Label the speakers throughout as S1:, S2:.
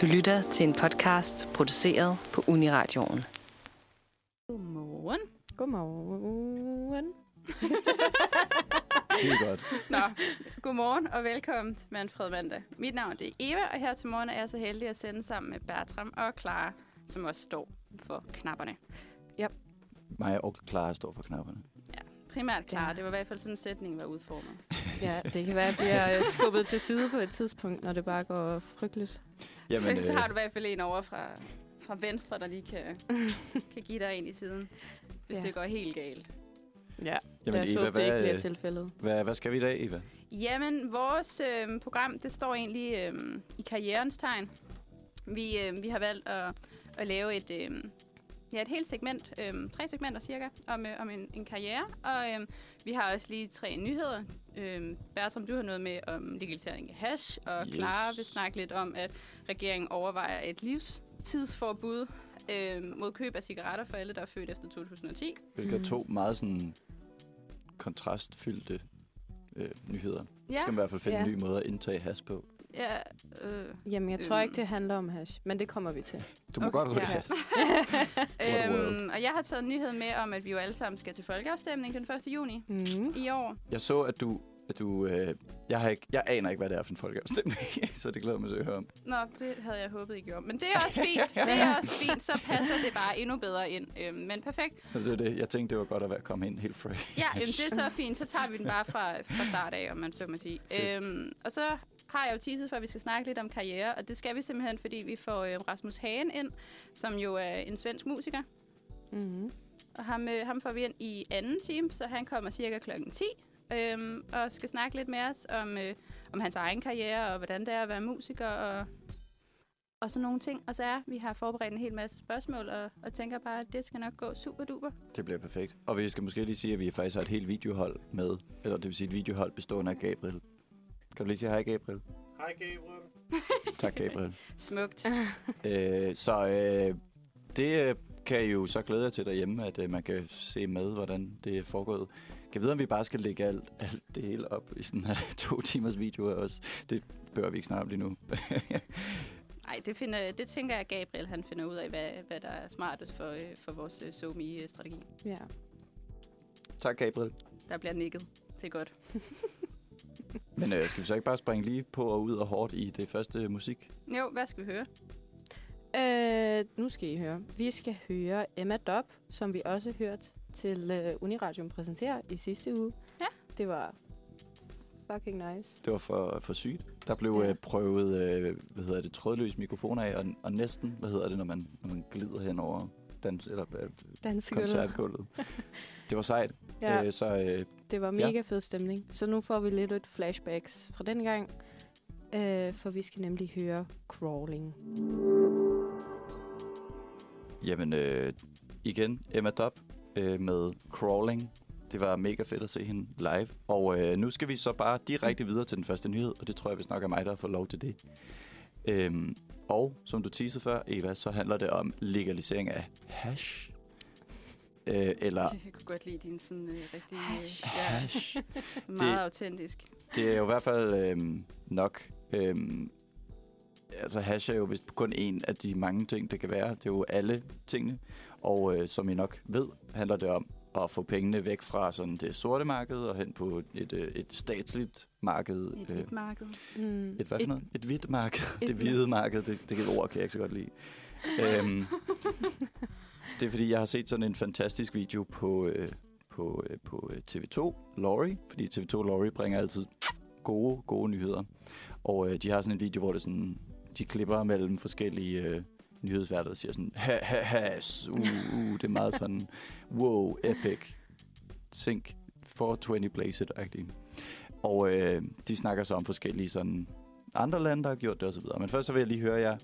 S1: Du lytter til en podcast produceret på Uniradioen.
S2: Godmorgen.
S3: Godmorgen.
S4: Skide godt.
S2: Nå, godmorgen og velkommen til Manfred Mandag. Mit navn det er Eva, og her til morgen er jeg så heldig at sende sammen med Bertram og Clara, som også står for knapperne.
S4: Mig og Clara står for knapperne.
S2: Primært Clara,
S3: Ja.
S2: det var i hvert fald sådan en sætning, var udformet.
S3: Ja, det kan være, at jeg bliver øh, skubbet til side på et tidspunkt, når det bare går frygteligt.
S2: Jamen,
S4: øh.
S2: så, så har du i hvert fald en over fra, fra venstre, der lige kan, kan give dig en i siden, hvis
S3: Ja.
S2: det går helt galt.
S3: Ja,
S4: jamen,
S3: jeg så,
S4: Eva,
S3: det ikke
S4: hvad,
S3: bliver
S4: øh,
S3: tilfældet.
S4: hvad, hvad skal vi i dag, Eva?
S2: Jamen, vores øh, program, det står egentlig øh, i karrierens tegn. Vi, øh, vi har valgt at, at lave et, øh, ja, et helt segment, øh, tre segmenter cirka, om, øh, om en, en karriere. Og øh, vi har også lige tre nyheder. Øh, Bertram, du har noget med om legalisering af hash, og
S4: Yes.
S2: Clara vil snakke lidt om, at regeringen overvejer et livstidsforbud øh, mod køb af cigaretter for alle, der er født efter 2010.
S4: Hvilket er
S3: Mm.
S4: to meget sådan kontrastfyldte øh, nyheder. Ja.
S2: Ja,
S4: Skal man i hvert fald finde
S3: Ja.
S4: en ny måde at indtage has på.
S2: ja øh,
S3: Jamen, jeg tror
S2: øhm.
S3: ikke, det handler om hash, men det kommer vi til.
S4: Du må
S2: Okay,
S4: okay, godt ryge
S2: ja.
S4: ja. has. What a
S2: Øhm,
S4: world.
S2: og jeg har taget en nyhed med om, at vi jo alle sammen skal til folkeafstemning den 1. juni
S3: Mm.
S2: i år.
S4: Jeg så, at du... At du øh, jeg, har ikke, jeg aner ikke, hvad det er for en folkeafstemning, så det glæder jeg mig til at høre om.
S2: Nå, det havde jeg håbet, I gjorde. Men det er også fint. Det er også fint. Så passer det bare endnu bedre ind. Øhm, men perfekt.
S4: Men Det var det. Jeg tænkte, det var godt at være kommet ind helt fresh.
S2: Ja, øhm, det er så fint. Så tager vi den bare fra, fra start af, om man så må sige.
S4: Fedt.
S2: Øhm, og så har jeg jo teaset for, at vi skal snakke lidt om karriere. Og det skal vi simpelthen, fordi vi får øh, Rasmus Hagen ind, som jo er en svensk musiker.
S3: Mm.
S2: Og ham, øh, ham får vi ind i anden time, så han kommer cirka kl. 10 øhm, og skal snakke lidt med os om, øh, om hans egen karriere og hvordan det er at være musiker og, og sådan nogle ting. Og så er vi har forberedt en hel masse spørgsmål og, og tænker bare, at det skal nok gå super duper.
S4: Det bliver perfekt. Og vi skal måske lige sige, at vi faktisk har et helt videohold med. Eller det vil sige et videohold bestående af Gabriel. Kan du lige sige hej, Gabriel?
S5: Hej Gabriel.
S4: Tak, Gabriel.
S2: Smukt.
S4: Øh, så øh, det øh, kan I jo så glæde jer til derhjemme, at øh, man kan se med, hvordan det er foregået. Kan vide, om vi bare skal lægge alt, alt det hele op i sådan her to timers video af os. Det bør vi ikke snart lige nu.
S2: Nej, det, finder, det tænker jeg, Gabriel han finder ud af, hvad, hvad der er smartest for, øh, for vores øh, SoMe-strategi.
S3: Ja.
S4: tak, Gabriel.
S2: Der bliver nikket. Det er godt.
S4: Men øh, skal vi så ikke bare springe lige på og ud og hårdt i det første musik?
S2: Jo, hvad skal vi høre?
S3: Øh, nu skal I høre. Vi skal høre Emma Dob, som vi også hørte til øh, Uniradion præsentere i sidste uge.
S2: Ja.
S3: Det var fucking nice.
S4: Det var for, for sygt. Der blev
S3: Ja.
S4: øh, prøvet, øh, hvad hedder det, trådløs mikrofon af, og, og næsten, hvad hedder det, når man, når man glider hen over dans, eller, øh,
S3: Dansk
S4: koncertgulvet. det var sejt.
S3: Ja.
S4: Øh, så øh,
S3: Det var
S4: Ja.
S3: mega fed stemning. Så nu får vi lidt et flashbacks fra den gang, øh, for vi skal nemlig høre Crawling.
S4: Jamen, øh, igen, Emma Dob øh, med Crawling. Det var mega fedt at se hende live. Og øh, nu skal vi så bare direkte videre til den første nyhed, og det tror jeg, hvis nok er mig, der har fået lov til det. Øhm, og som du teasede før, Eva, så handler det om legalisering af hash. Øh, eller
S2: Jeg kunne godt lide din sådan øh, rigtig...
S3: Hash.
S2: Øh, ja,
S4: hash.
S2: meget
S4: Det-
S2: autentisk.
S4: Det er jo i hvert fald øhm, nok. Øhm, altså hash er jo vist kun en af de mange ting, det kan være. Det er jo alle tingene. Og øh, som I nok ved, handler det om at få pengene væk fra sådan det sorte marked og hen på et, øh, et statsligt marked.
S2: Et
S4: øh,
S2: nyt marked.
S3: Mm.
S4: et hvad for noget? Et hvidt marked.
S3: et
S4: det hvide marked, det, det ord kan jeg ikke så godt lide. øhm, det er fordi, jeg har set sådan en fantastisk video på, øh, på, øh, på øh, TV2 Lorry, fordi TV2 Lorry bringer altid gode, gode nyheder. Og øh, de har sådan en video, hvor det sådan, de klipper mellem forskellige øh, nyhedsværter og siger sådan, ha, ha, has, uh, uh, det er meget sådan, wow, epic, think 420 blaze it-agtigt. Og øh, de snakker så om forskellige sådan andre lande, der har gjort det osv. Men først så vil jeg lige høre jer,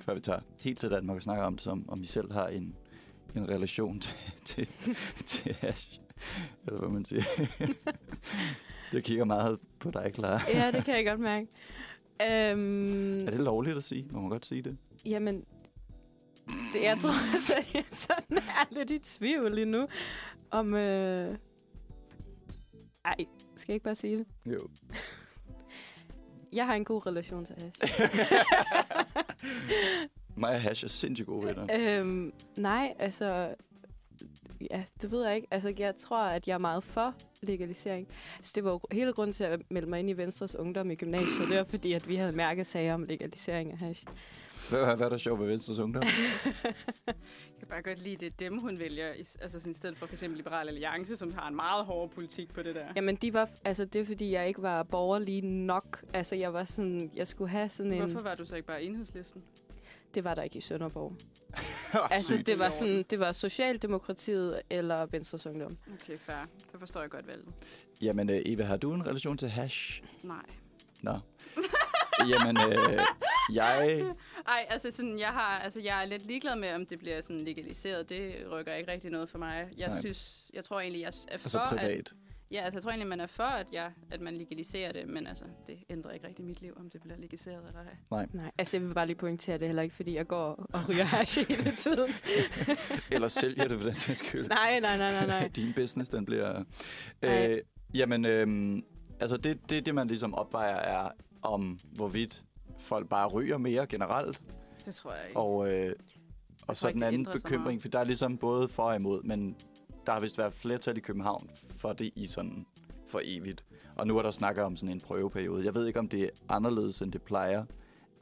S4: før vi tager helt til Danmark og snakker om det, som om I selv har en, en relation til, til, til hash. Eller hvad man siger. Jeg kigger meget på dig, Clara.
S3: ja, det kan jeg godt mærke. Øhm,
S4: Er det lovligt at sige? Må man godt sige det?
S3: Jamen, det, jeg tror, at jeg sådan er lidt i tvivl lige nu, om... Øh... Ej, skal jeg ikke bare sige det?
S4: Jo.
S3: Jeg har en god relation til Ash.
S4: Mig og Hash er sindssygt gode venner.
S3: øhm, nej, altså... Ja, det ved jeg ikke. Altså, jeg tror, at jeg er meget for legalisering. Altså, det var jo hele grunden til at melde mig ind i Venstres Ungdom i gymnasiet. Det var fordi, at vi havde mærkesager om legalisering af hash.
S4: Hvad, hvad er der sjovt ved Venstres Ungdom?
S2: Jeg kan bare godt lide, det er dem, hun vælger, i- altså sådan, i stedet for for eksempel Liberal Alliance, som har en meget hård politik på det der.
S3: Jamen, de var, altså, det er fordi, jeg ikke var borgerlig nok. Altså, jeg var sådan, jeg skulle have sådan en...
S2: Hvorfor var du så ikke bare i enhedslisten?
S3: Det var der ikke i Sønderborg.
S4: altså,
S3: Altså,
S4: det...
S3: det var
S2: I orden.
S3: sådan, det var Socialdemokratiet eller Venstres Ungdom.
S2: Okay, fair. Så forstår jeg godt valget.
S4: Jamen, øh, Eva, har du en relation til Hash?
S2: Nej.
S4: Nå. Jamen, øh, jeg...
S2: Ej, altså sådan, jeg, har, altså jeg er lidt ligeglad med, om det bliver sådan legaliseret. Det rykker ikke rigtig noget for mig. Jeg
S4: Nej.
S2: Nej. synes, jeg tror egentlig, jeg er for,
S4: Altså
S2: at,
S4: privat.
S2: ja, altså, jeg tror egentlig, man er for, at, jeg, at man legaliserer det, men altså, det ændrer ikke rigtig mit liv, om det bliver legaliseret eller ej.
S3: Nej, altså jeg vil bare lige pointere det er heller ikke, fordi jeg går og ryger hash hele tiden.
S4: Eller sælger det for den sags skyld.
S3: nej, nej, nej, nej, nej.
S4: Din business, den bliver...
S3: Nej.
S4: Øh, jamen, øh, altså det, det, det, man ligesom opvejer, er om hvorvidt folk bare ryger mere generelt,
S2: Det tror jeg ikke.
S4: og, øh,
S2: tror
S4: og så
S2: ikke,
S4: den
S2: det
S4: anden
S2: ændrer sig
S4: bekymring,
S2: meget.
S4: for der er ligesom både for og imod, men der har vist været flertal i København for det i sådan for evigt. Og nu er der snakket om sådan en prøveperiode. Jeg ved ikke, om det er anderledes, end det plejer,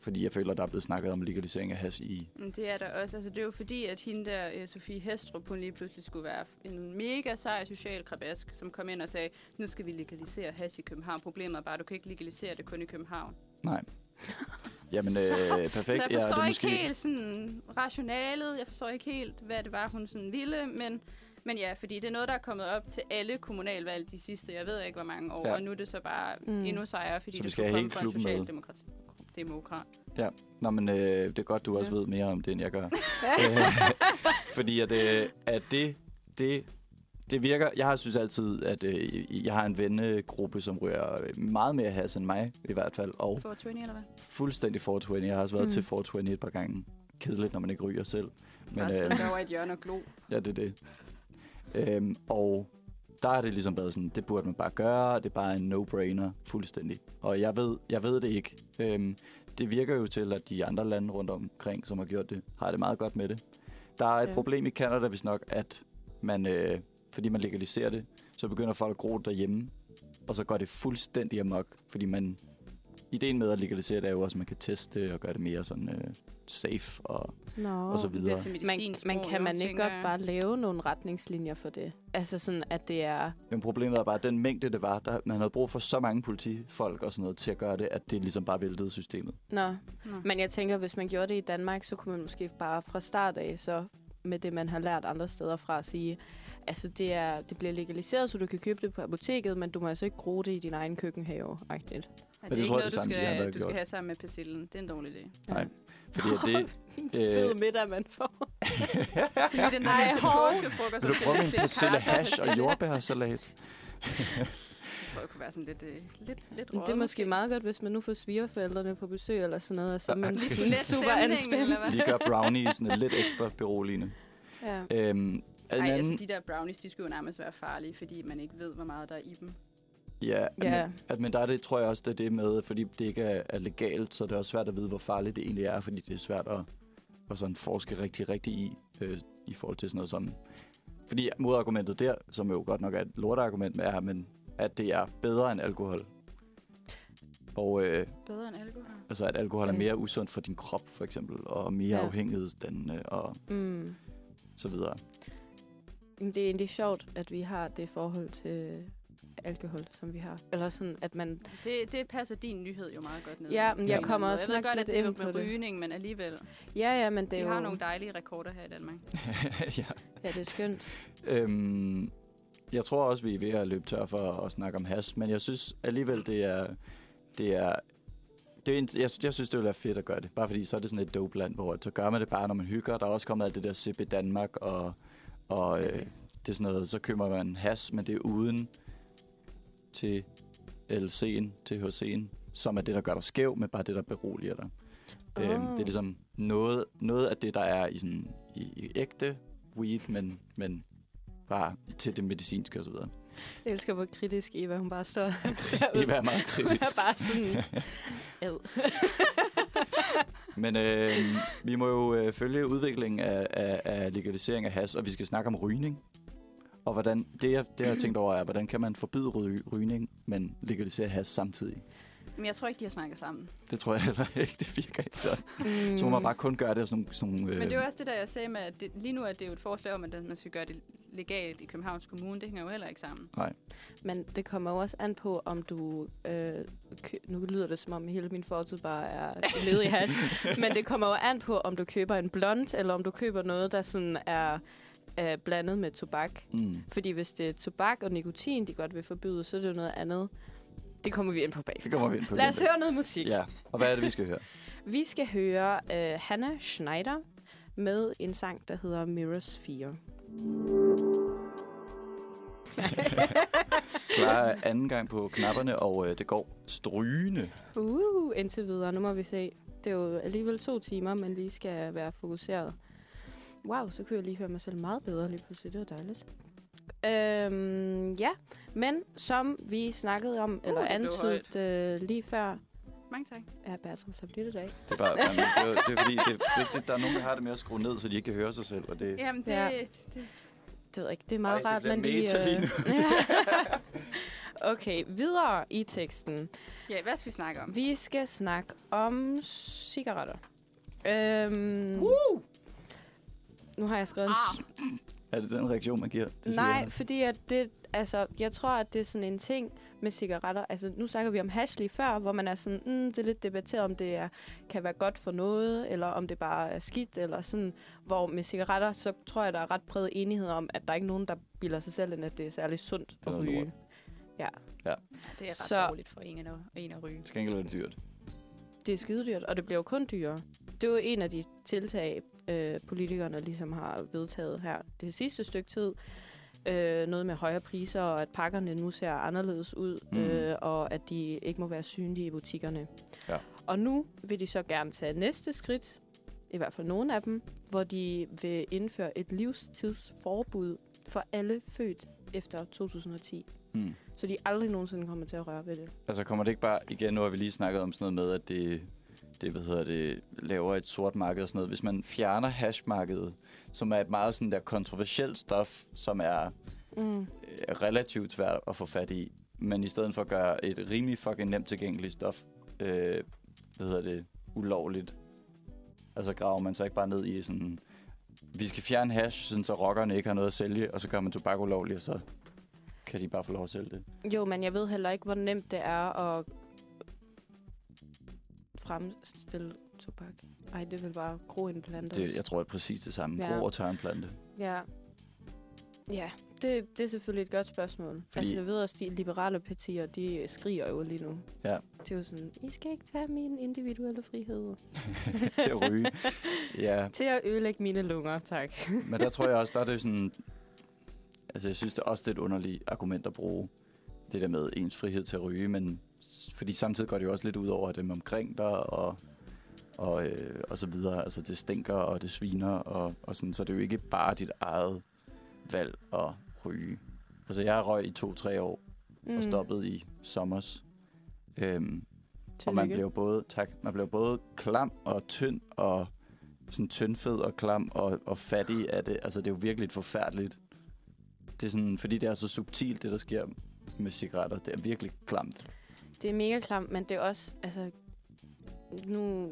S4: fordi jeg føler, der er blevet snakket om legalisering af hash i...
S2: Men det er der også. Altså, det er jo fordi, at hende der, øh, Sofie Hestrup, hun lige pludselig skulle være en mega sej social krabask, som kom ind og sagde, nu skal vi legalisere hash i København. Problemet er bare, at du kan ikke legalisere det kun i København.
S4: Nej. Jamen, øh, perfekt.
S2: Så jeg
S4: Ja, det er
S2: forstår ja, ikke
S4: måske-
S2: helt sådan, rationalet, jeg forstår ikke helt, hvad det var, hun sådan ville, men, men ja, fordi det er noget, der er kommet op til alle kommunalvalg de sidste, jeg ved ikke, hvor mange år,
S4: Ja.
S2: ja. og nu er det så bare
S3: Mm.
S2: mm. endnu sejere, fordi
S4: Så vi
S2: det
S4: skal
S2: skulle komme
S4: have hele
S2: fra en
S4: klubben med.
S2: socialdemokrat. Demokrat.
S4: Nå, men øh, det er godt, du også
S2: Ja.
S4: ved mere om det, end jeg gør. Øh, Fordi at, øh, at det, det, det virker... Jeg har synes altid, at øh, jeg har en vennegruppe, som rører meget mere has end mig, i hvert fald. Og
S2: 420 eller hvad?
S4: fuldstændig 420. Jeg har også været
S3: Mm.
S4: mm. til 420 et par gange. Kedeligt, når man ikke ryger selv. Men
S2: Bare sidde
S4: øh,
S2: derovre i et hjørne og glo.
S4: ja, det er det. Øhm, og der har det ligesom været sådan, det burde man bare gøre, og det er bare en no-brainer fuldstændig. Og jeg ved, jeg ved det ikke. Øhm, det virker jo til, at de andre lande rundt omkring, som har gjort det, har det meget godt med det. Der er et
S3: Ja.
S4: ja. problem i Canada, hvis nok, at man, øh, fordi man legaliserer det, så begynder folk at gro det derhjemme, og så går det fuldstændig amok, fordi man... Ideen med at legalisere det er jo også, at man kan teste det og gøre det mere sådan øh, safe og,
S3: Nå.
S4: og så
S2: Det er
S4: videre.
S2: til
S3: Man,
S2: medicinsprog,
S3: man kan
S2: jo,
S3: man ikke
S2: tænker
S3: godt
S2: jeg.
S3: bare lave nogle retningslinjer for det? Altså sådan, at det er...
S4: Men problemet er bare, at den mængde, det var, der, man havde brug for så mange politifolk og sådan noget til at gøre det, at det ligesom bare væltede systemet.
S3: Nå.
S2: Nå.
S3: Men jeg tænker, hvis man gjorde det i Danmark, så kunne man måske bare fra start af, så med det, man har lært andre steder fra, at sige, altså det, er, det bliver legaliseret, så du kan købe det på apoteket, men du må altså ikke bruge det i din egen køkkenhave. Rigtigt.
S2: Ja, det
S4: det
S2: er ikke
S4: tror jeg,
S2: noget,
S4: det er
S2: du
S4: samme, de andre har
S2: skal, du
S4: gjort.
S2: skal have sammen med persillen. Det er en dårlig idé.
S4: Nej. Øh, Fordi at det...
S3: Fed middag, man får.
S2: Så lige den der
S3: Ej,
S2: næste
S3: hov.
S2: påskefrokost.
S4: Vil du
S2: så skal
S4: prøve
S2: vi
S4: en
S2: klippe
S4: persille
S2: karse og
S4: hash og
S2: persille.
S4: jordbærsalat?
S2: Jeg tror, det kunne være sådan lidt, øh, lidt, lidt
S3: Men Det er måske meget godt, hvis man nu får svigerforældrene på besøg eller sådan noget, og så er man
S4: Lidt
S3: sådan
S2: let
S3: super
S2: stemning,
S3: anspændt.
S2: eller hvad?
S4: Lige gør browniesene lidt ekstra beroligende.
S3: Ja.
S4: Øhm, en
S2: Nej, altså
S4: anden,
S2: de der brownies, de skulle jo nærmest være farlige, fordi man ikke ved, hvor meget der er i dem.
S4: ja,
S3: Ja.
S4: Men, at, men der er det, tror jeg også, det er det med, fordi det ikke er, er legalt, så det er også svært at vide, hvor farligt det egentlig er, fordi det er svært at, at sådan forske rigtig, rigtig i, øh, i forhold til sådan noget som... Fordi modargumentet der, som jo godt nok er et lortargument, er, men at det er bedre end alkohol. Og øh,
S2: Bedre end alkohol.
S4: altså, at alkohol er
S3: Ja.
S4: mere usundt for din krop, for eksempel, og mere
S3: Ja.
S4: ja. afhængighedsdannende, og
S3: Mm.
S4: så videre.
S3: Jamen, Det er egentlig sjovt, at vi har det forhold til alkohol, som vi har. Eller sådan, at man...
S2: Det, det passer din nyhed jo meget godt ned.
S3: Ja, men
S2: på
S3: jeg
S2: en
S3: kommer
S2: måde.
S3: også
S2: Jeg ved
S3: nok
S2: godt,
S3: lidt
S2: at det er
S3: ind på
S2: med
S3: det.
S2: rygning, men alligevel.
S3: Ja, ja, men det
S2: Vi
S3: er jo...
S2: har nogle dejlige rekorder her i Danmark.
S4: ja.
S3: Ja, det er skønt.
S4: Øhm, jeg tror også, vi er ved at løbe tør for at snakke om has, men jeg synes alligevel, det er... Det er det er en, jeg, jeg synes, det ville være fedt at gøre det. Bare fordi så er det sådan et dope land, hvor så gør man det bare, når man hygger. Der er også kommet alt det der sip i Danmark, og, og øh, det er sådan noget, så køber man has, men det er uden til LC'en, til HC'en, som er det, der gør dig skæv, men bare det, der beroliger dig. Oh. Øhm,
S3: Ah.
S4: det er ligesom noget, noget af det, der er i, sådan, i, i ægte weed, men, men bare til det medicinske osv.
S3: Jeg elsker, hvor kritisk Eva, hun bare står og ser ud.
S4: Eva er meget
S3: Hun
S4: kritisk.
S3: er bare sådan, ad.
S4: Men øh, vi må jo øh, følge udviklingen af, af, af legalisering af has, og vi skal snakke om rygning. Og hvordan, det, jeg, det, jeg har tænkt over, er, hvordan kan man forbyde ry- rygning, men legalisere has samtidig?
S2: Men jeg tror ikke, de har snakket sammen.
S4: Det tror jeg heller ikke, det virker ikke sådan.
S3: Mm.
S4: Så må man bare kun gøre det sådan, nogle- sådan nogle, øh,
S2: Men det er jo også det, der jeg sagde med, at det, lige nu er det jo et forslag om, at man skal gøre det legalt i Københavns Kommune. Det hænger jo heller ikke sammen.
S3: Mm. Men det kommer jo også an på, om du... Øh, kø- nu lyder det, som om hele min fortid bare er ledig i hash. Men det kommer jo an på, om du køber en blond, eller om du køber noget, der sådan er øh, blandet med tobak.
S4: Mm.
S3: Fordi hvis det er tobak og nikotin, de godt vil forbyde, så er det jo noget andet. Det kommer vi ind på bag.
S4: Det kommer vi ind på.
S3: Lad os
S4: lidt.
S3: høre noget musik.
S4: Ja, og hvad er det, vi skal høre?
S3: Vi skal høre øh, Hanna Schneider med en sang, der hedder Mirrors 4.
S4: Klar anden gang på knapperne, og øh, det går strygende.
S3: Uh, indtil videre. Nu må vi se. Det er jo alligevel to timer, men lige skal være fokuseret. Wow, så kunne jeg lige høre mig selv meget bedre lige pludselig. Det var dejligt. Øhm, ja, men som vi snakkede om,
S4: Uh,
S3: eller
S2: det blev højt.
S3: antydet øh, lige før,
S2: Mange tak.
S3: er Bertram som i dag.
S4: Det er, bare, jamen, det, er, det er fordi, det, det, det, der er nogen, der har det med at skrue ned, så de ikke kan høre sig selv. Og det,
S2: Jamen, det,
S3: Ja.
S2: det, det
S3: Det ved jeg ikke, det er meget
S4: Ej, det
S3: rart,
S4: bliver
S3: men øh, lige...
S4: meta lige nu.
S3: okay, videre i teksten.
S2: Ja, hvad skal vi snakke om?
S3: Vi skal snakke om cigaretter. Øhm, nu har jeg skrevet en
S2: Ah.
S4: er det den reaktion, man giver?
S3: Nej,
S4: til cigaretterne?
S3: fordi at det, altså, jeg tror, at det er sådan en ting med cigaretter. Altså, nu snakker vi om hash lige før, hvor man er sådan, mm, det er lidt debatteret, om det er, kan være godt for noget, eller om det bare er skidt, eller sådan. Hvor med cigaretter, så tror jeg, der er ret bred enighed om, at der er ikke nogen, der bilder sig selv ind, at det er særlig sundt at
S4: Eller lort.
S3: ryge.
S2: Det er ret
S3: Så-
S2: så. dårligt for en at, en at ryge.
S4: Til gengæld er det dyrt.
S3: Det er skidedyrt, og det bliver jo kun dyrere. Det er jo en af de tiltag, øh, politikerne ligesom har vedtaget her det sidste stykke tid. Øh, noget med højere priser, og at pakkerne nu ser anderledes ud,
S4: Mhm.
S3: øh, og at de ikke må være synlige i butikkerne.
S4: Ja.
S3: Og nu vil de så gerne tage næste skridt, i hvert fald nogle af dem, hvor de vil indføre et livstidsforbud for alle født efter 2010.
S4: Mm.
S3: Så de aldrig nogensinde kommer til at røre ved det.
S4: Altså kommer det ikke bare, igen nu har vi lige snakket om sådan noget med, at det, det hvad hedder det, laver et sort marked og sådan noget. Hvis man fjerner hashmarkedet, som er et meget sådan der kontroversielt stof, som er
S3: Mm.
S4: øh, relativt svært at få fat i, men i stedet for at gøre et rimelig fucking nemt tilgængeligt stof, øh, hvad hedder det, ulovligt, altså graver man så ikke bare ned i sådan, vi skal fjerne hash, sådan så rockerne ikke har noget at sælge, og så gør man tobak ulovlig, og så kan de bare få lov at sælge det.
S3: Jo, men jeg ved heller ikke, hvor nemt det er at fremstille tobak. Ej, det vil bare gro en plante.
S4: det
S3: også.
S4: jeg tror, det er præcis det samme.
S3: Ja.
S4: Ja. Gro og tør en plante.
S3: Ja, ja det, det er selvfølgelig et godt spørgsmål. Fordi...
S4: Fordi-
S3: Altså, jeg ved også, de liberale partier, de skriger jo lige nu.
S4: Ja.
S3: Det er jo sådan, I skal ikke tage min individuelle frihed.
S4: til at ryge. Ja,
S3: Til at ødelægge mine lunger, tak.
S4: men der tror jeg også, der er det sådan... Altså, jeg synes det er også, det er et underligt argument at bruge. Det der med ens frihed til at ryge, men... s- Fordi samtidig går det jo også lidt ud over dem omkring dig, og, og, øh, og så videre. Altså, det stinker, og det sviner, og, og sådan. Så det er jo ikke bare dit eget valg at ryge. Altså, jeg røg i to-tre år, mm. og stoppede i sommers. Øhm, Og man blev både, tak, man blev både klam og tynd og sådan tyndfed og klam og, og fattig af det. Altså, det er jo virkelig forfærdeligt. Det er sådan, fordi det er så subtilt, det der sker med cigaretter. Det er virkelig klamt.
S3: Det er mega klamt, men det er også, altså, nu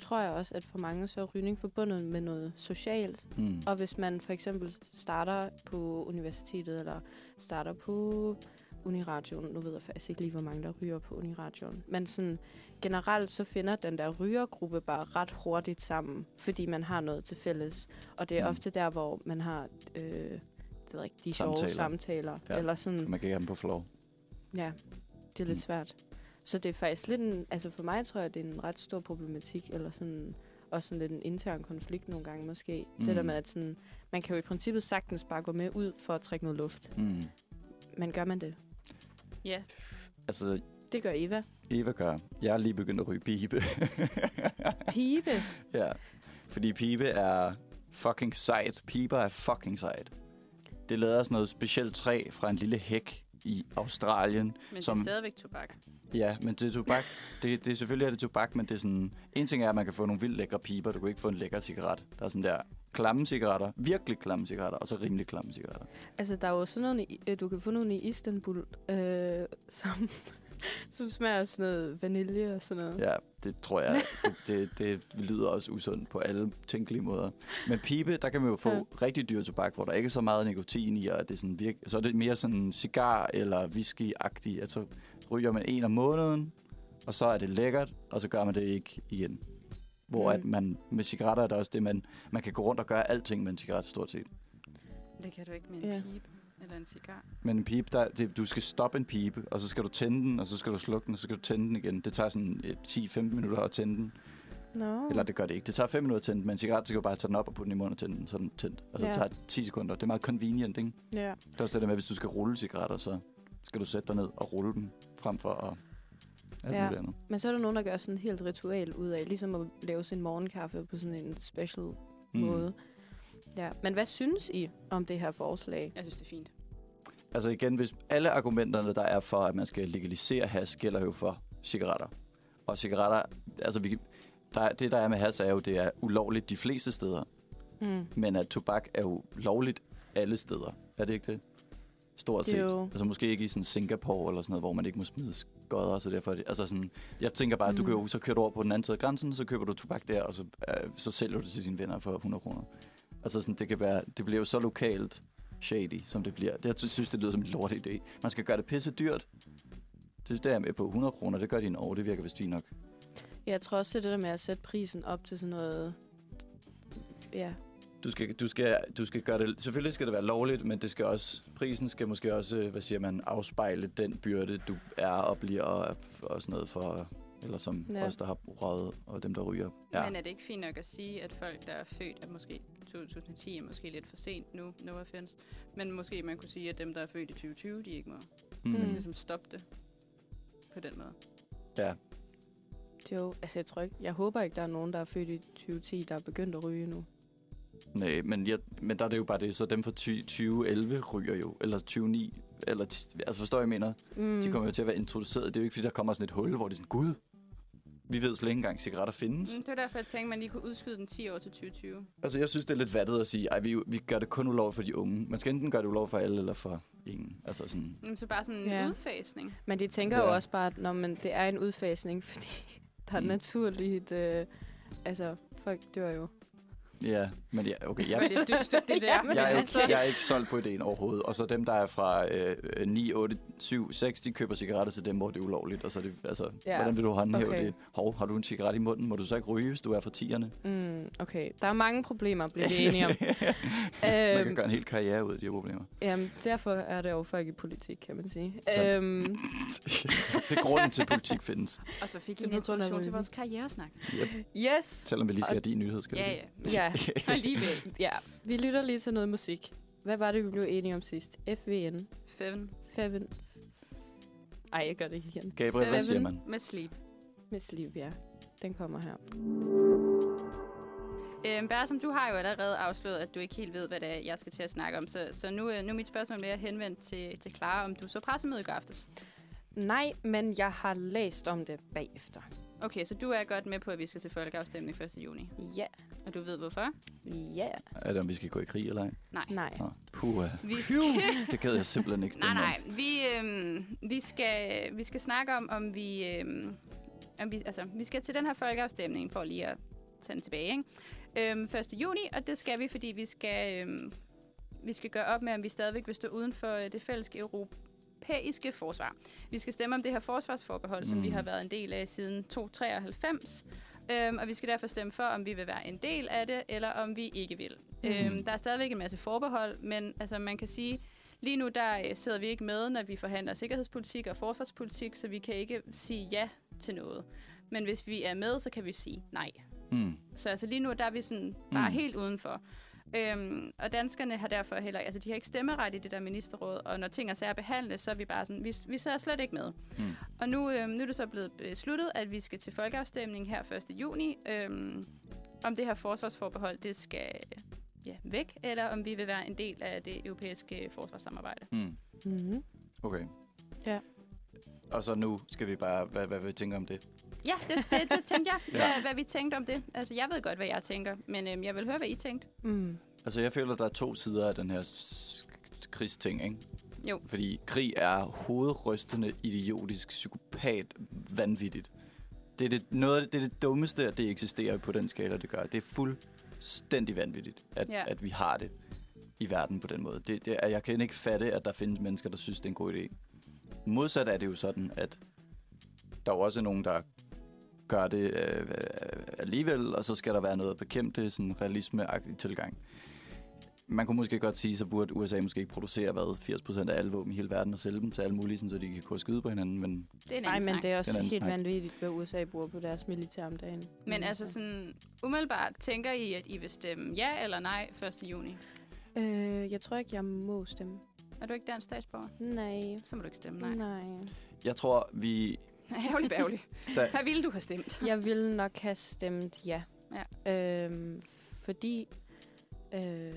S3: tror jeg også, at for mange så er rygning forbundet med noget socialt.
S4: Mm.
S3: Og hvis man for eksempel starter på universitetet, eller starter på Uniradioen, nu ved jeg faktisk ikke lige, hvor mange der ryger på Uniradioen, men sådan, generelt så finder den der rygergruppe bare ret hurtigt sammen, fordi man har noget til fælles. Og det er
S4: Mm.
S3: mm. ofte der, hvor man har øh, det ved jeg ikke, de sjove
S4: Samtaler.
S3: samtaler, samtaler
S4: Ja.
S3: ja. eller sådan
S4: Man kan ikke have dem på floor.
S3: Ja, det er lidt
S4: Mm.
S3: mm. svært. Så det er faktisk lidt en, altså for mig tror jeg, det er en ret stor problematik, eller sådan, også sådan lidt en intern konflikt nogle gange måske. Mm. Det der
S4: Mm.
S3: med, at sådan, man kan jo i princippet sagtens bare gå med ud for at trække noget luft.
S4: Mm.
S3: Men gør man det?
S2: Ja,
S4: Altså,
S3: Det gør Eva.
S4: Eva gør. Jeg er lige begyndt at ryge pibe.
S3: Pibe.
S4: ja. Fordi pibe er fucking sejt. Piber er fucking sejt. Det lader af sådan noget specielt træ fra en lille hæk i Australien.
S2: Men Som...
S4: Som-
S2: det er stadigvæk tobak.
S4: Ja, men det er tobak. Det, det, selvfølgelig er det tobak, men det er sådan... En ting er, at man kan få nogle vildt lækre piber. Du kan ikke få en lækker cigaret. Der er sådan der klamme cigaretter, virkelig klamme cigaretter, og så rimelig klamme cigaretter.
S3: Altså, der er jo sådan nogle, i- øh, du kan få nogle i Istanbul, øh, som, som smager af sådan noget vanilje og sådan noget.
S4: Ja, det tror jeg, det, det, det lyder også usundt på alle tænkelige måder. Men pibe, der kan man jo få
S3: Ja.
S4: ja. rigtig dyr tobak, hvor der ikke er så meget nikotin i, og at det er sådan virk- så er det mere sådan cigar- eller whisky-agtigt. Altså, ryger man en om måneden, og så er det lækkert, og så gør man det ikke igen. Hvor
S3: Mm.
S4: at man med cigaretter er det også det, man, man kan gå rundt og gøre alting med en cigaret stort set.
S2: Det kan du ikke med en
S3: en Ja.
S2: yeah. pipe eller en cigar.
S4: Men en pipe, der, det, du skal stoppe en pipe, og så skal du tænde den, og så skal du slukke den, og så skal du tænde den igen. Det tager sådan øh, 10-15 minutter at tænde den.
S3: No.
S4: Eller det gør det ikke. Det tager 5 minutter at tænde, den, men en cigaret, så kan du bare tage den op og putte den i munden og tænde den, så er den tændt. Og så
S3: Ja.
S4: tager det 10 sekunder. Det er meget convenient, ikke?
S3: Ja.
S4: Det er også det der med, at hvis du skal rulle cigaretter, så skal du sætte dig ned og rulle dem, frem for at alt
S3: Ja.
S4: ja. muligt andet.
S3: Men så er der nogen, der gør sådan et helt ritual ud af, ligesom at lave sin morgenkaffe på sådan en special mm. måde. Ja. Men hvad synes I om det her forslag?
S2: Jeg synes, det er fint.
S4: Altså igen, hvis alle argumenterne, der er for, at man skal legalisere hash, gælder jo for cigaretter. Og cigaretter, altså vi, der, er- det der er med hash, er jo, det er ulovligt de fleste steder.
S3: Mm.
S4: Men at tobak er jo lovligt alle steder. Er det ikke det? Stort set.
S3: Jo.
S4: Altså måske ikke i sådan Singapore eller sådan noget, hvor man ikke må smide skodder, så derfor... er det- Altså sådan, jeg tænker bare, at du
S3: Mm.
S4: kan jo, så kører du over på den anden side af grænsen, så køber du tobak der, og så, øh, så sælger du det til dine venner for 100 kroner. Altså sådan, det kan være, det bliver jo så lokalt shady, som det bliver. Det, jeg synes, det lyder som en lort idé. Man skal gøre det pisse dyrt. Det der er jeg med på 100 kroner, det gør de en år, det virker vist fint nok.
S3: Jeg tror også, det er det der med at sætte prisen op til sådan noget... Ja.
S4: du skal, du, skal, du skal gøre det... Selvfølgelig skal det være lovligt, men det skal også, prisen skal måske også, øh, hvad siger man, afspejle den byrde, du er og bliver og, og sådan noget for... Eller som
S3: Ja.
S4: ja. os, der har røget, og dem, der ryger.
S2: Ja.
S4: Ja.
S2: Men er det ikke fint nok at sige, at folk, der er født af måske 2010, er måske lidt for sent nu, no offense. Men måske man kunne sige, at dem, der er født i 2020, de ikke må. Mm. Altså
S4: Mm.
S2: ligesom stoppe det på den måde.
S4: ja.
S3: Jo, altså jeg tror ikke, jeg håber ikke, der er nogen, der er født i 2010, der er begyndt at ryge nu.
S4: Nej, men, jeg, men der er det jo bare det, så dem fra 20, 2011 ryger jo, eller 2009, eller... ti- Altså forstår I, hvad jeg mener?
S3: Mm.
S4: De kommer jo til at være introduceret. Det er jo ikke, fordi der kommer sådan et hul, hvor det er sådan, gud, vi ved slet ikke engang, cigaretter findes.
S2: Mm, det var derfor, jeg tænkte, at man lige kunne udskyde den 10 år til 2020.
S4: Altså, jeg synes, det er lidt vattet at sige, at vi, vi gør det kun ulovligt for de unge. Man skal enten gøre det ulovligt for alle, eller for ingen. Altså sådan...
S2: Mm, så bare sådan en
S3: Ja.
S2: ja. udfasning.
S3: Men de tænker ja. jo
S4: Ja.
S3: også bare, at når man, det er en udfasning, fordi der er
S4: Mm.
S3: naturligt... Øh, altså, folk dør jo.
S4: Ja, men ja, okay.
S2: Det var
S4: Jeg,
S2: lidt dystert, det der.
S3: Jamen,
S4: jeg, er
S3: altså.
S4: ikke, jeg er ikke solgt på ideen overhovedet. Og så dem, der er fra øh, øh, 9, 8, 7, 6, de køber cigaretter til dem, hvor det er ulovligt. Og så er det, altså,
S3: Ja,
S4: ja. hvordan vil du håndhæve
S3: okay.
S4: okay. det? Hov, har du en cigaret i munden? Må du så ikke ryge, hvis du er fra 10'erne?
S3: Mm, okay, der er mange problemer, bliver vi enige om.
S4: Man
S3: øhm,
S4: kan gøre en hel karriere ud af de her problemer.
S3: jamen, derfor er det jo folk i politik, kan man sige.
S4: Sådan.
S3: Øhm,
S4: Det er grunden til, at politik findes.
S2: Og så fik I
S3: Det
S2: en
S3: på grund
S2: introduktion
S3: af
S2: til
S3: rygning.
S2: vores karrieresnak.
S4: Yep.
S3: yes!
S4: Selvom vi lige skal have din nyhed, skal vi
S2: Ja,
S4: det?
S2: ja.
S3: Ja,
S2: Alligevel.
S3: ja, vi lytter lige til noget musik. Hvad var det, vi blev enige om sidst? FVN.
S2: Fem.
S3: Fevin. Ej, jeg gør det ikke igen.
S4: Gabriel, hvad siger
S2: Seven
S4: man?
S2: Med sleep.
S3: Miss Livia. Den kommer her.
S2: Øhm, Bertram, du har jo allerede afsløret, at du ikke helt ved, hvad det er, jeg skal til at snakke om. Så, så nu, øh, nu er mit spørgsmål mere henvendt til, til Clara, om du så pressemøde i går aftes.
S3: Nej, men jeg har læst om det bagefter.
S2: Okay, så du er godt med på, at vi skal til folkeafstemning 1. juni.
S3: Ja,
S2: Og du ved hvorfor?
S3: ja.
S4: Er det, om vi skal gå i krig eller ej?
S3: Nej.
S4: Nå. Puh,
S2: Vi skal,
S4: det gad jeg simpelthen ikke.
S2: Nej,
S4: stemme om.
S2: nej. Vi, øhm, vi, skal, vi skal snakke om, om vi... Øhm, om vi, altså, vi skal til den her folkeafstemning, for lige at tage den tilbage, ikke? Øhm, 1. juni, og det skal vi, fordi vi skal, øhm, vi skal gøre op med, om vi stadigvæk vil stå uden for øh, det fælles europæiske forsvar. Vi skal stemme om det her forsvarsforbehold, som vi
S4: Mm.
S2: har været en del af siden 293. Øhm, og vi skal derfor stemme for, om vi vil være en del af det, eller om vi ikke vil. Mm. Øhm, der er stadigvæk en masse forbehold, men altså, man kan sige, Lige nu der øh, sidder vi ikke med, når vi forhandler sikkerhedspolitik og forsvarspolitik, så vi kan ikke sige ja til noget. Men hvis vi er med, så kan vi sige nej.
S4: Mm.
S2: Så altså lige nu der er vi sådan bare
S4: Mm.
S2: helt udenfor. Øhm, og danskerne har derfor heller altså de har ikke stemmeret i det der ministerråd, og når ting og sager behandles, så er vi bare sådan, vi, vi sidder slet ikke med.
S4: Mm.
S2: Og nu, øhm, nu er det så blevet besluttet, at vi skal til folkeafstemning her 1. juni, øhm, om det her forsvarsforbehold, det skal, ja, væk, eller om vi vil være en del af det europæiske forsvarssamarbejde.
S4: Mm.
S3: Mm-hmm.
S4: Okay.
S3: Ja.
S4: Og så nu skal vi bare, hvad, hvad vi tænker om det.
S2: Ja, det, det, det tænkte jeg,
S4: Ja.
S2: ja. hvad, hvad vi tænkte om det. Altså, jeg ved godt, hvad jeg tænker, men øhm, jeg vil høre, hvad I tænkte.
S3: Mm.
S4: Altså, jeg føler, der er to sider af den her s- krigsting, ikke?
S2: Jo.
S4: Fordi krig er hovedrystende, idiotisk, psykopat, vanvittigt. Det er det, noget, af- det, er det dummeste, at det eksisterer på den skala, det gør. Det er fuldstændig vanvittigt, at,
S2: Ja.
S4: ja. at vi har det i verden på den måde. Det, det, er- jeg kan ikke fatte, at der findes mennesker, der synes, det er en god idé. Modsat er det jo sådan, at der er jo også nogen, der gør det øh, øh, alligevel, og så skal der være noget at bekæmpe det, sådan en realismeagtig tilgang. Man kunne måske godt sige, så burde USA måske ikke producere hvad, 80% af alle våben i hele verden og sælge dem til alle mulige, sådan, så de kan gå og skyde på hinanden, men
S2: Det er en
S3: Nej,
S2: anden
S3: men
S2: snak.
S3: det er også
S4: Den anden
S3: helt
S4: snak.
S3: vanvittigt, hvad USA bruger på deres militær om dagen.
S2: Men altså sådan, umiddelbart tænker I, at I vil stemme ja eller nej 1. juni?
S3: Øh, jeg tror ikke, jeg må stemme.
S2: Er du ikke dansk statsborger?
S3: Nej.
S2: Så må du ikke stemme nej.
S3: Nej.
S2: nej.
S3: Nej.
S4: jeg tror, vi...
S2: Ærgerlig bærgerlig.
S4: Da,
S2: Mm. Hvad ville du have stemt?
S3: Jeg ville nok have stemt ja.
S2: Ja.
S3: Øhm, fordi... Øh,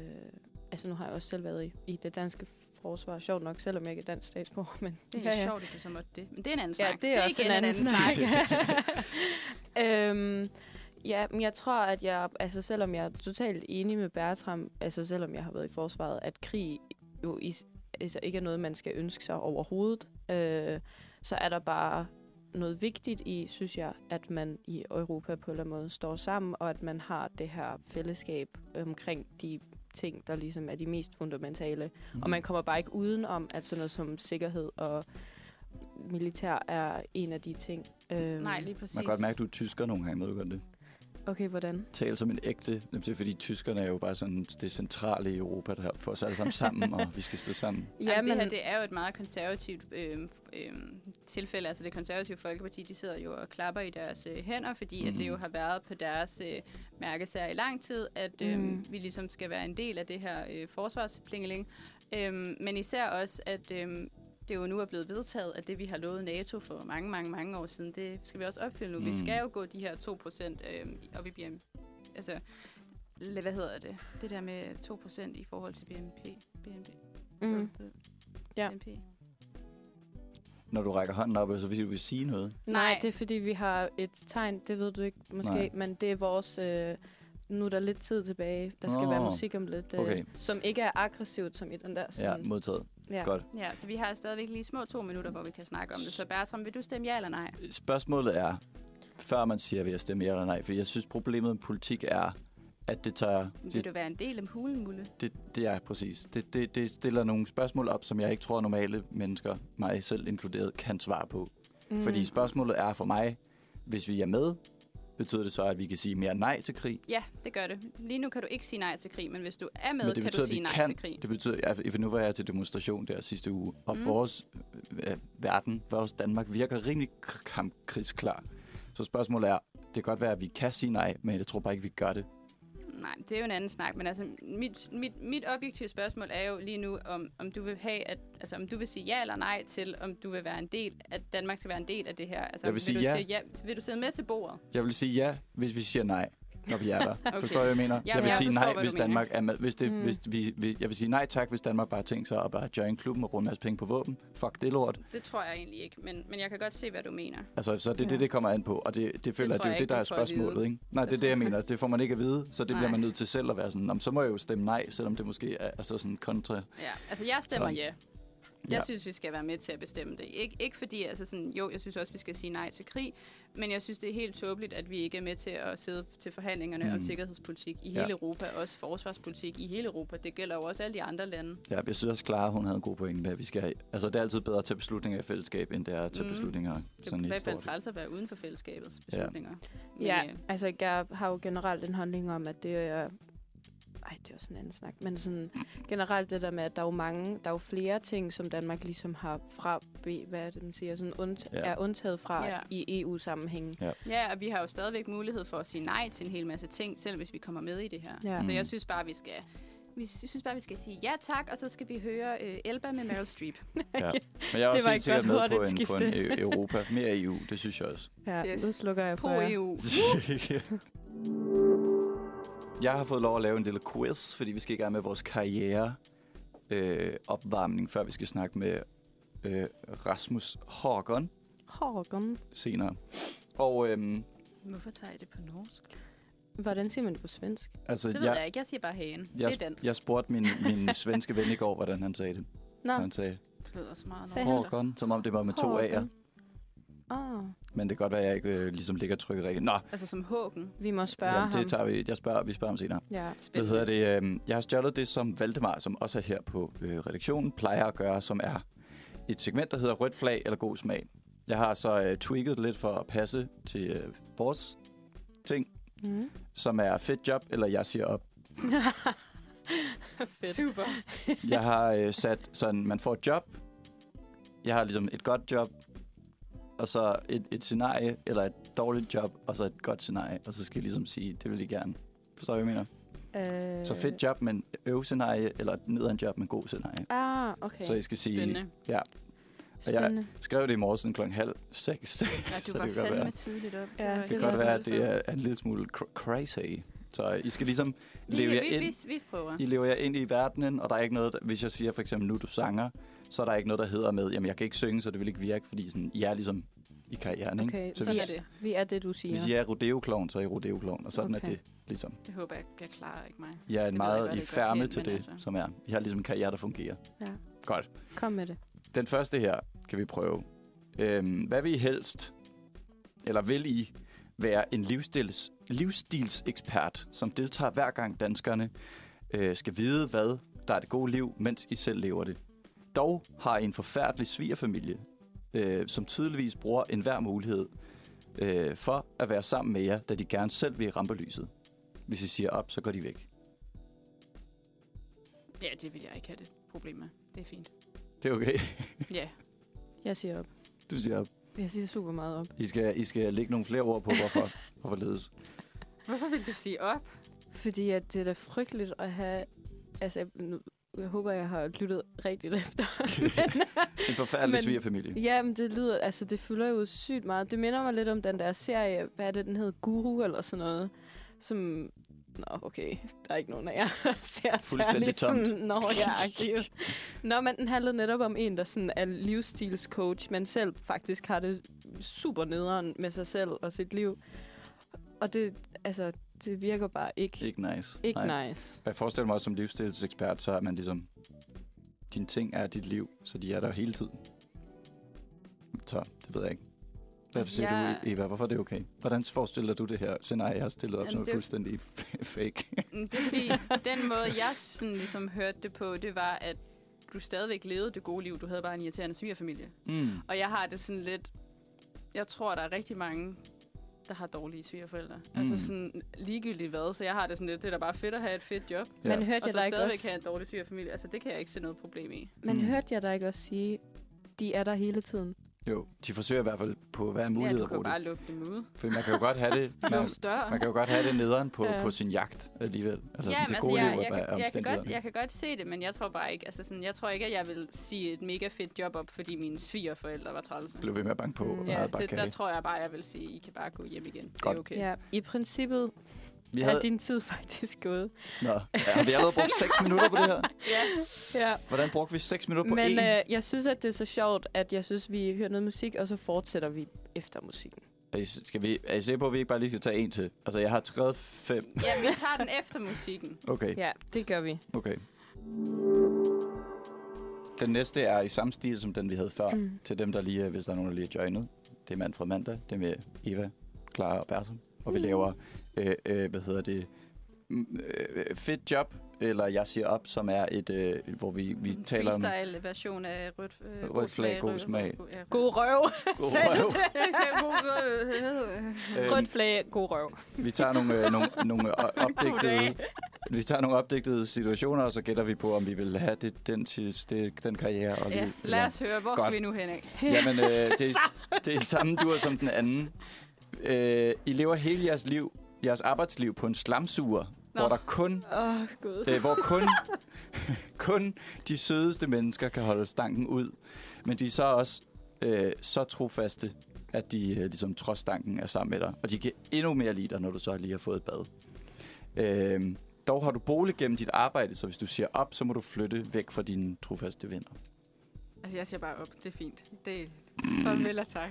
S3: altså, nu har jeg også selv været i, i det danske forsvar. Sjovt nok, selvom jeg ikke er dansk statsborger, men...
S2: Det er ja, ja. sjovt, at du så måtte det. Men det er en anden
S3: Ja,
S2: snak.
S3: det er også
S2: igen
S3: en anden snak.
S2: snak.
S3: øhm, ja, men jeg tror, at jeg, altså selvom jeg er totalt enig med Bertram, altså selvom jeg har været i forsvaret, at krig jo i, altså ikke er noget, man skal ønske sig overhovedet, øh, så er der bare noget vigtigt i, synes jeg, at man i Europa på en eller anden måde står sammen, og at man har det her fællesskab omkring de ting, der ligesom er de mest fundamentale og man kommer bare ikke uden om, at sådan noget som sikkerhed og militær er en af de ting. Øhm,
S2: nej, lige præcis.
S4: man kan godt mærke, at du er tysker nogle gange, ved du godt det?
S3: Okay, hvordan?
S4: Tal som en ægte, Jamen, det er fordi tyskerne er jo bare sådan det centrale i Europa, der får os alle sammen sammen, og vi skal stå sammen.
S2: Ja, Jamen, men... det her det er jo et meget konservativt øh, øh, tilfælde. Altså det konservative folkeparti, de sidder jo og klapper i deres øh, hænder, fordi mm. at det jo
S4: Mhm.
S2: har været på deres øh, mærkesager i lang tid, at øh,
S3: Mm.
S2: mm. vi ligesom skal være en del af det her øh, forsvarsplingeling. Øh, men især også, at øh, det jo nu er blevet vedtaget, at det vi har lovet NATO for mange, mange, mange år siden, det skal vi også opfylde nu. Mm. Vi
S4: Mm.
S2: skal jo gå de her 2% øh, op i BNP. Altså, la- hvad hedder det? Det der med 2% i forhold til BNP. BNP.
S3: mm.
S2: øh,
S3: Ja.
S2: BNP.
S4: Når du rækker hånden op, så vil du vil sige noget.
S3: Nej,
S2: Nej.
S3: det er fordi, vi har et tegn, det ved du ikke måske,
S4: Nej.
S3: Nej. men det er vores... Øh, nu er der lidt tid tilbage, der skal
S4: Nå,
S3: oh. være musik om lidt, øh,
S4: okay.
S3: som ikke er aggressivt som i den der.
S4: Ja,
S3: Sådan,
S4: modtaget.
S3: ja.
S4: Godt.
S2: Ja, så vi har stadigvæk lige små to minutter, hvor vi kan snakke om det. Så Bertram, vil du stemme ja eller nej?
S4: Spørgsmålet er, før man siger, vil jeg stemme ja eller nej, for jeg synes, problemet med politik er, at det tager...
S2: Vil
S4: Det,
S2: du være en del af hulen, Mulle?
S4: det, det er præcis. Det, det, det stiller nogle spørgsmål op, som jeg ikke tror, normale mennesker, mig selv inkluderet, kan svare på.
S3: Mm.
S4: Fordi spørgsmålet er for mig, hvis vi er med, betyder det så, at vi kan sige mere nej til krig?
S2: Ja, det gør det. Lige nu kan du ikke sige nej til krig, men hvis du er med,
S4: Men det
S2: kan
S4: betyder,
S2: du
S4: at vi
S2: sige nej
S4: kan.
S2: til krig.
S4: Det betyder, at for nu var jeg til demonstration der sidste uge, og
S2: Mm.
S4: mm. vores øh, verden, vores Danmark virker rimelig k- kamp- krigsklar. Så spørgsmålet er, det kan godt være, at vi kan sige nej, men jeg tror bare ikke, vi gør det.
S2: Nej, det er jo en anden snak, men altså mit, mit, mit objektive spørgsmål er jo lige nu, om, om du vil have, at, altså om du vil sige ja eller nej til, om du vil være en del, at Danmark skal være en del af det her. Altså,
S4: Jeg vil sige
S2: du
S4: ja.
S2: sige ja. Vil du sidde med til bordet?
S4: Jeg vil sige ja, hvis vi siger nej, når vi er der. okay. Forstår jeg, hvad jeg mener? jeg vil
S2: jeg
S4: sige
S2: forstår,
S4: nej,
S2: hvad
S4: hvis
S2: du mener.
S4: Danmark er med. Hvis det,
S3: Mm.
S4: mm. hvis vi, vi, jeg vil sige nej tak, hvis Danmark bare tænker sig at bare join klubben og bruge en masse penge på våben. Fuck det lort.
S2: Det tror jeg egentlig ikke, men, men jeg kan godt se, hvad du mener.
S4: Altså, så det er
S3: Ja.
S4: det, det kommer an på, og det, det føler
S2: tror
S4: jeg, det er
S2: jeg
S4: jo det,
S2: ikke,
S4: der
S2: vi
S4: er
S2: får at vide.
S4: spørgsmålet, ikke? Nej,
S2: Jeg
S4: det er det,
S2: tror-
S4: jeg mener. Det får man ikke at vide, så det
S2: Nej.
S4: bliver man nødt til selv at være sådan, "Nå, men så må jeg jo stemme nej, selvom det måske er altså sådan kontra.
S2: Ja, altså jeg stemmer
S4: Sådan.
S2: ja. Jeg
S4: Ja.
S2: synes, vi skal være med til at bestemme det. Ik- ikke fordi, altså sådan, jo, jeg synes også, vi skal sige nej til krig, men jeg synes, det er helt tåbeligt, at vi ikke er med til at sidde til forhandlingerne mm. om
S4: Mm.
S2: sikkerhedspolitik i
S4: Ja.
S2: hele Europa, også forsvarspolitik i hele Europa. Det gælder jo også alle de andre lande.
S4: Ja, jeg synes også, Clara, hun havde en god pointe med, at vi skal... Altså, det er altid bedre at tage beslutninger i fællesskab, end det er at tage
S2: Mm.
S4: beslutninger
S2: Det er
S4: sådan
S2: i
S4: i
S2: hvert fald
S4: stort.
S2: træls at være uden for fællesskabets beslutninger. Men,
S3: Ja,
S2: øh,
S3: altså jeg har jo generelt en holdning om, at det er... Ej, det er også en anden snak. Men sådan, generelt det der med, at der er jo mange, der er jo flere ting, som Danmark ligesom har fra, hvad er det, man siger, sådan und, ja.
S4: Ja.
S3: er undtaget fra
S2: Ja.
S3: ja. i E EU-sammenhængen.
S2: ja, og vi har jo stadigvæk mulighed for at sige nej til en hel masse ting, selv hvis vi kommer med i det her.
S3: Ja.
S2: Så
S4: Mm.
S2: jeg synes bare, vi skal... Vi synes bare, vi skal sige ja tak, og så skal vi høre øh, Elba med Meryl Streep.
S4: Men jeg er
S3: Det
S4: også
S3: var
S4: helt
S3: et
S4: sikkert
S3: godt
S4: med på
S3: hurtigt
S4: en, på en
S3: skifte.
S4: ø- Europa. Mere EU, det synes jeg også.
S3: Ja,
S2: Yes.
S3: yes. nu slukker jeg for
S2: Pro
S3: jer.
S2: EU.
S4: jeg har fået lov at lave en lille quiz, fordi vi skal i gang med vores karriere øh, opvarmning, før vi skal snakke med øh, Rasmus Håkon
S3: Håkon.
S4: senere. Og øhm,
S2: Hvorfor tager I det på norsk?
S3: Hvordan siger man det på svensk?
S4: altså,
S2: Det ved jeg, jeg ikke. Jeg siger bare hagen.
S4: jeg,
S2: det er dansk.
S4: jeg spurgte min, min svenske ven i går, hvordan han sagde det.
S3: Nå,
S4: Han sagde
S2: Det lyder så meget
S3: Sagde han
S2: norsk.
S4: Håkon, som om det var med to A'er.
S3: Håkon. Åh,
S4: Men det kan godt være, at jeg ikke øh, ligesom ligger og trykker rigtigt. Nå,
S2: Altså som hågen.
S3: vi må spørge
S4: jamen,
S3: ham.
S4: det tager vi. Jeg spørger, vi spørger ham senere.
S3: Ja.
S4: Hvad hedder det? øhm, Jeg har stjålet det, som Valdemar, som også er her på øh, redaktionen, plejer at gøre, som er et segment, der hedder rødt flag eller god smag. Jeg har så øh, tweaked lidt for at passe til øh, vores ting,
S3: Mm.
S4: som er fedt job, eller jeg siger op.
S3: Fedt.
S2: Super.
S4: Jeg har øh, sat sådan, man får et job, jeg har ligesom et godt job, og så et, et scenarie, eller et dårligt job, og så et godt scenarie, og så skal jeg ligesom sige, det vil jeg gerne. Forstår du, hvad jeg mener?
S3: Øh,
S4: Så fedt job, men øv scenarie, eller nederen job, men god scenarie.
S3: Ah, okay.
S4: Så I skal sige,
S2: Spændende.
S4: Og jeg
S3: Spændende.
S4: skrev det i morgen klokken halv seks.
S2: Ja, du
S4: Så
S2: var
S4: det kan godt
S2: fandme
S4: være.
S2: tidligt op.
S3: Ja,
S4: Det kan
S3: Det
S4: godt
S3: er
S4: være, at det er, er en lille smule cr- crazy. Så I skal ligesom leve jer
S2: vi, vi,
S4: ind.
S2: vi, vi prøver.
S4: I lever jer ind i verdenen, og der er ikke noget, der, hvis jeg siger for eksempel, nu er du sanger, så er der ikke noget, der hedder med, jamen jeg kan ikke synge, så det vil ikke virke, fordi sådan, I er ligesom i karrieren, ikke?
S3: Okay,
S4: så
S3: sådan
S4: hvis,
S2: er det.
S3: Vi er det, du siger.
S4: hvis I er rodeo så er I rodeo og sådan okay.
S3: Okay.
S4: er det ligesom.
S2: Det håber jeg bliver klar, ikke mig.
S4: I
S2: ved
S4: er en
S2: jeg godt,
S4: meget
S2: det
S4: i
S2: er godt
S4: færme
S2: helt,
S4: til
S2: men
S4: det,
S2: altså.
S4: som er. I har ligesom en karriere, der fungerer.
S3: Ja.
S4: Godt.
S3: Kom med det.
S4: Den første her kan vi prøve. Øhm, hvad vil I helst, eller vil I være en livsstils, livsstilsekspert, som deltager hver gang danskerne øh, skal vide, hvad der er det gode liv, mens I selv lever det? Dog har I en forfærdelig svigerfamilie, øh, som tydeligvis bruger enhver mulighed øh, for at være sammen med jer, da de gerne selv vil i rampelyset. Hvis I siger op, så går de væk.
S2: Ja, det vil jeg ikke have det problem med. Det er fint.
S4: Det er okay.
S2: Ja,
S3: Jeg siger op.
S4: Du siger op.
S3: Jeg siger super meget op.
S4: I skal, I skal lægge nogle flere ord på, hvorfor og hvorledes.
S2: Hvorfor vil du sige op?
S3: Fordi at det er da frygteligt at have... Altså, jeg- nu, jeg håber, jeg har lyttet rigtigt efter.
S4: En forfærdelig
S3: Men-
S4: svigerfamilie.
S3: ja, men det lyder... Altså, det fylder jo sygt meget. Det minder mig lidt om den der serie... Hvad er det, den hed? Guru eller sådan noget? Som... Nå, okay. Der er ikke nogen af jer, der ser
S4: Fuldstændig
S3: særligt sådan... Nå, jeg er aktiv. Nå, men den handlede netop om en, der sådan er livsstilscoach, men selv faktisk har det super nederen med sig selv og sit liv. Og det, altså, det virker bare ikke, ikke,
S4: Ikke nice.
S3: ikke nice.
S4: Jeg forestiller mig også, som livsstilsekspert, så er man ligesom... Dine ting er dit liv, så de er der hele tiden. Så, det ved jeg ikke. Derfor siger
S2: Jeg-
S4: du, Eva, hvorfor er det okay? Hvordan forestiller du det her scenarie, jeg har stillet op,
S2: Jamen,
S4: som er
S2: det-
S4: fuldstændig fake?
S2: Mm, Det er fordi, den måde, jeg sådan ligesom hørte det på, det var, at du stadigvæk levede det gode liv. Du havde bare en irriterende svigerfamilie.
S4: Mm.
S2: Og jeg har det sådan lidt... Jeg tror, der er rigtig mange, der har dårlige svigerforældre. Mm.
S4: Mm.
S2: Altså sådan ligegyldigt hvad, så jeg har det sådan lidt, det er da bare fedt at have et fedt job.
S4: Ja.
S3: Men
S2: Og
S3: hørte jeg
S2: så
S3: dig ikke
S2: stadigvæk
S3: også...
S2: have en dårlig svigerfamilie. Altså det kan jeg ikke se noget problem i.
S3: Men
S4: Mm.
S3: mm. hørte jeg dig ikke også sige, de er der hele tiden?
S4: Jo, de forsøger i hvert fald på hver
S2: ja,
S4: mulighed
S2: du
S4: at
S2: kan jo
S4: bruge
S2: bare
S4: det.
S2: lukke dem ude.
S4: For man kan jo godt have det, man,
S2: Lås døren.
S4: man kan jo godt have det nederen på,
S3: Ja.
S4: på sin jagt alligevel. Altså,
S2: Ja,
S4: sådan,
S2: men
S4: det
S2: altså,
S4: gode
S2: jeg,
S4: liv er
S2: jeg, kan,
S4: bare
S2: jeg, kan godt,
S4: omstændighederne.
S2: jeg kan godt se det, men jeg tror bare ikke, altså sådan, jeg tror ikke, at jeg vil sige et mega fedt job op, fordi mine svigerforældre var trælse.
S4: Blev ved med at banke på, og
S3: Ja,
S4: ja,
S2: Ja,
S4: bare
S2: det,
S4: det,
S2: der tror jeg bare, jeg vil sige, I kan bare gå hjem igen. Det
S4: Godt.
S2: er okay.
S3: Ja, i princippet
S4: Vi
S3: havde... er
S4: havde,
S3: din tid faktisk gået.
S4: Nå, ja, har vi allerede brugt 6 minutter på det her?
S3: Ja.
S4: Hvordan brugte vi 6 minutter på
S3: Men
S4: én?
S3: øh, jeg synes, at det er så sjovt, at jeg synes, vi hører noget musik, og så fortsætter vi efter musikken.
S4: Er I, skal vi, er I sikre på, at vi ikke bare lige skal tage en til? Altså, jeg har skrevet fem.
S2: ja, vi tager den efter musikken.
S4: Okay,
S3: Ja, det gør vi.
S4: okay. Den næste er i samme stil som den, vi havde før.
S3: Mm.
S4: Til dem, der lige, er- hvis der er nogen, der lige er joinet. Det er Manfred Mandag. Det er med Eva, Clara og Bertram. Og vi
S3: Mm.
S4: laver, øh, øh, hvad hedder det, Mm, øh, fedt job, eller Jeg siger op, som er et, øh, hvor vi, vi
S2: en
S4: taler om...
S2: Freestyle-version af rødt, øh,
S4: Rødt
S2: god
S4: flag, god
S2: rød-
S4: smag.
S2: rød- ja, rød-
S3: God røv.
S4: God
S3: Sagde du
S4: røv.
S3: det?
S2: Jeg sagde god rød. øh,
S4: Øhm,
S3: Rødt flag, god røv.
S4: Vi tager nogle, øh, nogle, nogle øh, opdigtede, vi tager nogle opdigtede situationer, og så gætter vi på, om vi vil have det, den, tis- det, den karriere. Og
S2: Ja,
S4: liv.
S2: lad os høre, hvor
S4: Godt.
S2: skal vi nu hen af?
S4: Jamen, øh, det, er, i- det er i samme dur som den anden. Øh, I lever hele jeres liv, jeres arbejdsliv på en slamsuger,
S2: Nå.
S4: hvor der kun,
S3: Åh, oh, gud.
S4: øh, hvor kun, kun de sødeste mennesker kan holde stanken ud. Men de er så også øh, så trofaste, at de øh, ligesom trods stanken er sammen med dig. Og de kan endnu mere lide dig, når du så lige har fået et bad. Øhm, dog har du bolig gennem dit arbejde, så hvis du siger op, så må du flytte væk fra dine trofaste venner.
S2: Altså, jeg siger bare op. Det er fint. Det er farvel og tak.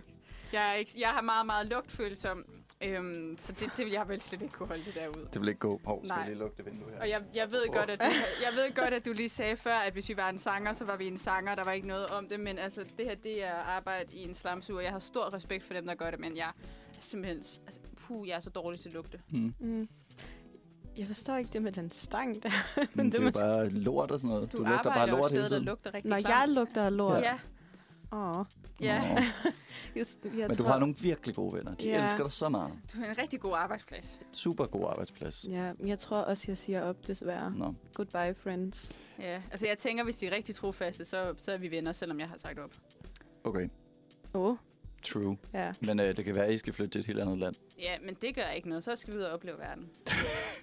S2: Jeg, er ikke, jeg har meget, meget lugtfølsom, øhm, så det, det vil jeg vel slet ikke kunne holde det der ud.
S4: Det vil ikke gå. Hov, skal
S2: Nej.
S4: jeg lige lukke det vindue her?
S2: Og jeg, jeg, ved godt, at du, jeg ved godt, at du lige sagde før, at hvis vi var en sanger, så var vi en sanger. Der var ikke noget om det, men altså, det her det er arbejde i en slamsuger. Jeg har stor respekt for dem, der gør det, men jeg er simpelthen... Altså, puh, jeg er så dårlig til lugte.
S4: Mm.
S3: Mm. Jeg forstår ikke det med den stang der.
S4: Men Mm, det er jo
S3: måske-
S4: bare lort og sådan noget.
S2: Du,
S4: Du, lugter bare
S2: jo
S4: lort
S2: et
S4: hele
S2: sted, der
S4: tiden.
S2: lugter rigtig
S3: Når jeg lugter af lort.
S2: Ja,
S3: Åh.
S2: ja.
S4: Nå.
S3: Jeg, jeg
S4: Men du
S3: tror-
S4: har nogle virkelig gode venner. De
S3: Ja.
S4: elsker dig så meget.
S2: Du er en rigtig god arbejdsplads.
S4: Super god arbejdsplads.
S3: Ja, men jeg tror også, jeg siger op, desværre.
S4: Nå.
S3: Goodbye, friends.
S2: Ja, altså jeg tænker, hvis de er rigtig trofaste, så, så er vi venner, selvom jeg har sagt op.
S4: Okay,
S3: Åh, oh,
S4: true.
S3: ja.
S4: Men øh, det kan være, at I skal flytte til et helt andet land.
S2: Ja, men det gør ikke noget. Så skal vi ud og opleve verden.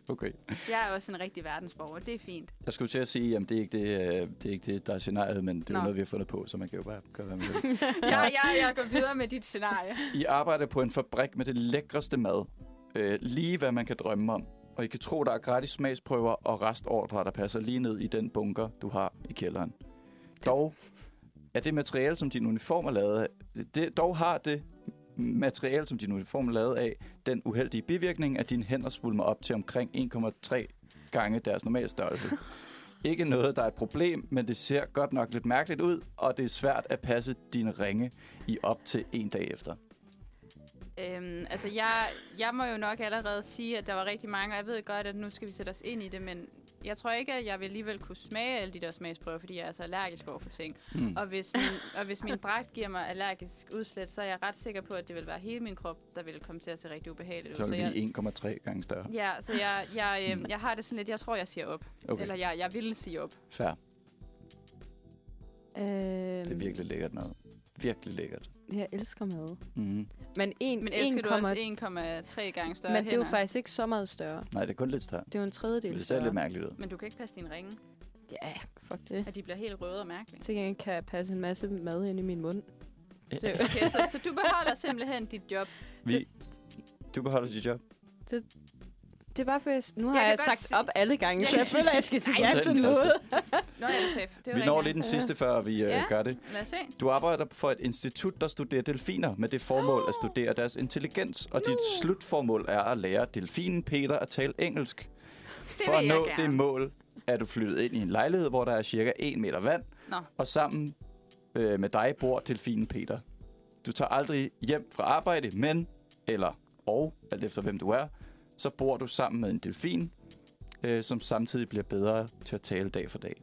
S4: Okay.
S2: Jeg er også en rigtig verdensborger. Det er fint.
S4: Jeg skulle til at sige, at det er ikke det, øh, det, er ikke det der er scenariet, men det er jo
S2: Nå.
S4: noget, vi har fundet på, så man kan jo bare gøre, hvad man vil.
S2: Ja, ja, jeg går videre med dit scenarie.
S4: I arbejder på en fabrik med det lækreste mad. Øh, lige hvad man kan drømme om. Og I kan tro, der er gratis smagsprøver og restordre, der passer lige ned i den bunker, du har i kælderen. Dog er det materiale, som din uniform er lavet af, det, dog har det materiale, som din uniform er lavet af, den uheldige bivirkning, at dine hænder svulmer op til omkring 1,3 gange deres normale størrelse. Ikke noget, der er et problem, men det ser godt nok lidt mærkeligt ud, og det er svært at passe dine ringe i op til en dag efter.
S2: Øhm, altså, jeg, jeg må jo nok allerede sige, at der var rigtig mange, og jeg ved godt, at nu skal vi sætte os ind i det, men jeg tror ikke, at jeg vil alligevel kunne smage alle de der smagsprøver, fordi jeg er så allergisk over for ting.
S4: Hmm.
S2: Og hvis, min, og hvis min dragt giver mig allergisk udslæt, så er jeg ret sikker på, at det vil være hele min krop, der vil komme til at se rigtig ubehageligt ud.
S4: Så er
S2: jeg,
S4: det lige 1,3 gange større.
S2: Ja, så jeg, jeg, øh, jeg har det sådan lidt, jeg tror, jeg siger op. Okay.
S4: Okay,
S2: Eller jeg, jeg ville sige op.
S4: fair.
S3: Øhm,
S4: Det er virkelig lækkert mad. Virkelig lækkert.
S3: Jeg elsker mad.
S4: Mm-hmm.
S3: Men en,
S2: Men
S3: en
S2: elsker du
S3: kommer,
S2: også 1,3 gange større
S3: Men det er jo
S2: hænder?
S3: faktisk ikke så meget større.
S4: Nej, det er kun lidt større.
S3: Det er jo en tredjedel
S4: Men det ser
S3: større.
S4: lidt mærkeligt ud.
S2: Men du kan ikke passe dine ringe,
S3: Ja, fuck det.
S2: at de bliver helt røde og mærkelige.
S3: Til gengæld kan jeg passe en masse mad ind i min mund.
S2: Så, okay, så, så du beholder simpelthen dit job.
S4: Vi, du beholder dit job.
S3: Det er bare for, jeg, nu
S2: Jeg
S3: har
S2: kan
S3: jeg,
S2: godt
S3: sagt
S2: sige-
S3: op alle gange,
S2: Jeg
S3: så jeg
S2: kan-
S3: føler, at jeg skal sige
S4: Ej,
S3: ja
S4: tag
S3: til
S4: den første.
S3: noget.
S2: Nå, jeg er safe. Det er
S4: Vi når lige den sidste, før vi øh,
S2: Ja.
S4: gør det.
S2: Lad os se.
S4: Du arbejder for et institut, der studerer delfiner med det formål at studere deres intelligens, og dit slutformål er at lære delfinen Peter at tale engelsk. For
S2: vil
S4: at
S2: jeg
S4: nå
S2: gerne.
S4: det mål er du flyttet ind i en lejlighed, hvor der er cirka 1 meter vand,
S2: Nå.
S4: og sammen øh, med dig bor delfinen Peter. Du tager aldrig hjem fra arbejde, men, eller og, alt efter hvem du er, så bor du sammen med en delfin, øh, som samtidig bliver bedre til at tale dag for dag.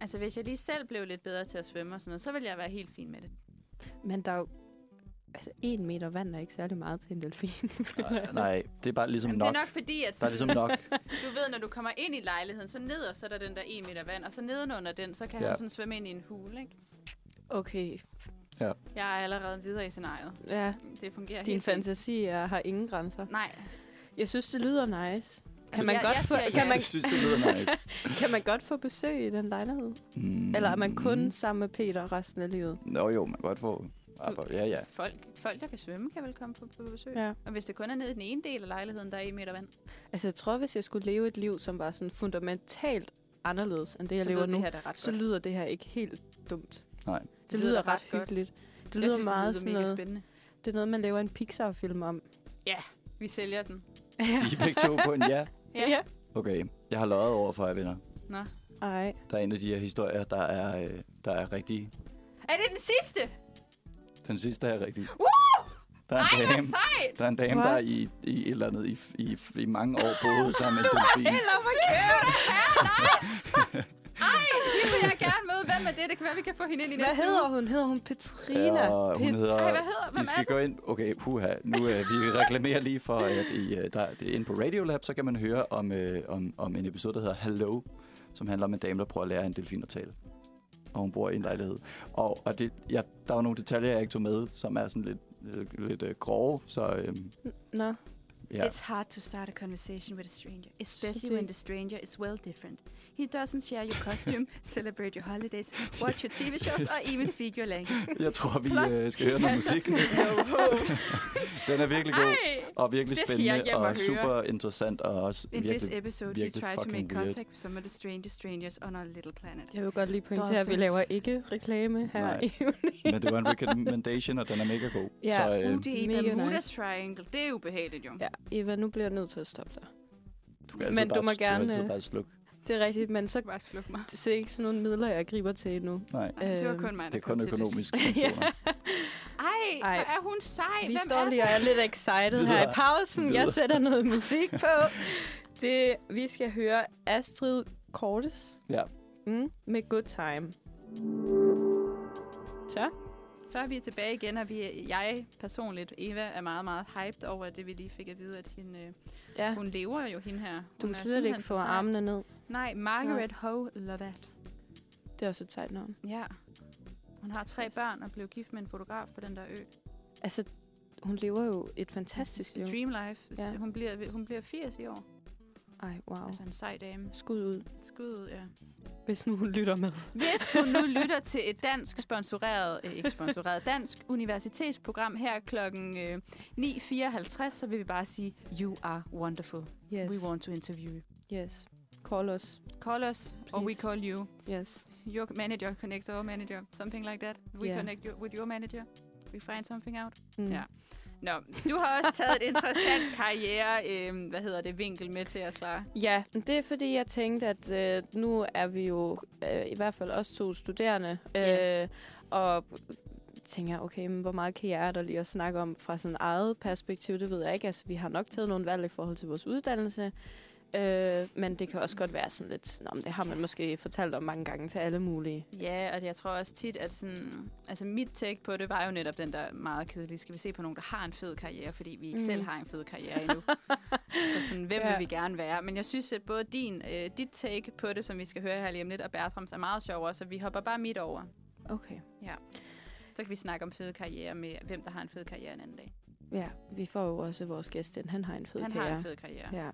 S2: Altså, hvis jeg lige selv blev lidt bedre til at svømme og sådan noget, så ville jeg være helt fin med det.
S3: Men der er jo... Altså, en meter vand er ikke særlig meget til en delfin.
S4: Nej, nej, det er bare ligesom
S2: Jamen,
S4: nok.
S2: Det er nok fordi, at
S4: Der er ligesom nok.
S2: du ved, når du kommer ind i lejligheden, så ned og så er der den der 1 meter vand, og så nedenunder den, så kan
S4: Ja.
S2: ja. han sådan svømme ind i en hule, ikke?
S3: Okay,
S2: Jeg er allerede videre i scenariet.
S3: ja.
S2: Det fungerer
S3: Din
S2: helt fint.
S3: fantasi er, har ingen grænser.
S2: Nej.
S3: Jeg synes, det lyder nice.
S2: Altså,
S3: Kan man,
S2: jeg-
S3: godt
S2: jeg
S3: få,
S2: siger
S3: kan,
S2: ja.
S3: man,
S4: Jeg synes, det lyder nice.
S3: kan man godt få besøg i den lejlighed?
S4: Mm.
S3: Eller er man kun sammen med Peter resten af livet?
S4: Nå jo, man kan godt få... arbejde. Ja, ja.
S2: Folk, folk, der kan svømme, kan vel komme på, på besøg.
S3: Ja.
S2: Og hvis det kun er nede i den ene del af lejligheden, der er 1 meter vand,
S3: Altså, jeg tror, hvis jeg skulle leve et liv, som var sådan fundamentalt anderledes end det, jeg
S2: så
S3: lever
S2: ved
S3: nu,
S2: det her da ret
S3: så
S2: godt.
S3: lyder det her ikke helt dumt.
S4: Nej.
S3: Det, det lyder, lyder ret, ret hyggeligt. Det lyder
S2: jeg synes,
S3: meget
S2: det
S3: sådan
S2: lyder mega
S3: noget,
S2: spændende.
S3: Det er noget, man laver en Pixar-film om.
S2: Vi sælger den.
S4: I er begge to på en ja.
S2: Ja.
S4: Okay, jeg har løjet over for jer, venner.
S2: Nå.
S3: Ej.
S4: Der er en af de her historier, der er, øh, der er rigtig...
S2: Er det den sidste?
S4: Den sidste er rigtig.
S2: Woo!
S4: Der er
S2: Ej,
S4: en
S2: hvor
S4: dame,
S2: sejt!
S4: der, er en dame,
S3: What?
S4: der i, i et eller andet i, i, i mange år boede sammen med en delfin.
S2: Eller hvor kæft! Ja, nice! Ej, det vil jeg gerne møde. Hvem er det? Det kan være, vi kan få hende ind i
S3: Hvad
S2: næste
S3: hedder
S2: uge.
S3: hun? Hedder hun Petrina?
S4: Ja, hun
S3: Pet-
S4: hedder...
S2: Ej, hvad hedder? Hvem
S4: I skal
S2: er det?
S4: gå ind... Okay, puha. Nu øh, vi reklamerer lige for, at I, øh, der, det er inde på Radiolab, så kan man høre om, øh, om, om en episode, der hedder Hello, som handler om en dame, der prøver at lære en delfin at tale. Og hun bor i en lejlighed. Og, og det, ja, der var nogle detaljer, jeg ikke tog med, som er sådan lidt, øh, lidt øh, grove, så øh,
S3: Nå.
S4: Ja.
S2: It's hard to start a conversation with a stranger, especially
S3: det-
S2: when the stranger is well different. He doesn't share your costume, celebrate your holidays, watch your TV shows, or even speak your language.
S4: Jeg tror, vi
S2: Plus-
S4: øh, skal høre noget musik. Den er virkelig god
S2: Ej!
S4: og virkelig
S2: det skal jeg
S4: spændende
S2: hjem og
S4: og
S2: høre.
S4: super interessant og også
S2: In this
S4: virkelig...
S2: episode, we
S4: virkelig
S2: try to
S4: fucking
S2: make
S4: weird.
S2: contact with some of the strangest strangers on our little planet.
S3: Jeg vil godt lige pointere, at vi
S2: Dolphins.
S3: laver ikke reklame her
S4: Nej.
S3: i juni.
S4: Men det var en recommendation, og den er mega god.
S3: Ja,
S4: Så øh,
S2: UD i
S3: mega
S2: Bermuda
S3: nice.
S2: Triangle. Det er ubehageligt, jo.
S3: Ja, Eva, nu bliver jeg nødt til at stoppe dig.
S4: du kan altid
S3: men du
S4: bare,
S3: må
S4: Du
S3: gerne,
S4: kan altid
S3: øh,
S4: bare slukke.
S3: Det er rigtigt, men så
S2: Du kan bare slukke mig.
S3: det er ikke sådan nogle midler, jeg griber til endnu.
S4: Nej,
S2: Ej, det var
S3: Øhm,
S2: kun mig, der
S4: det er
S2: kom
S4: kun
S2: til
S4: økonomisk
S3: Ja.
S4: sanktioner.
S2: Ej,
S3: Ej.
S2: hvor er hun sej.
S3: Vi
S2: Hvem
S3: står
S2: er
S3: lige og er lidt excited her i
S4: Videre.
S3: pausen. Jeg
S4: Videre.
S3: sætter noget musik på. Det, vi skal høre Astrid Cortes
S4: Ja.
S3: mm, med Good Time. Så.
S2: Så er vi tilbage igen, og vi, jeg personligt, Eva, er meget, meget hyped over det, vi lige fik at vide, at hende, øh,
S3: Ja,
S2: hun lever jo hende her.
S3: du
S2: Hun er
S3: kan slet
S2: simpelthen
S3: ikke få
S2: for sej.
S3: armene ned.
S2: Nej, Margaret Ho Lovat.
S3: Det er også et sejt navn.
S2: Ja. Hun har tre børn og blev gift med en fotograf på den der ø.
S3: Altså, hun lever jo et fantastisk liv.
S2: Dream life.
S3: Ja.
S2: Ja. Hun, bliver, hun bliver 80 i år.
S3: Ej, wow.
S2: Altså en sej dame.
S3: Skud ud,
S2: Skud ud, ja.
S3: hvis nu hun lytter med.
S2: Hvis hun nu lytter til et dansk sponsoreret, øh, ikke sponsoreret, dansk universitetsprogram her klokken øh, 9.54, så vil vi bare sige, you are wonderful.
S3: Yes,
S2: We want to interview you.
S3: yes. Call us.
S2: Call us, or we
S3: Please.
S2: call you.
S3: Yes.
S2: Your manager connects our manager. Something like that. We
S3: Yeah.
S2: connect you with your manager. We find something out.
S3: Mm.
S2: Ja. Nå, du har også taget et interessant karriere, øh, hvad hedder det, vinkel med til os, Lara.
S3: Ja, men det er fordi, jeg tænkte, at øh, nu er vi jo øh, i hvert fald også to studerende, øh,
S2: Ja.
S3: og tænker, okay, men hvor meget kan jeg er der lige at snakke om fra sådan eget perspektiv, det ved jeg ikke. Altså, vi har nok taget nogle valg i forhold til vores uddannelse, øh, men det kan også godt være sådan lidt, nå, men det har man måske fortalt om mange gange til alle mulige.
S2: Ja, og jeg tror også tit, at sådan, altså mit take på det var jo netop den der meget kedelige, skal vi se på nogen, der har en fed karriere, fordi vi ikke
S3: Mm.
S2: mm. selv har en fed karriere endnu. så sådan, hvem
S3: Ja.
S2: ja. vil vi gerne være? Men jeg synes, at både din, øh, dit take på det, som vi skal høre her lige om lidt, og Bertrams er meget sjovere, så vi hopper bare midt over.
S3: Okay.
S2: Så kan vi snakke om fede karriere med, hvem der har en fed karriere en anden dag.
S3: Ja, vi får jo også vores gæst, den han har en fed
S2: Han
S3: karriere.
S2: har en fed karriere. Ja.
S3: Ja.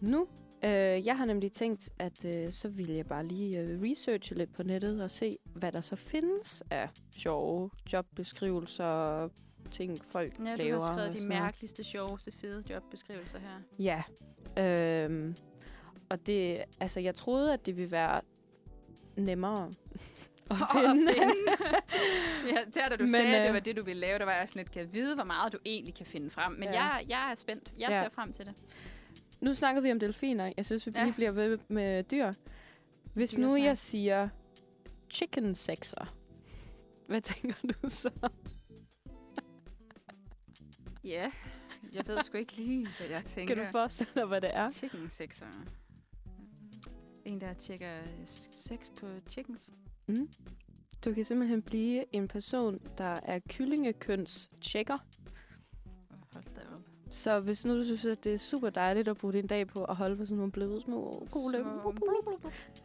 S3: Nu, øh, jeg har nemlig tænkt, at øh, så vil jeg bare lige øh, researche lidt på nettet og se, hvad der så findes af sjove jobbeskrivelser, ting folk
S2: Ja, du har
S3: laver.
S2: skrevet
S3: og
S2: de
S3: sådan noget.
S2: mærkeligste, sjoveste, fede jobbeskrivelser her.
S3: Ja. Øhm, og det, altså, jeg troede, at det ville være nemmere at finde.
S2: ja, der, da du
S3: Men,
S2: Men, sagde, at
S3: øh,
S2: det var det, du ville lave, der var jeg sådan lidt, kan jeg vide, hvor meget du egentlig kan finde frem. Men
S3: Ja.
S2: ja. jeg, jeg er spændt. Jeg
S3: Ja.
S2: ja. ser frem til det.
S3: Nu snakkede vi om delfiner. Jeg synes, vi
S2: Ja.
S3: lige bliver ved med dyr. Hvis
S2: Det kan
S3: nu
S2: også være.
S3: jeg siger chicken sexer, hvad tænker du så?
S2: Ja, jeg ved sgu ikke lige, hvad jeg tænker.
S3: Kan du forestille dig, hvad det er?
S2: Chicken sexer. En, der tjekker sex på chickens.
S3: Du kan simpelthen blive en person, der er kyllingekøns checker.
S2: Hold da op.
S3: Så hvis nu du synes, at det er super dejligt at bruge din dag på at holde på sådan nogle bløde små gule,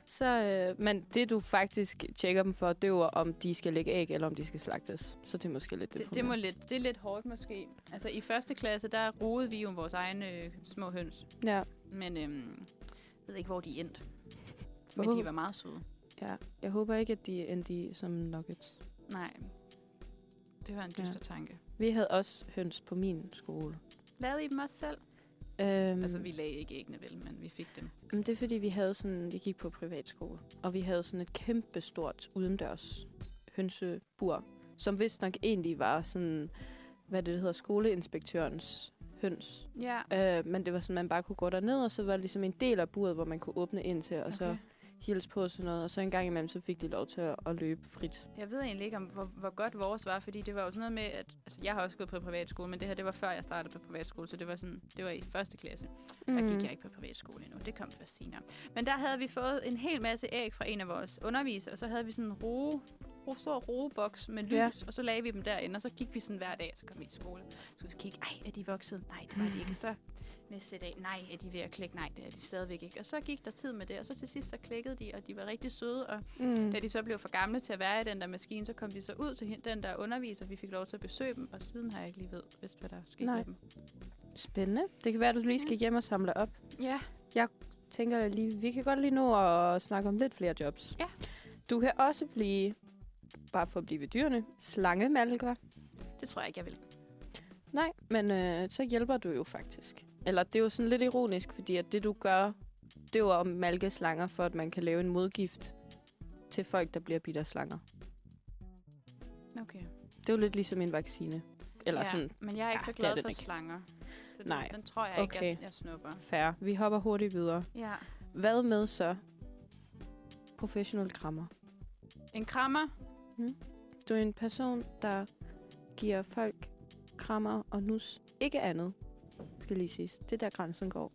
S3: så, øh, men det du faktisk tjekker dem for, det er jo, om de skal lægge æg, eller om de skal slagtes. Så det er måske lidt
S2: Det, det, må lidt, det er lidt hårdt måske. Altså i første klasse, der roede vi jo vores egne øh, små høns.
S3: Ja,
S2: Men øhm, jeg ved ikke, hvor de endte. Men
S3: Forhåbentlig.
S2: de var meget søde.
S3: ja. Jeg håber ikke, at de endte i som nuggets.
S2: Nej. Det var en
S3: Ja.
S2: dyster ja. tanke.
S3: Vi havde også høns på min skole.
S2: Lavede I dem også selv?
S3: Øhm,
S2: Mm. Altså, vi lagde ikke æggene, vel, men vi fik dem.
S3: Men det er fordi, vi havde sådan, jeg gik på privatskole, og vi havde sådan et kæmpe stort udendørs hønsebur, som vist nok egentlig var sådan, hvad det hedder, skoleinspektørens høns.
S2: Ja.
S3: Øh, men det var sådan, man bare kunne gå derned, og så var det ligesom en del af buret, hvor man kunne åbne ind til, og okay. så hilse på og sådan noget, og så en gang imellem, så fik de lov til at, at løbe frit.
S2: Jeg ved egentlig ikke, om, hvor, hvor godt vores var, fordi det var jo sådan noget med, at altså, jeg har også gået på privatskole, men det her, det var før jeg startede på privatskole, så det var, sådan, det var i første klasse. Mm. Der gik jeg ikke på privatskole endnu, det kom først senere. Men der havde vi fået en hel masse æg fra en af vores undervisere, og så havde vi sådan en roe, ro, stor roeboks med lys,
S3: Ja.
S2: ja. og så lagde vi dem derinde, og så gik vi sådan hver dag, så kom vi i skole. Så skulle vi kigge, ej, er de vokset? Nej, det var de ikke. Så Næste dag, nej, er de ved at klikke? Nej, det er de stadigvæk ikke. Og så gik der tid med det, og så til sidst så klikkede de, og de var rigtig søde. Og
S3: Mm.
S2: da de så blev for gamle til at være i den der maskine, så kom de så ud til hende- den der underviser, vi fik lov til at besøge dem, og siden har jeg ikke lige ved, vidst, hvad der er sket
S3: Nej.
S2: med dem.
S3: Spændende. Det kan være, at du lige skal hjem og samle op.
S2: Ja,
S3: tænker jeg lige, vi kan godt lige nå at snakke om lidt flere jobs.
S2: Ja.
S3: Du kan også blive, bare for at blive ved dyrene, slangemalker.
S2: det tror jeg ikke, jeg vil.
S3: Nej, men øh, så hjælper du jo faktisk. Eller det er jo sådan lidt ironisk, fordi at det du gør, det er jo at malke slanger, for at man kan lave en modgift til folk, der bliver bidt af slanger.
S2: Okay.
S3: Det er jo lidt ligesom en vaccine. Eller
S2: ja,
S3: ja. sådan
S2: Men jeg er ikke
S3: Ja,
S2: så
S3: det er
S2: glad
S3: den
S2: for
S3: ikke.
S2: slanger. Så den-
S3: Nej.
S2: Den tror jeg ikke,
S3: Okay.
S2: jeg, jeg snupper.
S3: færre. Vi hopper hurtigt videre.
S2: Ja.
S3: Hvad med så? Professionel krammer.
S2: En krammer.
S3: Du er en person, der giver folk krammer og nus. Ikke andet, skal lige siges. Det er der grænsen går.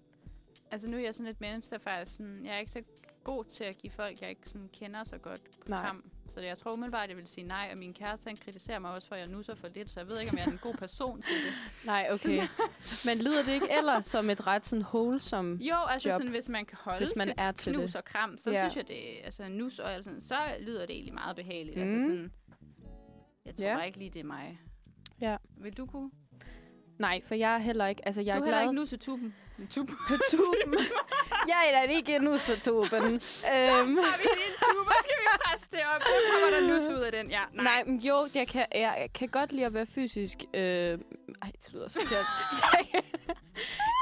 S2: Altså nu er jeg sådan et menneske, der faktisk sådan, jeg er ikke så god til at give folk, jeg ikke sådan kender så godt på
S3: Nej.
S2: kram. Så jeg tror umiddelbart, at jeg vil sige nej, og min kæreste han kritiserer mig også for, at jeg nusser for lidt, så jeg ved ikke, om jeg er en god person til det.
S3: Nej, okay. Men lyder det ikke ellers som et ret sådan wholesome,
S2: Jo, altså
S3: Job.
S2: sådan, hvis man kan holde
S3: hvis man
S2: sit
S3: er til
S2: knus
S3: det?
S2: og kram, så
S3: Ja.
S2: synes jeg, det altså nus og sådan, så lyder det egentlig meget behageligt.
S3: Mm.
S2: Altså sådan, jeg tror
S3: Ja.
S2: bare ikke lige, det er mig.
S3: Ja.
S2: Vil du kunne?
S3: Nej, for jeg er heller ikke... Altså, jeg
S2: Jeg
S3: er
S2: du er heller
S3: glad
S2: ikke nusse tuben. Tuben.
S3: for tuben. jeg er da ikke nusset tuben. øhm,
S2: Har vi lige en tuber, skal vi presse det op. Nu kommer der nus ud af den. Ja, nej.
S3: nej, men jo, jeg kan, jeg kan godt lide at være fysisk... Øh, ej, det lyder så forkert. jeg,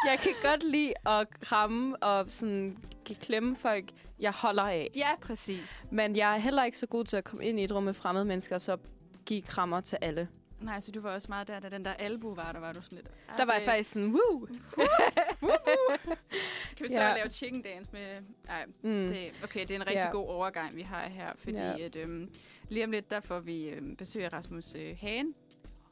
S3: jeg kan godt lide at kramme og sådan klemme folk, jeg holder af.
S2: Ja, præcis.
S3: Men jeg er heller ikke så god til at komme ind i et rum med fremmede mennesker, og så give krammer til alle.
S2: Nej, så du var også meget der, da den der albu var, der var du sådan lidt... "Ah,
S3: Der var jeg
S2: det-
S3: faktisk sådan, woo!
S2: Kan vi stå ja. og
S3: Ja.
S2: lave chicken dance med... Nej,
S3: Mm.
S2: det, okay, det er en rigtig
S3: Ja.
S2: god overgang, vi har her. Fordi
S3: Ja.
S2: at, øhm, lige om lidt, der får vi øhm, besøg af Rasmus øh, Hagen.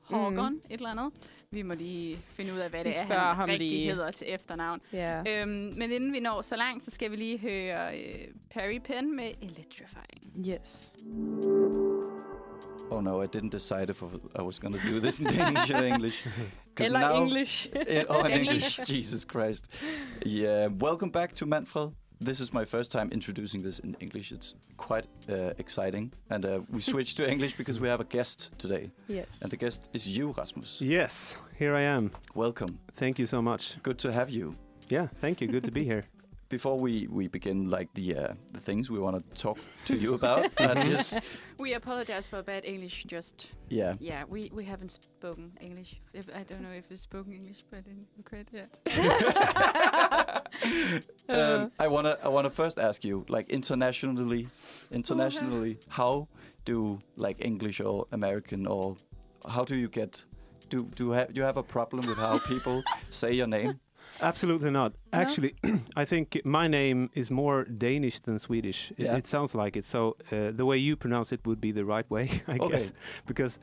S2: Hågon, mm. et eller andet. Vi må lige finde ud af, hvad
S3: Vi
S2: det er,
S3: spørger
S2: han
S3: ham
S2: rigtig
S3: lige.
S2: hedder til efternavn.
S3: Ja.
S2: Øhm, men inden vi når så langt, så skal vi lige høre øh, Perry Penn med Electrifying.
S3: Yes.
S4: Oh no, I didn't decide if I was going to do this in Danish or English. 'Cause
S3: Eller
S4: now-
S3: English.
S4: Eh, oh, in
S2: English.
S4: English. Jesus Christ. Yeah. Welcome back to Manfred. This is my first time introducing this in English. It's quite uh, exciting. And uh, we switched to English because we have a guest today.
S3: yes.
S4: And the guest is you, Rasmus.
S5: Yes, here I am.
S4: Welcome.
S5: Thank you so much.
S4: Good to have you.
S5: Yeah, thank you. Good to be here.
S4: Before we, we begin, like the uh, the things we want to talk to you about, I just
S2: We apologize for bad English, just
S4: yeah,
S2: Yeah, we, we haven't spoken English. If, I don't know if we've spoken English, but in Ukraine, yeah.
S4: um, I wanna I wanna first ask you, like internationally, internationally, how do like English or American or how do you get do do you have you have a problem with how people say your name?
S5: Absolutely not. Actually, I think my name is more Danish than Swedish. It,
S4: Yeah.
S5: it sounds like it. So uh, the way you pronounce it would be the right way, I
S4: Okay.
S5: guess, because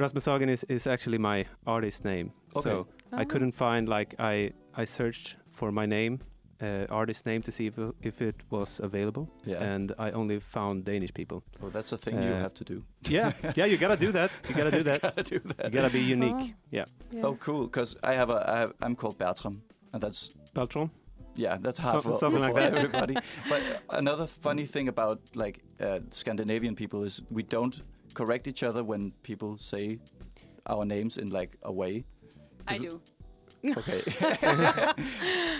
S5: Rasmus Hagen is, is actually my artist name. So
S4: Okay.
S3: Ah.
S5: I couldn't find like I I searched for my name, uh, artist name, to see if if it was available,
S4: Yeah.
S5: and I only found Danish people.
S4: well, that's a thing you
S5: Uh,
S4: have to do.
S5: Yeah, yeah, you gotta do that. You gotta do that.
S4: Gotta do that.
S5: You gotta be unique.
S3: Oh.
S5: Yeah,
S3: Yeah.
S4: Oh, cool. Because I have a I have, I'm called Bertram, and that's
S5: Baltron.
S4: yeah, that's half
S5: Some-
S4: for-
S5: something like
S4: for Mm.
S5: that.
S4: everybody. but another funny thing about like uh, Scandinavian people is we don't correct each other when people say our names in like a way.
S2: I do.
S4: Okay.
S5: But,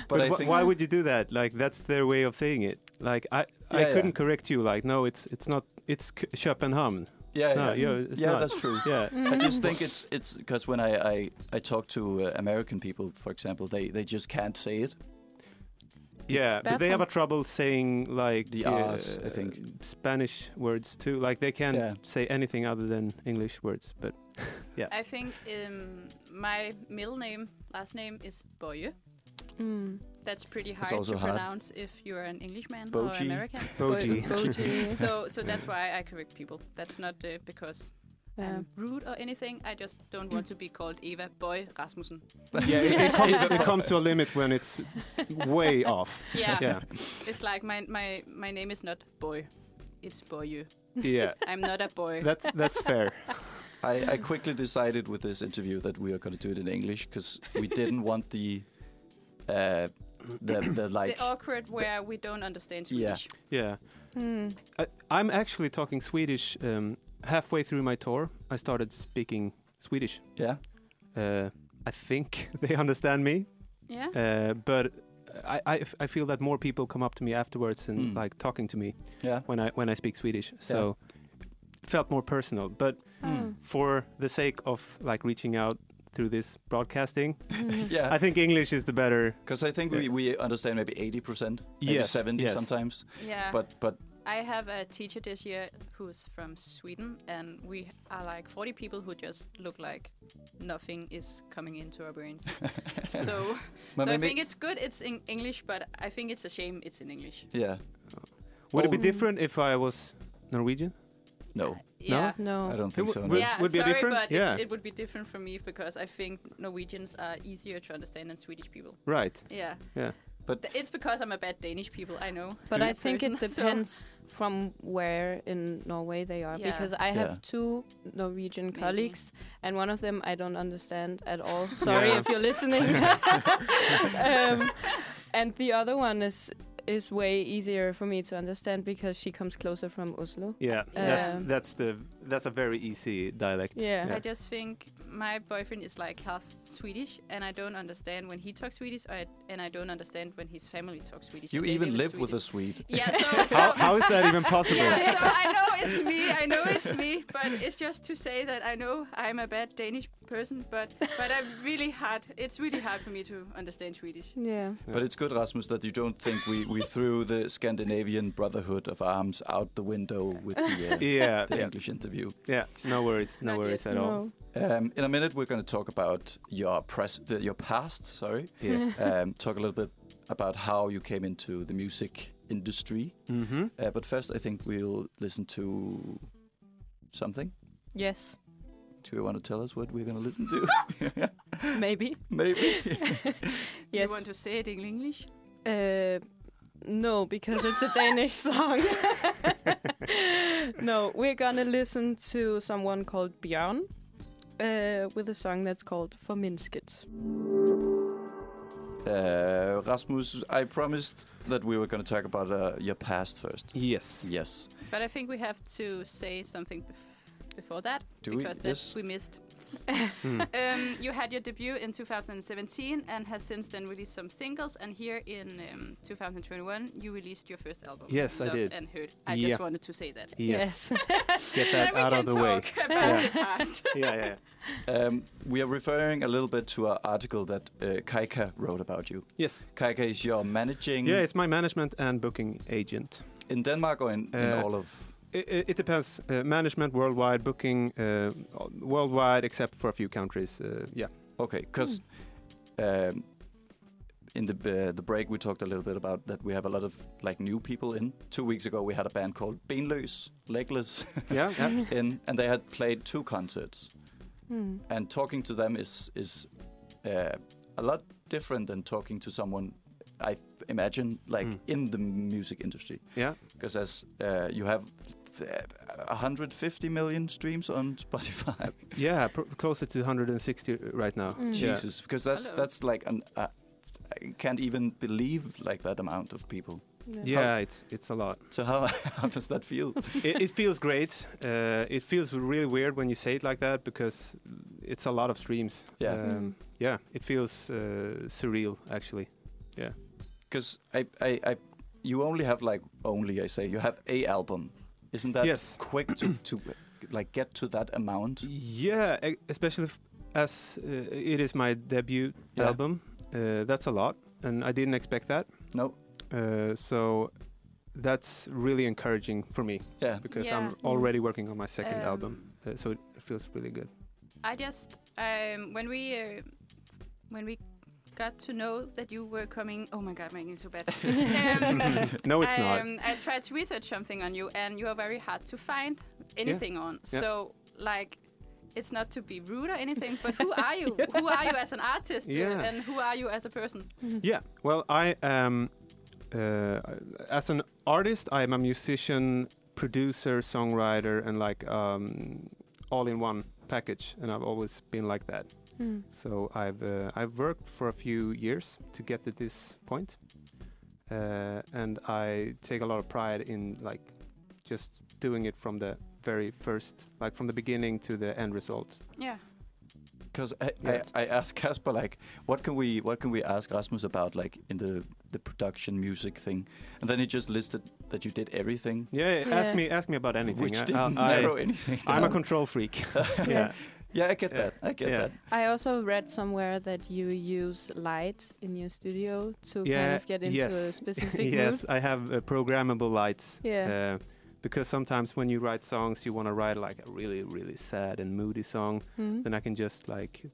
S4: but I
S5: wh-
S4: think
S5: why would you do that? Like that's their way of saying it. Like I, I
S4: Yeah, yeah.
S5: couldn't correct you. Like no, it's it's not. It's K- Köpenhamn.
S4: yeah,
S5: No,
S4: yeah,
S5: yeah, it's
S4: yeah
S5: not.
S4: that's true.
S5: Yeah.
S3: Mm.
S4: I just think it's it's because when I, I I talk to uh, American people, for example, they they just can't say it.
S5: Yeah, but they have
S3: Bertram.
S5: a trouble saying like uh,
S4: The R's, I think.
S5: Spanish words too. Like they can't
S4: Yeah.
S5: say anything other than English words. But
S2: I think um, my middle name, last name is Boye.
S3: Mm.
S2: That's pretty
S4: That's
S2: hard
S4: also
S2: to
S4: hard.
S2: pronounce if you're an Englishman
S4: Boje.
S2: or American.
S5: Boji.
S3: Boji.
S2: so so that's why I correct people. That's not uh, because
S3: Ja.
S2: I'm rude or anything. I just don't want to be called Eva Boy Rasmussen.
S5: yeah, it, it, comes, it comes to a limit when it's way off.
S2: Yeah.
S5: Yeah,
S2: It's like my my my name is not Boy. It's Boye.
S5: yeah.
S2: I'm not a boy.
S5: That's that's fair.
S4: I, I quickly decided with this interview that we are going to do it in English because we didn't want the uh, the, the like,
S2: the awkward where we don't understand
S4: Yeah.
S2: Swedish.
S5: Yeah.
S2: Mm.
S3: Hmm.
S5: I, I'm actually talking Swedish. Um, halfway through my tour, I started speaking Swedish.
S4: yeah,
S5: Uh, I think they understand me,
S2: Yeah.
S5: uh, but I, I, I feel that more people come up to me afterwards and
S4: Mm.
S5: like talking to me
S4: yeah.
S5: when I when I speak Swedish. So it felt more personal. But
S4: Mm.
S5: for the sake of like reaching out through this broadcasting, I
S3: Mm.
S4: Yeah,
S5: think English is the better.
S4: because I think we, we understand maybe 80%, maybe
S5: Yes,
S4: 70
S5: yes.
S4: sometimes.
S2: yeah.
S4: But but
S2: I have a teacher this year who's from Sweden, and we are like 40 people who just look like nothing is coming into our brains. so so I
S4: men- men-
S2: think it's good it's in English, but I think it's a shame it's in English.
S4: yeah,
S5: Would it be
S3: Oh.
S5: different if I was Norwegian?
S4: no,
S2: Yeah.
S4: I
S3: No.
S4: don't think
S5: It
S4: so.
S5: would-
S4: no.
S5: would-
S2: yeah,
S5: be
S2: sorry,
S5: different?
S2: but
S5: Yeah.
S2: it, it would be different for me because I think Norwegians are easier to understand than Swedish people.
S5: Right.
S2: Yeah,
S4: But
S2: Th- it's because I'm a bad Danish people. I know.
S3: But
S2: I'm
S3: I
S2: a
S3: think it
S2: person, so-
S3: depends from where in Norway they are.
S2: Yeah.
S3: Because I have
S4: Yeah.
S3: two Norwegian
S2: Maybe.
S3: colleagues, and one of them I don't understand at all. Sorry
S5: Yeah.
S3: if you're listening. um, and the other one is is way easier for me to understand because she comes closer from Oslo.
S5: Yeah. That's
S3: Um,
S5: that's the that's a very easy dialect.
S3: Yeah.
S2: I just think my boyfriend is like half Swedish, and I don't understand when he talks Swedish, or I, and I don't understand when his family talks Swedish.
S4: you
S2: and they
S4: even
S2: in
S4: live with a
S2: Sweden.
S4: Swede.
S2: Yeah. So, so
S5: how, how is that even possible?
S2: Yeah, so I know it's me. I know it's me, but it's just to say that I know I'm a bad Danish person, but but I'm really hard. It's really hard for me to understand Swedish.
S3: Yeah.
S4: But it's good, Rasmus, that you don't think we, we threw the Scandinavian brotherhood of arms out the window with the, uh,
S5: yeah,
S4: the
S5: yeah,
S4: English interview.
S5: yeah. No worries, no
S2: Not
S5: worries at all.
S3: No.
S4: Um, in a minute, we're going to talk about your pres- uh, your past. Sorry,
S5: Yeah.
S4: um, talk a little bit about how you came into the music industry.
S5: mm-hmm.
S4: Uh, but first, I think we'll listen to something.
S3: Yes.
S4: Do you want to tell us what we're going to listen to?
S3: Maybe.
S4: Maybe.
S2: Do you
S3: yes.
S2: want to say it in English?
S3: Uh, no, because it's a Danish song. no, we're gonna listen to someone called Björn uh, with a song that's called For Minsket.
S4: Uh, Rasmus, I promised that we were going to talk about uh, your past first.
S5: Yes.
S4: Yes.
S2: But I think we have to say something bef- before that
S4: Do
S2: because
S4: we?
S2: that's
S4: Yes.
S2: we missed.
S5: Mm.
S2: Um, you had your debut in 2017 and has since then released some singles. And here in um, 2021, you released your first album.
S5: Yes, I
S2: Loved
S5: did.
S2: And heard. I
S5: Yeah.
S2: just wanted to say that.
S5: Yes.
S3: yes.
S5: Get
S2: Then
S5: that
S2: we
S5: out
S2: can
S5: of the way.
S2: talk about
S5: Yeah.
S2: the past.
S5: Yeah, yeah,
S4: Um, we are referring a little bit to an article that uh, Kaika wrote about you.
S5: yes.
S4: Kaika is your managing
S5: Yeah, it's my management and booking agent.
S4: in Denmark or in, in
S5: Uh,
S4: all of.
S5: It, it, it depends. Uh, management worldwide, booking uh, worldwide, except for a few countries. Uh, yeah.
S4: Okay, because um, in the uh, the break we talked a little bit about that we have a lot of like new people in. Two weeks ago we had a band called Benløs, Legless,
S5: Yeah. yeah.
S4: in, and they had played two concerts.
S3: Hmm.
S4: and talking to them is is uh, a lot different than talking to someone I imagine like
S5: Mm.
S4: in the music industry
S5: Yeah.
S4: because as uh, you have uh, 150 million streams on Spotify.
S5: Yeah, pr- closer to 160 right now.
S3: Mm.
S5: Yeah.
S4: Jesus, because that's
S2: Hello.
S4: that's like an uh, I can't even believe like that amount of people.
S5: Yeah, it's it's a lot.
S4: So how how does that feel?
S5: it, it feels great. Uh, it feels really weird when you say it like that because it's a lot of streams.
S4: Yeah.
S2: Mm.
S5: Um, yeah. It feels uh, surreal, actually.
S4: Because I, I I you only have like only I say you have a album. Isn't that
S5: Yes.
S4: quick to to like get to that amount?
S5: Yeah, e- especially f- as uh, it is my debut
S4: Yeah.
S5: album. Uh, that's a lot, and I didn't expect that.
S4: No.
S5: Uh, so that's really encouraging for me
S4: Yeah.
S5: because
S2: Yeah.
S5: I'm already working on my second
S2: Um,
S5: album. Uh, so it feels really good.
S2: I just um, when we uh, when we got to know that you were coming. Oh my god, my English is so bad. um,
S5: no, it's
S2: I,
S5: not.
S2: Um, I tried to research something on you, and you are very hard to find anything on.
S5: Yeah.
S2: So, like, it's not to be rude or anything, but who are you? Who are you as an artist, uh,
S5: Yeah.
S2: and who are you as a person?
S3: Hmm.
S5: Yeah, well, I am, uh, as an artist, I'm a musician, producer, songwriter, and like um, all in one package. And I've always been like that.
S3: Mm.
S5: So I've uh, I've worked for a few years to get to this point, uh, and I take a lot of pride in like just doing it from the very first, like from the beginning to the end result.
S2: Yeah.
S4: Because I, I,
S5: Yes.
S4: I asked Casper like, what can we what can we ask Rasmus about like in the the production music thing, and then he just listed that you did everything,
S5: Yeah, yeah, ask
S3: Yeah.
S5: me ask me about anything.
S4: which
S5: I-
S4: didn't
S5: I,
S4: narrow anything.
S5: am a
S4: down.
S5: control freak.
S4: yeah.
S3: Yes.
S4: yeah, I get
S5: Yeah.
S4: that. I get
S5: Yeah.
S4: that.
S3: I also read somewhere that you use light in your studio to kind
S5: Yeah,
S3: of get into a
S5: yes.
S3: specific
S5: yes, I have uh, programmable lights.
S3: Yeah.
S5: Uh, because sometimes when you write songs, you want to write like a really, really sad and moody song.
S3: mood.
S5: Then I can just like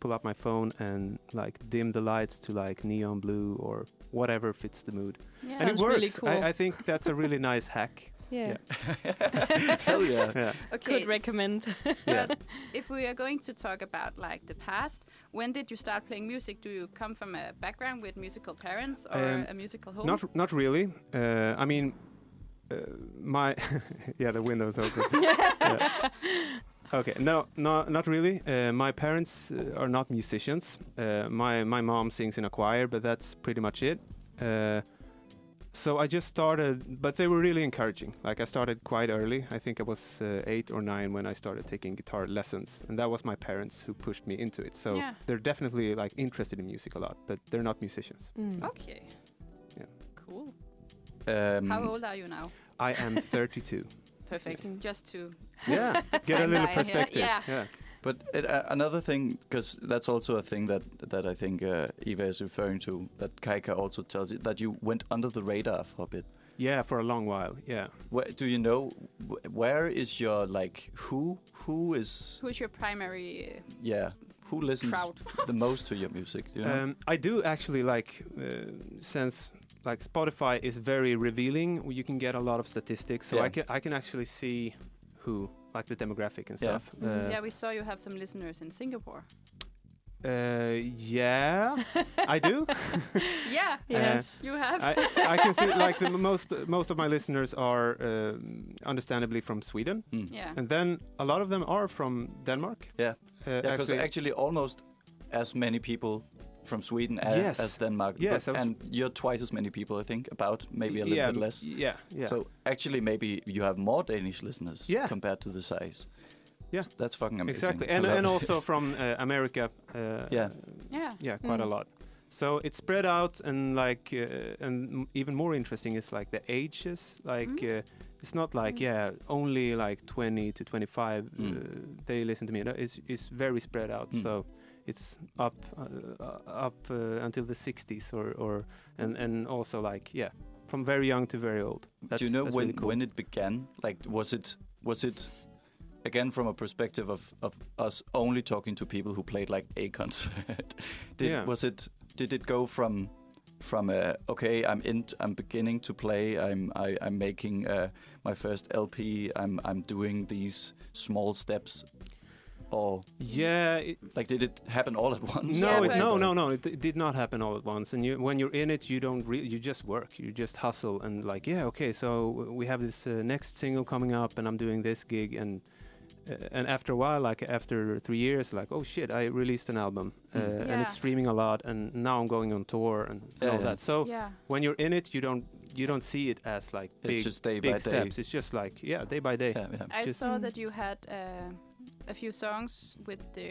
S5: pull up my phone and like dim the lights to like neon blue or whatever fits the mood.
S2: yeah.
S5: and it
S3: Sounds really
S5: works.
S3: cool.
S5: I, I think that's a really nice hack.
S3: yeah.
S5: yeah.
S4: Hell yeah.
S5: Yeah.
S2: Okay,
S3: Could recommend.
S5: Yeah.
S2: But if we are going to talk about like the past, when did you start playing music? Do you come from a background with musical parents or
S5: Um,
S2: a musical home?
S5: Not not really. Uh, I mean, uh, my yeah, the window's open. Yeah. Okay, no, no, not really. Uh, my parents uh, are not musicians. Uh, my my mom sings in a choir, but that's pretty much it. Uh, so I just started, but they were really encouraging. Like I started quite early. I think I was uh, eight or nine when I started taking guitar lessons, and that was my parents who pushed me into it. So
S2: Yeah.
S5: they're definitely like interested in music a lot, but they're not musicians.
S3: Mm.
S2: Okay.
S5: Yeah.
S2: Cool.
S4: Um,
S2: How old are you now?
S5: I am 32.
S2: Perfect.
S3: Interesting.
S2: Just to
S5: yeah get a
S2: timeline
S5: little
S2: here.
S5: perspective
S2: Yeah.
S4: But it, uh, another thing, because that's also a thing that that I think uh, Eva is referring to, that Kaika also tells you that you went under the radar for a bit.
S5: Yeah, for a long while yeah
S4: Where, do you know wh- where is your like who who is
S2: who's your primary uh,
S4: yeah who listens
S2: crowd?
S4: the most to your music? You know.
S5: um, i do actually like uh, since like spotify is very revealing you can get a lot of statistics so
S4: Yeah.
S5: i can i can actually see who like the demographic and
S4: Yeah. Mm-hmm.
S5: stuff
S3: Mhm.
S5: Uh,
S2: yeah, we saw you have some listeners in Singapore.
S5: uh, yeah i do Uh,
S2: yeah,
S3: Yes.
S2: you have.
S5: I, I can see like the most most of my listeners are um, understandably from sweden
S4: Mm.
S2: yeah.
S5: and then a lot of them are from denmark
S4: Yeah.
S5: uh,
S4: Yeah, because
S5: actually-
S4: actually, almost as many people from Sweden as,
S5: Yes.
S4: as Denmark.
S5: Yes, I was-
S4: and you're twice as many people, I think, about maybe a little
S5: yeah,
S4: bit less.
S5: yeah yeah
S4: So actually, maybe you have more Danish listeners
S5: Yeah.
S4: compared to the size.
S5: Yeah.
S4: that's fucking amazing.
S5: Exactly,
S4: I
S5: and
S4: love
S5: and
S4: it.
S5: also from uh, America. Uh,
S4: Yeah.
S2: yeah.
S5: yeah, quite a
S3: Mm.
S5: lot. So it's spread out, and like, uh, and m- even more interesting is like the ages. Like,
S2: Mm.
S5: uh, it's not like
S2: Mm.
S5: yeah, only like twenty to twenty-five.
S4: Mm.
S5: Uh, they listen to me. No, It's it's very spread out.
S4: Mm.
S5: So it's up uh, uh, up uh, until the sixties, or or and and also like yeah, from very young to very old. That's,
S4: Do you know
S5: that's
S4: when
S5: really cool.
S4: when it began? Like, was it was it again from a perspective of of us only talking to people who played like a concert? did
S5: Yeah.
S4: was it did it go from from uh, okay, I'm in, I'm beginning to play, I'm I, I'm making uh, my first LP, I'm I'm doing these small steps, or
S5: yeah, it,
S4: like did it happen all at once?
S5: No,
S2: Yeah,
S5: it,
S2: but-
S5: no, no, no. It, it did not happen all at once. And you, when you're in it, you don't really. You just work. You just hustle and like, yeah, okay. So w- we have this uh, next single coming up, and I'm doing this gig, and uh, and after a while, like after three years, like, oh shit, I released an album, uh,
S4: Mm.
S5: and
S2: Yeah.
S5: it's streaming a lot, and now I'm going on tour and
S4: Yeah,
S5: all
S4: yeah.
S5: that. So
S2: Yeah.
S5: when you're in it, you don't you don't see it as like
S4: It's
S5: big
S4: just day by
S5: big
S4: day.
S5: steps. It's just like yeah, day by day.
S4: Yeah, yeah.
S2: I
S5: Just-
S2: saw
S3: Mm.
S2: that you had uh, a few songs with the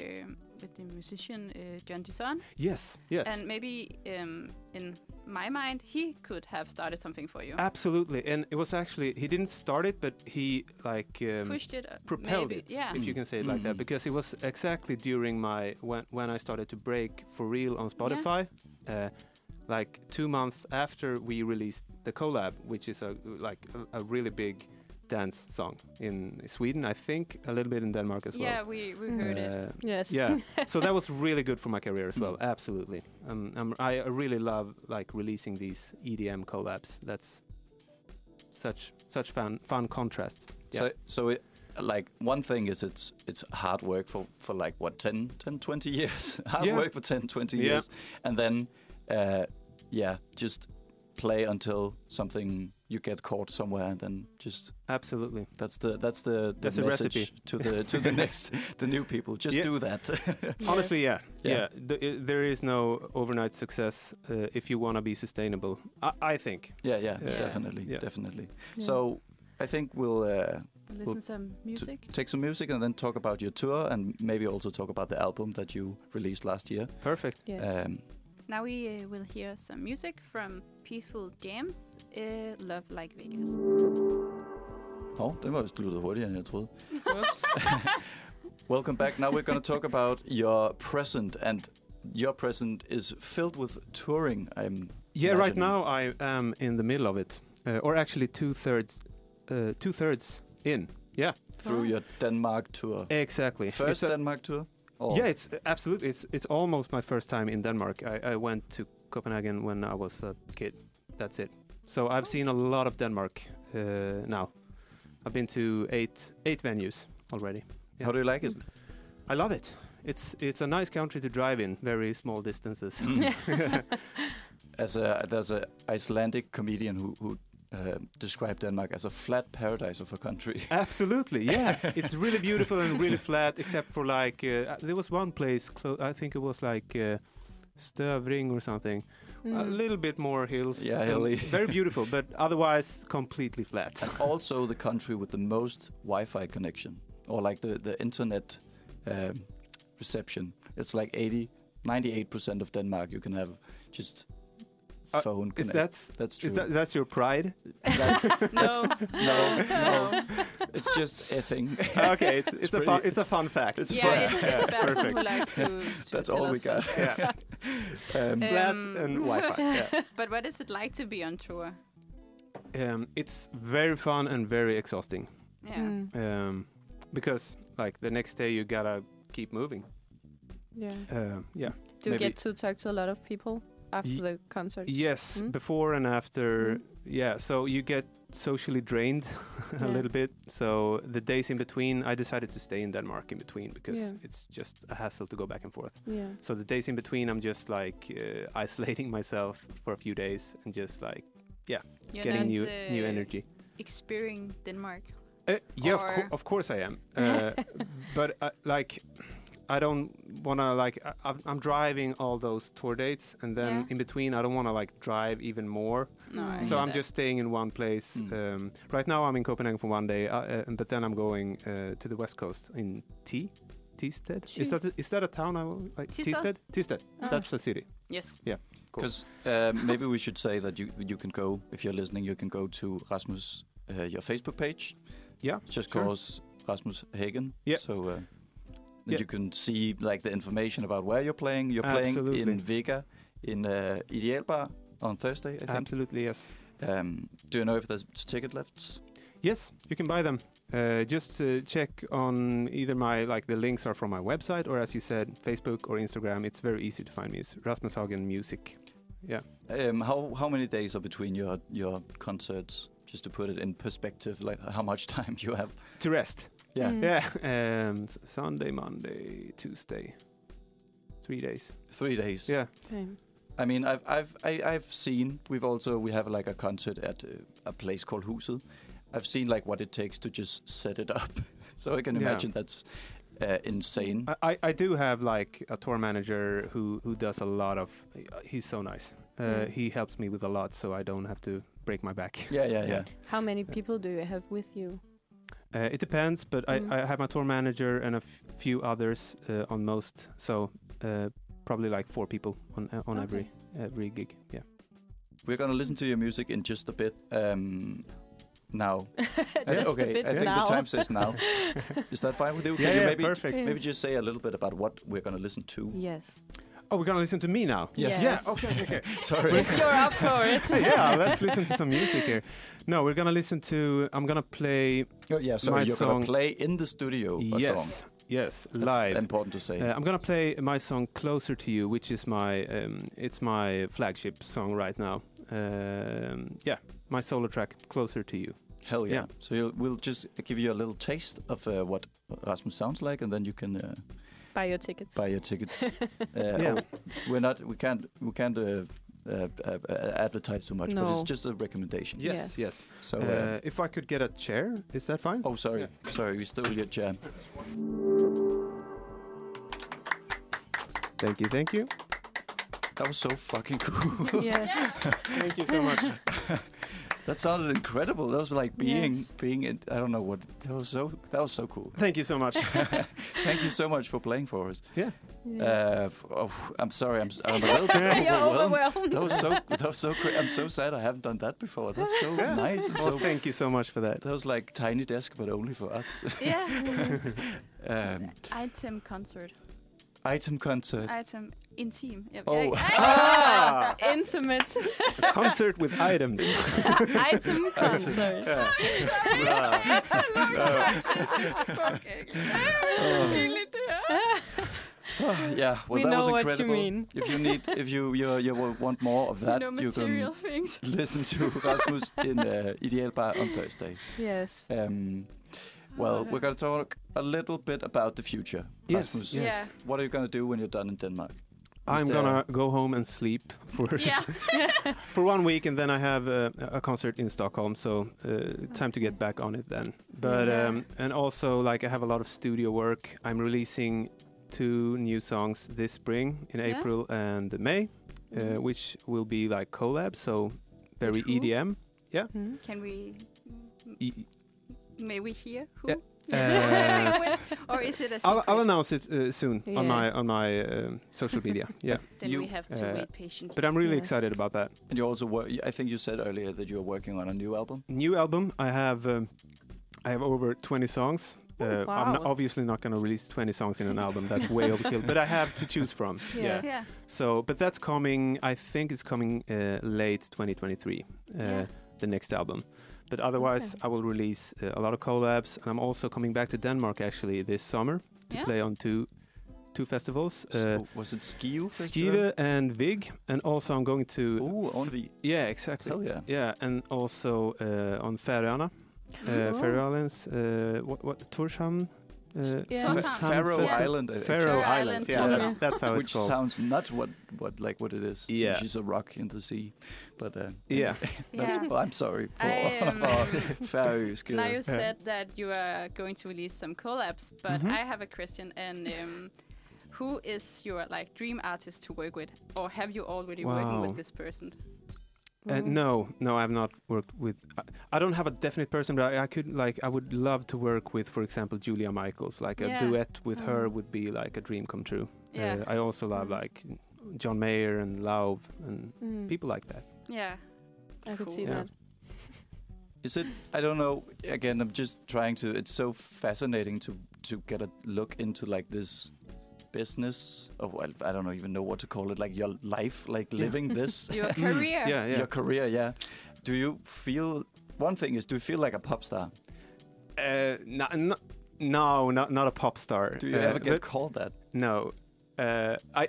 S2: with the musician uh, John Dison,
S5: Yes, yes.
S2: and maybe um, in my mind he could have started something for you.
S5: Absolutely, and it was actually he didn't start it, but he like um,
S2: Pushed it. uh,
S5: propelled
S2: maybe.
S5: it,
S2: Yeah.
S5: if you can say it like that,
S4: Mm.
S5: because it was exactly during my when when I started to break for real on Spotify, uh, like two months after we released the collab, which is a like a, a really big dance song in Sweden, I think, a little bit in Denmark as
S2: Yeah,
S5: well.
S2: we we
S3: Mm.
S2: heard it.
S5: Uh,
S3: Yes.
S5: yeah, so that was really good for my career as well.
S4: Mm.
S5: Absolutely, um, um, I really love like releasing these EDM collabs. That's such such fun fun contrast. Yeah.
S4: So, so it, like one thing is it's it's hard work for for like what 10 10 20 years hard
S5: Yeah.
S4: work for 10 20
S5: Yeah.
S4: years and then uh yeah just play until something you get caught somewhere and then just
S5: Absolutely.
S4: that's the that's the, the
S5: That's a
S4: message
S5: recipe.
S4: to the to the next the new people. Just
S5: Yeah.
S4: do that.
S5: Honestly, yeah, yeah.
S4: Yeah.
S5: Th- i- there is no overnight success uh, if you want to be sustainable. I, I think.
S4: yeah, yeah,
S5: Yeah.
S4: definitely,
S5: Yeah.
S4: definitely.
S3: Yeah.
S4: So I think we'll uh,
S2: Listen to some music.
S4: take some music and then talk about your tour and maybe also talk about the album that you released last year.
S5: Perfect.
S3: Yes.
S4: Um,
S2: Now we uh, will hear some music from Peaceful Jams, uh, Love Like Vegas.
S4: oh, den var vist lyttet hurtigere, end jeg troede.
S3: Whoops.
S4: Welcome back. Now we're going to talk about your present, and your present is filled with touring. um, I'm
S5: Yeah, right
S4: imagining.
S5: now I am in the middle of it, uh, or actually two thirds, uh, two thirds in.
S4: through your Denmark tour.
S5: Eh, Exactly.
S4: First
S5: It's a-
S4: Denmark tour? Or-
S5: Yeah, it's absolutely. It's it's almost my first time in Denmark. I, I went to Copenhagen when I was a kid. That's it. So I've seen a lot of Denmark uh, now. I've been to eight eight venues already. yeah.
S4: How do you like it?
S5: I love it. It's it's a nice country to drive in. Very small distances.
S4: As a there's a Icelandic comedian who who uh, described Denmark as a flat paradise of a country.
S5: Absolutely, yeah. it's really beautiful and really flat, except for like uh, there was one place. Clo- I think it was like uh, Stövring or something. A
S3: Mm.
S5: little bit more hills.
S4: Yeah,
S5: and
S4: hilly.
S5: Very beautiful, but otherwise completely flat.
S4: and also the country with the most Wi-Fi connection, or like the the internet um, reception. It's like 80, 98 percent of Denmark you can have just
S5: Uh,
S4: phone.
S5: Is
S4: connection.
S5: that,
S4: That's true.
S5: is that that's your pride?
S4: That's,
S2: No,
S4: no, no. it's just a thing.
S5: Ah, okay, it's it's,
S4: It's
S5: a fun
S4: pretty-
S5: it's a fun fact.
S4: it's a
S2: yeah,
S4: fun-
S2: it's,
S5: Yeah,
S2: it's better
S5: perfect.
S2: to like to. to
S4: That's
S2: tell
S4: all we
S2: us
S4: got.
S2: first.
S5: Yeah.
S4: Um,
S5: flat
S2: Um,
S5: and Wi-Fi. yeah.
S2: But what is it like to be on tour?
S5: Um, it's very fun and very exhausting.
S2: Yeah.
S3: Mm.
S5: Um, because like the next day you gotta keep moving.
S3: Yeah.
S5: Um, yeah.
S3: Do you
S5: Maybe-
S3: get to talk to a lot of people after
S5: Ye-
S3: the concert?
S5: Yes,
S3: Mm.
S5: before and after.
S3: Mm.
S5: Yeah, so you get socially drained a
S3: Yeah.
S5: little bit. So the days in between, I decided to stay in Denmark in between because
S3: Yeah.
S5: it's just a hassle to go back and forth.
S3: Yeah.
S5: So the days in between, I'm just like uh, isolating myself for a few days and just like
S2: You're
S5: getting
S2: not,
S5: new
S2: uh,
S5: new energy.
S2: Experiencing Denmark.
S5: Uh, yeah, of,
S2: Or-
S5: cour of course I am. Uh, but uh, like, I don't want to like. I, I'm- I'm driving all those tour dates, and then
S2: Yeah.
S5: in between, I don't want to like drive even more.
S2: No, I
S3: Mm.
S5: so
S2: hear
S5: I'm
S2: that.
S5: just staying in one place.
S4: Mm.
S5: Um, right now, I'm in Copenhagen for one day, uh, uh, but then I'm going uh, to the west coast in T. Tisted? Is
S3: Tee.
S5: that a, is that a town? I will, like
S2: Thisted?
S5: Tisted. Tisted.
S3: Ah.
S2: Oh.
S5: That's the city.
S2: Yes.
S5: Cool.
S4: Because uh, maybe we should say that you you can go if you're listening. You can go to Rasmus uh, your Facebook page.
S5: Yeah,
S4: just
S5: sure.
S4: call us Rasmus Hagen.
S5: Yeah.
S4: So uh, and
S5: Yeah.
S4: you can see like the information about where you're playing. You're playing
S5: Absolutely.
S4: in Vega in uh, Idealbar on Thursday. I think.
S5: Absolutely yes.
S4: Um, do you know if there's ticket left?
S5: Yes, you can buy them. Uh, just uh, check on either my like the links are from my website or as you said Facebook or Instagram. It's very easy to find me. It's Rasmus Hagen Music.
S4: Um, how how many days are between your your concerts? Just to put it in perspective, like how much time you have.
S5: To rest.
S4: Yeah.
S3: Mm.
S5: Yeah. Um, s- Sunday, Monday, Tuesday. Three days.
S4: Three days.
S5: Yeah.
S3: Okay.
S4: I mean, I've I've I, I've seen. We've also we have like a concert at uh, a place called Huset. I've seen like what it takes to just set it up. so I can
S5: Yeah.
S4: imagine that's uh, insane.
S5: I- I, I do have like a tour manager who who does a lot of. He's so nice. Uh,
S3: Mm.
S5: He helps me with a lot, so I don't have to break my back.
S4: yeah, yeah, yeah.
S5: Yeah.
S3: How many people do you have with you?
S5: Uh, it depends, but
S3: Mm.
S5: I, I have my tour manager and a f- few others uh, on most, so uh, probably like four people on uh, on every every gig. Yeah.
S4: We're gonna listen to your music in just a bit. Um, now, I-
S3: Just
S4: okay.
S3: a bit
S4: I think
S3: now.
S4: the time says now. Is that fine with you? Can
S5: yeah,
S4: you
S5: yeah,
S4: maybe
S5: perfect.
S3: Yeah.
S4: maybe just say a little bit about what we're gonna listen to?
S3: Yes.
S5: Oh, we're gonna listen to me now.
S3: Yes.
S5: Yeah.
S3: Yes.
S5: Okay. okay.
S4: Sorry.
S3: If you're up for it.
S5: yeah. Let's listen to some music here. No, we're gonna listen to. I'm gonna play.
S4: Oh, yeah. So
S5: My
S4: you're
S5: song-
S4: gonna play in the studio a
S5: yes.
S4: song.
S5: Yes.
S4: That's
S5: live.
S4: Important to say.
S5: Uh, I'm gonna play my song "Closer to You," which is my um, it's my flagship song right now. Um, yeah, my solo track "Closer to You."
S4: Hell yeah.
S5: Yeah.
S4: So you'll, we'll just give you a little taste of uh, what Rasmus sounds like, and then you can uh,
S3: Buy your tickets.
S4: buy your tickets. uh,
S5: Yeah.
S4: oh, we're not. We can't. We can't uh, uh, uh, advertise too much, but
S3: No.
S4: it's just a recommendation.
S5: Yes, yes.
S3: Yes.
S4: So, uh,
S5: Uh, if I could get a chair, is that fine?
S4: oh, sorry, sorry, we stole your jam.
S5: Thank you, thank you.
S4: That was so fucking cool.
S3: Yes.
S5: Thank you so much.
S4: that sounded incredible. That was like being
S3: Yes.
S4: being. In, I don't know what. That was so. That was so cool.
S5: thank you so much.
S4: Thank you so much for playing for us.
S5: Yeah.
S4: Uh, oh, I'm sorry. I'm, s- I'm a little bit
S3: You're
S4: overwhelmed.
S3: overwhelmed.
S4: That was so. That was so. Cra- I'm so sad. I haven't done that before. That's so
S5: Yeah.
S4: nice. And
S5: Well,
S4: so
S5: thank you so much for that.
S4: that was like tiny desk, but only for us.
S2: Yeah.
S4: um,
S2: Item concert.
S4: item concert.
S2: Item intim. Yep.
S4: Oh.
S5: Ah!
S3: Intimate
S5: Concert with items.
S3: item concert.
S5: Yeah.
S2: Sorry,
S5: Ja.
S2: så lang
S5: Oh.
S2: tid siden jeg spoke engelsk. Det er så pinligt, det her.
S4: Ah, yeah. Well,
S3: We
S4: that
S3: know
S4: was
S3: what you
S4: incredible.
S3: mean.
S4: If you need, if you you you will want more of that,
S2: No
S4: you
S2: material
S4: can
S2: things.
S4: listen to Rasmus in uh, Ideal Bar on Thursday.
S3: Yes.
S4: Um, well, we're going to talk a little bit about the future.
S5: Yes,
S4: Rasmus,
S5: yes.
S2: Yeah.
S4: what are you going to do when you're done in Denmark?
S5: I'm
S4: there-
S5: gonna go home and sleep for
S2: Yeah.
S5: for one week, and then I have uh, a concert in Stockholm, so uh, time to get back on it then. But
S2: Yeah.
S5: um, and also like I have a lot of studio work. I'm releasing two new songs this spring in
S2: Yeah.
S5: April and May, uh, which will be like collabs, so very
S2: who?
S5: EDM.
S3: Mm.
S2: Can we...
S5: E-
S2: May we hear who?
S5: Yeah.
S2: Yeah. or is it a secret?
S5: I'll, I'll announce it uh, soon on
S3: Yeah.
S5: my on my um, social media. Yeah,
S2: then
S4: you-
S2: we have to
S5: uh,
S2: wait patiently.
S5: but I'm really
S3: Yes.
S5: excited about that
S4: And you also work. I think you said earlier that you're working on a new album.
S5: new album. I have um, I have over 20 songs.
S3: Oh,
S5: Uh, I'm
S3: wow.
S5: not, obviously not going to release 20 songs in an album. That's way overkill. But I have to choose from. Yeah.
S3: Yeah.
S2: yeah.
S5: So, but that's coming. I think it's coming uh, late 2023. Uh,
S2: Yeah.
S5: The next album. But otherwise,
S3: Okay.
S5: I will release uh, a lot of collabs, and I'm also coming back to Denmark actually this summer to
S2: Yeah.
S5: play on two two festivals. Uh,
S4: So was it Skive?
S5: Skive and Vig, and also I'm going to
S4: Oh, Onvi.
S5: yeah exactly
S4: Hell yeah.
S5: yeah, and also uh, on Färöarna uh,
S2: Mm-hmm.
S3: Oh.
S5: Faroe Islands. Uh, what what Torshamn? Uh,
S3: Yeah.
S5: Fe-
S2: Torshamn.
S5: Hamn
S4: Faroe
S5: Festival?
S4: Island. I think.
S5: Faroe
S2: Faroe Islands,
S5: Islands. Yeah, that's,
S2: Torshamn.
S5: that's how
S4: Which
S5: it's called.
S4: sounds not what what like what it is.
S5: Yeah.
S4: Which is a rock in the sea. But uh,
S5: Yeah.
S4: that's,
S2: Yeah.
S4: oh, I'm sorry for
S2: I, um,
S4: our Færøske-
S2: Now you said that you are going to release some collabs, but
S4: Mm-hmm.
S5: Mhm.
S2: I have a question. And um, who is your like dream artist to work with, or have you already worked
S5: Wow.
S2: with this person?
S5: Uh, no, no, I've not worked with. I, I don't have a definite person, but I, I could like. I would love to work with, for example, Julia Michaels. Like a
S2: Yeah.
S5: duet with her
S3: Mm.
S5: would be like a dream come true.
S2: Yeah,
S5: Uh, I also love
S3: Mm.
S5: like John Mayer and Lauv and
S3: Mm.
S5: people like that.
S2: yeah.
S3: I could
S2: Cool.
S3: see
S5: Yeah.
S3: that.
S4: Is it? I don't know. Again, I'm just trying to. It's so fascinating to to get a look into like this business. Of well, I don't know even know what to call it. Like your life, like
S5: Yeah.
S4: living this,
S2: Your
S5: Mm.
S2: career.
S5: Yeah, yeah.
S4: your career. Yeah. Do you feel? One thing is, do you feel like a pop star?
S5: Uh, no, no, no, not not a pop star.
S4: Do you
S5: Uh,
S4: ever
S5: but-
S4: get called that?
S5: No, uh, I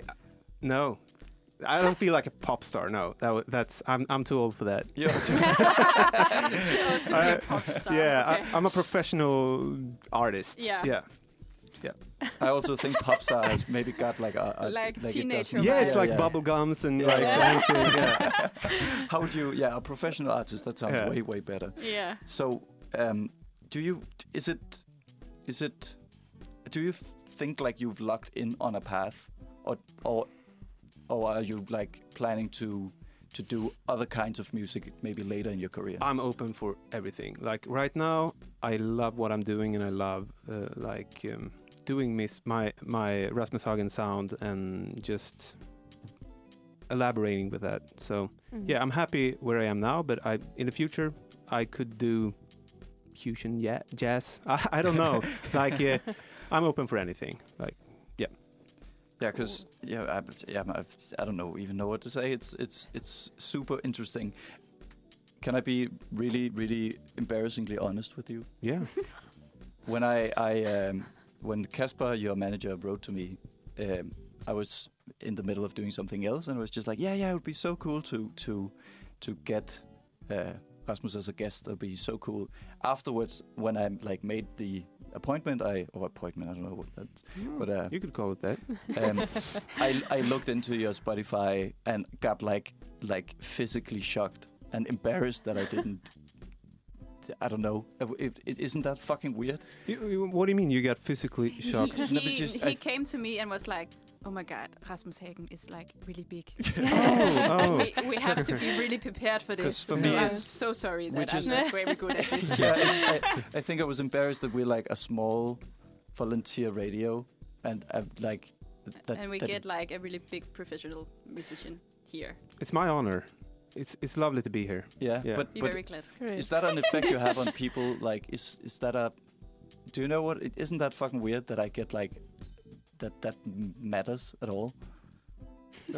S5: no, I don't feel like a pop star. No, that wa- that's I'm I'm too old for that.
S4: Yeah.
S2: Too old to be a pop star.
S5: yeah,
S2: Oh, okay.
S5: I, I'm a professional artist.
S2: Yeah.
S5: yeah,
S4: I also think pop star has maybe got like a, a
S2: Like
S4: it
S2: teenager
S4: doesn't-
S5: yeah. It's
S2: Yeah,
S5: like
S4: yeah.
S5: bubble gums and
S4: Yeah.
S5: like
S4: Yeah.
S5: dancing. Yeah.
S4: How would you? Yeah, a professional artist. That sounds
S5: Yeah.
S4: way way better.
S2: yeah.
S4: So, um, do you? Is it? Is it? Do you think like you've locked in on a path, or or or are you like planning to to do other kinds of music maybe later in your career?
S5: I'm open for everything. Like right now, I love what I'm doing, and I love uh, like um, doing mis- my my Rasmus Hagen sound and just elaborating with that. So.
S3: Mm.
S5: yeah, I'm happy where I am now, but I in the future I could do fusion, yeah, jazz. I, I don't know. like uh, I'm open for anything. Like
S4: Yeah, because yeah, I, yeah, I've- I don't know even know what to say. It's it's it's super interesting. Can I be really really embarrassingly honest with you?
S5: yeah,
S4: when I, I um, when Casper, your manager, wrote to me, um, I was in the middle of doing something else, and I was just like, yeah, yeah, it would be so cool to to to get uh, Rasmus as a guest. That'd be so cool. Afterwards, when I like made the appointment. I or appointment. I don't know what that But, uh,
S5: you could call it that.
S4: um, I, I looked into your Spotify and got like like physically shocked and embarrassed that I didn't. I don't know. It, it, isn't that fucking weird?
S5: You, you- what do you mean? You got physically
S2: He,
S5: shocked?
S4: No, but
S2: he-
S4: just-
S2: he
S4: I-
S2: came to me and was like, "Oh my God, Rasmus Hagen is like really big.
S5: Oh,
S2: we, we have to be really prepared for
S4: 'Cause
S2: this.
S4: for
S2: so
S3: me
S2: I'm
S4: it's-
S2: so sorry
S4: we're
S2: that I'm
S4: just-
S2: not very good at this.
S4: yeah, it's, I, I think I was embarrassed that we're like a small volunteer radio, and i like that.
S2: and we
S4: that-
S2: get like a really big professional musician here.
S5: it's my honor. It's it's lovely to be here.
S4: yeah,
S5: yeah.
S4: but
S2: Be
S4: but
S2: very glad.
S4: is that an effect you have on people? Like, is is that a? Do you know what? It, isn't that fucking weird that I get like that that m- matters at all?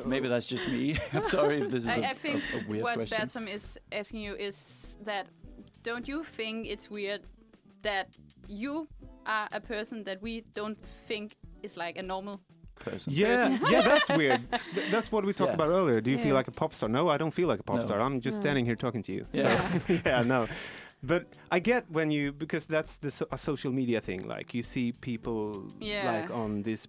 S4: Maybe that's just me. I'm sorry if this is
S2: I,
S4: a
S2: I think
S4: a- a weird
S2: what
S4: question.
S2: Batsam is asking you is that don't you think it's weird that you are a person that we don't think is like a normal
S4: person.
S5: Yeah, yeah, that's weird. Th- that's what we talked
S4: Yeah.
S5: about earlier. Do you
S3: Yeah.
S5: feel like a pop star? No, I don't feel like a pop
S4: No.
S5: star. I'm just
S3: No.
S5: standing here talking to you.
S4: Yeah. Mm,
S5: So, yeah, no. But I get when you because that's the so- a social media thing. Like you see people
S2: Yeah.
S5: like on this,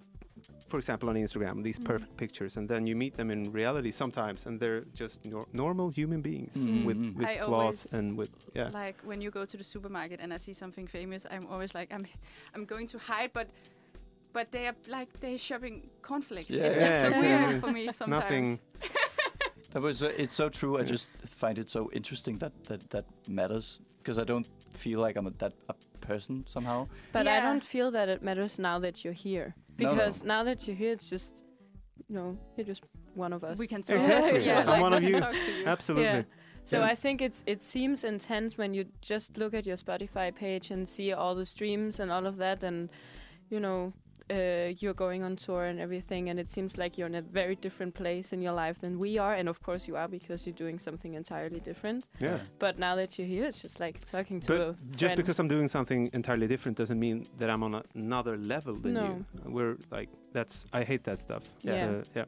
S5: for example, on Instagram, these
S2: Mm.
S5: perfect pictures, and then you meet them in reality sometimes, and they're just nor- normal human beings
S4: Mm.
S5: with
S4: Mm.
S5: with
S2: I
S5: flaws
S2: always
S5: and with yeah.
S2: like when you go to the supermarket and I see something famous, I'm always like I'm I'm going to hide, but but they are like they're shopping conflicts.
S4: Yeah,
S2: it's just
S5: yeah,
S2: so
S5: exactly.
S2: weird for me sometimes.
S5: Nothing.
S4: That was uh, it's so true. I
S5: Yeah.
S4: just find it so interesting that that that matters because I don't feel like I'm a, that a person somehow.
S3: But I
S2: Yeah.
S3: don't feel that it matters now that you're here.
S4: No, no.
S3: Because now that you're here, it's just, you know, you're just one of us.
S2: We can talk.
S5: Exactly.
S2: Yeah,
S5: I'm
S2: like
S5: one
S2: we
S5: of
S2: can
S5: you.
S2: Talk to you.
S5: Absolutely.
S3: Yeah. So
S5: Yeah.
S3: I think it's it seems intense when you just look at your Spotify page and see all the streams and all of that, and you know uh, you're going on tour and everything, and it seems like you're in a very different place in your life than we are, and of course you are because you're doing something entirely different.
S5: Yeah.
S3: But now that you're here, it's just like talking to a
S5: But just
S3: friend.
S5: because I'm doing something entirely different doesn't mean that I'm on a- another level than
S3: No.
S5: you. We're like that's I hate that stuff.
S3: Yeah.
S5: Uh, yeah.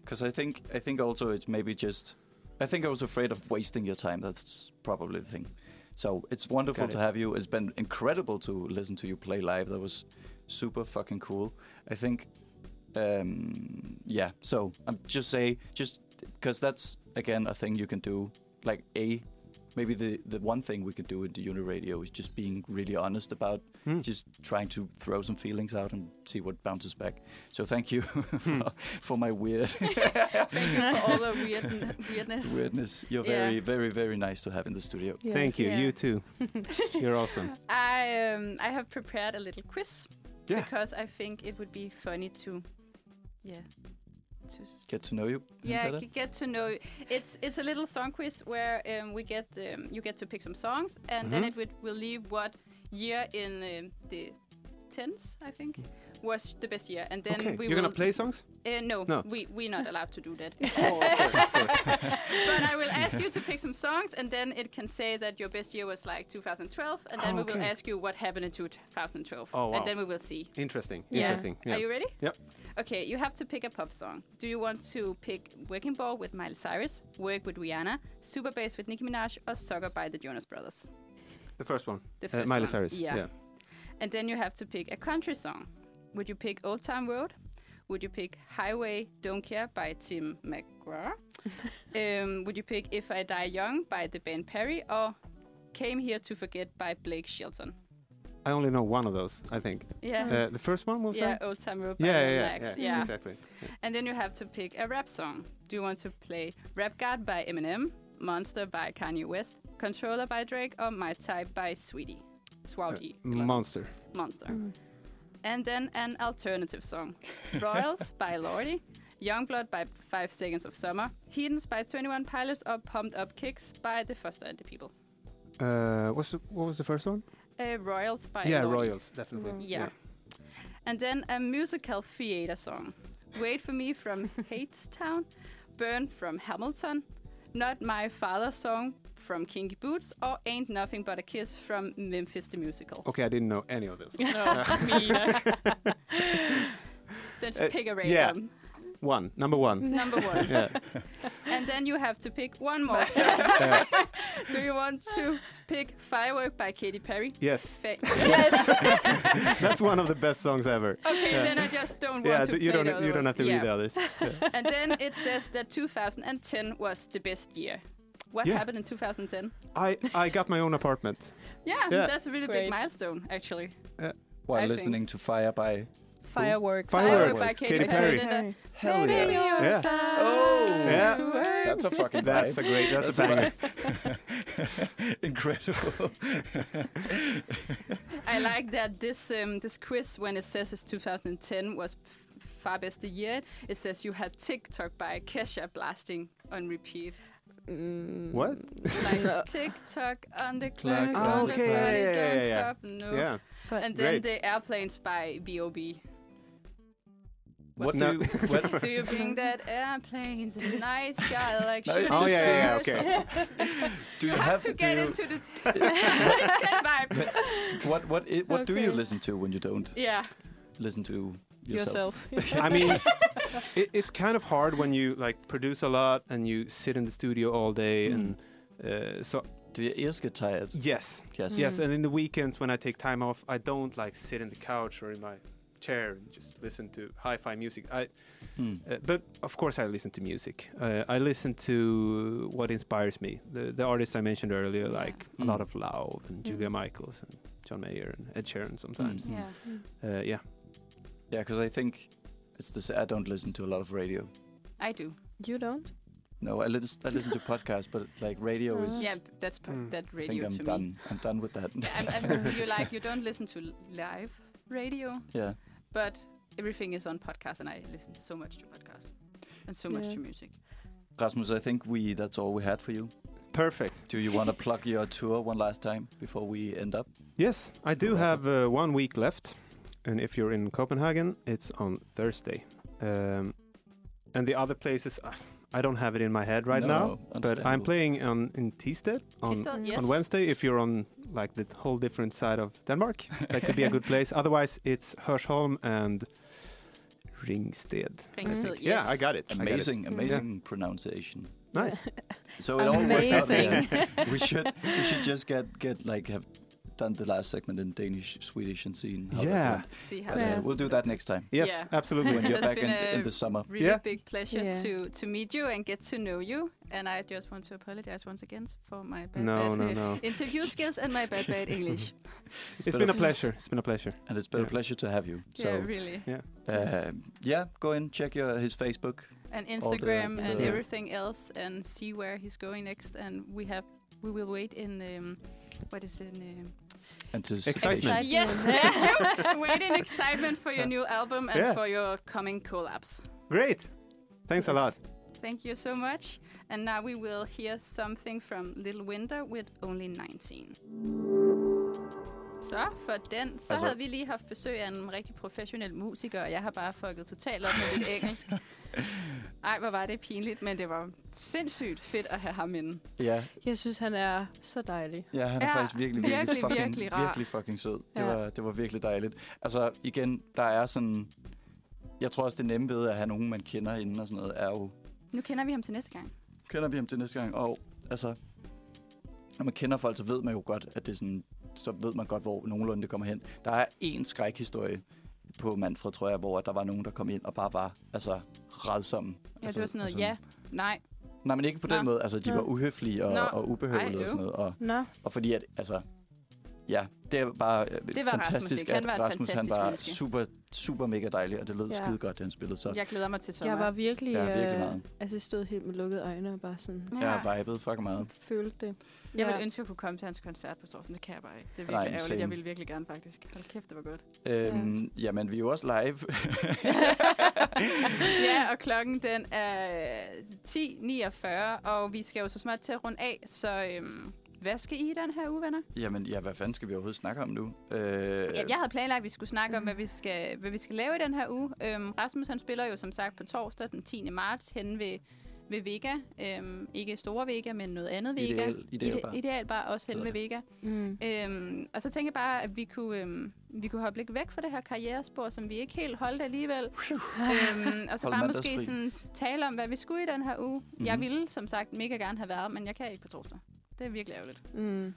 S4: Because I think I think also it's maybe just I think I was afraid of wasting your time. That's probably the thing. So it's wonderful
S5: Got
S4: to
S5: it.
S4: have you. It's been incredible to listen to you play live. That was super fucking cool. I think um yeah. So I'm just say just because that's again a thing you can do. Like a maybe the the one thing we could do at the Uniradio is just being really honest about
S5: Hmm.
S4: just trying to throw some feelings out and see what bounces back. So thank you
S5: Hmm.
S4: for, for my weird
S2: Thank you for all the weird, weirdness.
S4: weirdness. You're
S2: Yeah.
S4: very, very, very nice to have in the studio.
S3: Yeah.
S5: Thank you.
S2: Yeah.
S5: You too. You're awesome.
S2: I um, I have prepared a little quiz
S5: Yeah.
S2: because I think it would be funny to, yeah, to s-
S4: Get to know you
S2: yeah
S4: better.
S2: g- get to know. you. It's it's a little song quiz where um, we get um, you get to pick some songs and then
S5: Mhm.
S2: it would will leave what year in um, the tens I think was the best year and then
S5: Hmm. okay.
S2: we
S5: You're
S2: will
S5: gonna play songs?
S2: Uh, no,
S5: No.
S2: we we're not allowed to do that.
S5: oh, of course, of course.
S2: but I will ask you to pick some songs, and then it can say that your best year was like 2012, and then
S5: Oh,
S2: we will
S5: okay.
S2: ask you what happened in 2012,
S5: Oh, wow.
S2: and then we will see.
S5: Interesting.
S3: Yeah.
S5: Interesting. Yeah.
S2: Are you ready?
S5: Yep.
S2: Okay, you have to pick a pop song. Do you want to pick Working Ball with Miley Cyrus, Work with Rihanna, Super Bass with Nicki Minaj, or Sucker by the Jonas Brothers?
S5: The first one.
S2: The
S5: Uh,
S2: first
S5: Miley
S2: one.
S5: Cyrus.
S2: Yeah. And then you have to pick a country song. Would you pick Old Time Road? Would you pick Highway Don't Care by Tim McGraw? um, would you pick If I Die Young by the band Perry or Came Here to Forget by Blake Shelton?
S5: I only know one of those. I think.
S2: Yeah.
S5: Uh, the first one was
S2: Uh-huh. yeah,
S5: that?
S2: Old Time Road by
S5: Yeah,
S2: the
S5: yeah, yeah,
S2: Knack,
S5: yeah, exactly. Yeah.
S2: And then you have to pick a rap song. Do you want to play Rap God by Eminem, Monster by Kanye West, Controller by Drake, or My Type by Sweetie? Swaggy.
S5: Uh, Monster.
S2: Monster.
S3: Mm.
S2: And then an alternative song Royals by Lordi, Youngblood by Five Seconds of Summer, Heathens by 21 Pilots, or Pumped Up Kicks by The Foster and the People.
S5: Uh, what's the, what was the first one?
S2: Uh, Royals by
S5: yeah,
S2: Lordi.
S5: Royals, definitely.
S2: Yeah. And then a musical theater song Wait for Me from Hadestown, Burn from Hamilton, Not My Father's Song from Kinky Boots, or Ain't Nothing But a Kiss from Memphis the Musical.
S5: Okay, I didn't know any of those.
S2: No, me neither. Then just pick a
S5: Uh, yeah.
S2: random.
S5: One, number one.
S2: Number one.
S5: yeah.
S2: And and then you have to pick one more.
S5: Yeah.
S2: Do you want to pick Firework by Katy Perry?
S5: Yes.
S2: Fa-
S3: Yes.
S5: That's one of the best songs ever.
S2: Okay,
S5: Yeah.
S2: then I just don't want
S5: Yeah,
S2: to
S5: th- you
S2: play
S5: don't
S2: the other
S5: you don't
S2: ones.
S5: have to
S2: yeah.
S5: read the others. Yeah.
S2: And then it says that 2010 was the best year. What
S5: Yeah.
S2: happened in 2010?
S5: I I got my own apartment.
S2: Yeah,
S5: Yeah.
S2: that's a really
S3: Great.
S2: big milestone, actually.
S4: While
S2: I
S4: listening to Fire by
S3: Fireworks.
S5: Fireworks.
S2: by Katy,
S5: Katy
S2: Perry.
S5: Perry.
S2: Then the-
S4: Hell
S2: Baby,
S4: yeah.
S2: you're
S5: Yeah.
S2: fine
S4: Oh.
S5: Yeah.
S2: to work.
S4: That's a fucking
S5: That's a
S4: vibe.
S5: great. That's, a banger.
S4: Incredible.
S2: I like that this um, this quiz when it says it's 2010 was f- far best the year. It says you had TikTok by Kesha blasting on repeat.
S3: Mm,
S5: What?
S2: Like
S3: No.
S2: TikTok on the
S4: Clock
S2: clock,
S4: on
S2: on
S4: the
S2: the
S4: clock.
S2: party,
S5: Okay, yeah,
S2: don't
S5: yeah, yeah.
S2: stop, no.
S5: Yeah.
S3: But-
S2: And then
S5: Great.
S2: the airplanes by B.O.B.
S4: what
S5: No.
S4: do you, what,
S2: Do you think that airplanes in the night sky like
S4: No, you
S5: Oh
S4: Just
S5: yeah, yeah,
S4: singers.
S5: yeah, okay.
S4: do you
S2: have,
S4: have
S2: to
S4: do
S2: get
S4: you-
S2: into the t- 10 vibe.
S4: What what i- what do you
S3: Okay.
S4: listen to when you don't
S2: Yeah.
S4: listen to yourself?
S3: yourself.
S5: I mean, it, it's kind of hard when you like produce a lot and you sit in the studio all day
S2: Mm-hmm.
S4: Mm.
S5: and uh, so
S4: Do your ears get tired?
S5: yes,
S4: Yes.
S5: yes.
S3: Mm.
S5: And in the weekends when I take time off, I don't like sit in the couch or in my chair and just listen to hi-fi music. I
S4: Mm.
S5: uh, but of course I listen to music. Uh, I listen to what inspires me. The the artists I mentioned earlier,
S2: Yeah.
S5: like a
S4: Mm.
S5: lot of Lau and Julia
S3: Mm.
S5: Michaels and John Mayer and Ed Sheeran sometimes.
S4: Mm.
S2: Yeah.
S5: Uh, yeah.
S4: Yeah, because I think it's the s- I don't listen to a lot of radio.
S2: I do.
S3: you don't?
S4: No, I listen I listen to podcasts, but like radio is.
S2: Yeah, that's p-
S5: Mm.
S2: that
S4: I think
S2: radio
S4: I'm
S2: to
S4: done.
S2: me.
S4: I'm done with that.
S2: And, and you like you don't listen to l- live radio,
S4: yeah.
S2: but everything is on podcast, and I listen so much to podcast and so much
S3: Yeah.
S2: to music.
S4: Rasmus, I think we that's all we had for you.
S5: Perfect.
S4: Do you want to plug your tour one last time before we end up?
S5: Yes, I do
S4: Wrap
S5: have uh, one week left, and if you're in Copenhagen, it's on Thursday. Um, and the other places, uh, I don't have it in my head right now,
S4: No,
S5: but I'm
S4: understandable.
S5: playing on in Tisted on,
S2: Tisted,
S3: on
S2: yes.
S5: on Wednesday. If you're on like the whole different side of Denmark, that could be a good place. Otherwise, it's Hørsholm and Ringsted.
S2: Ringsted,
S3: think-
S2: yes.
S5: Yeah, I got it. I got it.
S4: Amazing,
S3: Mm.
S4: amazing pronunciation.
S5: Nice.
S4: So it all worked out.
S3: Amazing.
S4: yeah. we should we should just get get like have done the last segment in Danish, Swedish, and seen. how that
S5: Yeah.
S4: went.
S2: See how
S4: But, uh,
S3: Yeah.
S4: we'll do that next time
S5: Yes,
S2: Yeah.
S5: absolutely.
S4: when you're
S2: That's
S4: back in,
S2: been
S4: in
S2: a
S4: the summer.
S2: Really
S5: Yeah.
S2: big pleasure
S3: Yeah.
S2: to to meet you and get to know you. And I just want to apologize once again for my bad,
S5: no,
S2: bad
S5: no,
S2: uh,
S5: no.
S2: interview skills and my bad bad English.
S5: It's been a pleasure. It's been a pleasure.
S4: And it's been a
S5: Yeah.
S4: pleasure to have you. So
S2: yeah, really.
S4: uh, yeah, go and check your his Facebook.
S2: and
S4: all the-
S2: Instagram and
S5: Yeah.
S2: everything else and see where he's going next. And we have we will wait in um, what is it? Um,
S4: Anticipation.
S5: Excitement.
S2: yes, thank you. wait in excitement for your new album and
S5: Yeah.
S2: for your coming collabs.
S5: Great. Thanks a
S2: Yes.
S5: lot.
S2: Thank you so much. And now we will hear something from Little Winter with Only 19. Så for den, så
S4: Altså-
S2: altså. havde vi lige haft besøg af en rigtig professionel musiker, og jeg har bare fucket totalt op med mit engelsk. Ej, hvor var det pinligt, men det var sindssygt fedt at have ham inde.
S4: Ja,
S3: Jeg synes, han er så dejlig.
S4: ja, han er
S2: Ja,
S4: faktisk virkelig, virkelig,
S2: virkelig,
S4: fucking,
S2: virkelig rar.
S4: virkelig fucking sød. Det,
S3: Ja.
S4: var, det var virkelig dejligt. Altså igen, der er sådan... Jeg tror også, det nemme ved at have nogen, man kender inden og sådan noget, er jo...
S2: Nu kender vi ham til næste gang.
S4: Kender vi ham til næste gang? Og altså... Når man kender folk, så ved man jo godt, at det er sådan... Så ved man godt, hvor nogenlunde det kommer hen. Der er en skrækhistorie på Manfred, tror jeg, hvor at der var nogen, der kom ind og bare var altså, redsomme.
S2: Ja,
S4: altså,
S2: det var sådan noget,
S4: altså-
S2: ja, nej,
S4: Nej, men ikke på den
S2: Nå.
S4: måde. Altså, de
S3: Nå.
S4: var uhøflige og,
S2: Nå.
S4: og ubehøvelige
S2: Ej,
S4: og sådan noget. Og,
S3: Nå,
S4: Og fordi at, altså, ja, det er bare øh,
S2: Det var Rasmus,
S4: fantastisk,
S2: ikke? Han var
S4: at
S2: et
S4: Rasmus han
S2: fantastisk
S4: var
S2: menneske.
S4: super, super mega dejlig, og det lød
S3: Ja.
S4: ja. skide godt, han spillede så.
S2: jeg glæder mig til sommer.
S3: jeg var virkelig...
S4: Ja, virkelig
S3: øh,
S4: meget.
S3: altså, jeg stod helt med lukkede øjne og bare sådan...
S4: Ja. Jeg vibede fucking meget.
S3: Følte det.
S2: Jeg ville
S3: Ja.
S2: ønske, at jeg kunne komme til hans koncert på torsdag. Det kan jeg bare ikke. Det er
S4: Nej,
S2: virkelig ærgerligt.
S4: same.
S2: Jeg ville virkelig gerne, faktisk. Hold kæft, det var godt.
S4: Øhm, jamen, vi er jo også live.
S2: ja, og klokken den er 10.49, og vi skal jo så småt til at runde af, så øhm, hvad skal I i den her uge, venner?
S4: jamen, ja, hvad fanden skal vi overhovedet snakke om nu? Øh,
S2: Jamen, jeg havde planlagt, at vi skulle snakke om, hvad vi skal, hvad vi skal lave i den her uge. Øhm, Rasmus han spiller jo som sagt på torsdag den 10. marts hen ved ved Vega. Øhm, ikke store Vega, men noget andet Vega.
S4: Ideal, ideal
S2: Ide-
S4: bare.
S2: Idealbar, også hen
S4: Hedder
S2: ved Vega.
S3: Mm.
S2: Øhm, og så tænker jeg bare, at vi kunne, øhm, vi kunne hoppe lidt væk fra det her karrierespor, som vi ikke helt holdt alligevel. øhm, og så
S4: Hold
S2: bare
S4: mandagsfri.
S2: måske sådan, tale om, hvad vi skulle i den her uge. Mm-hmm. Jeg
S4: Mhm.
S2: ville som sagt mega gerne have været, men jeg kan ikke på torsdag. Det er virkelig ærgerligt.
S3: Mm.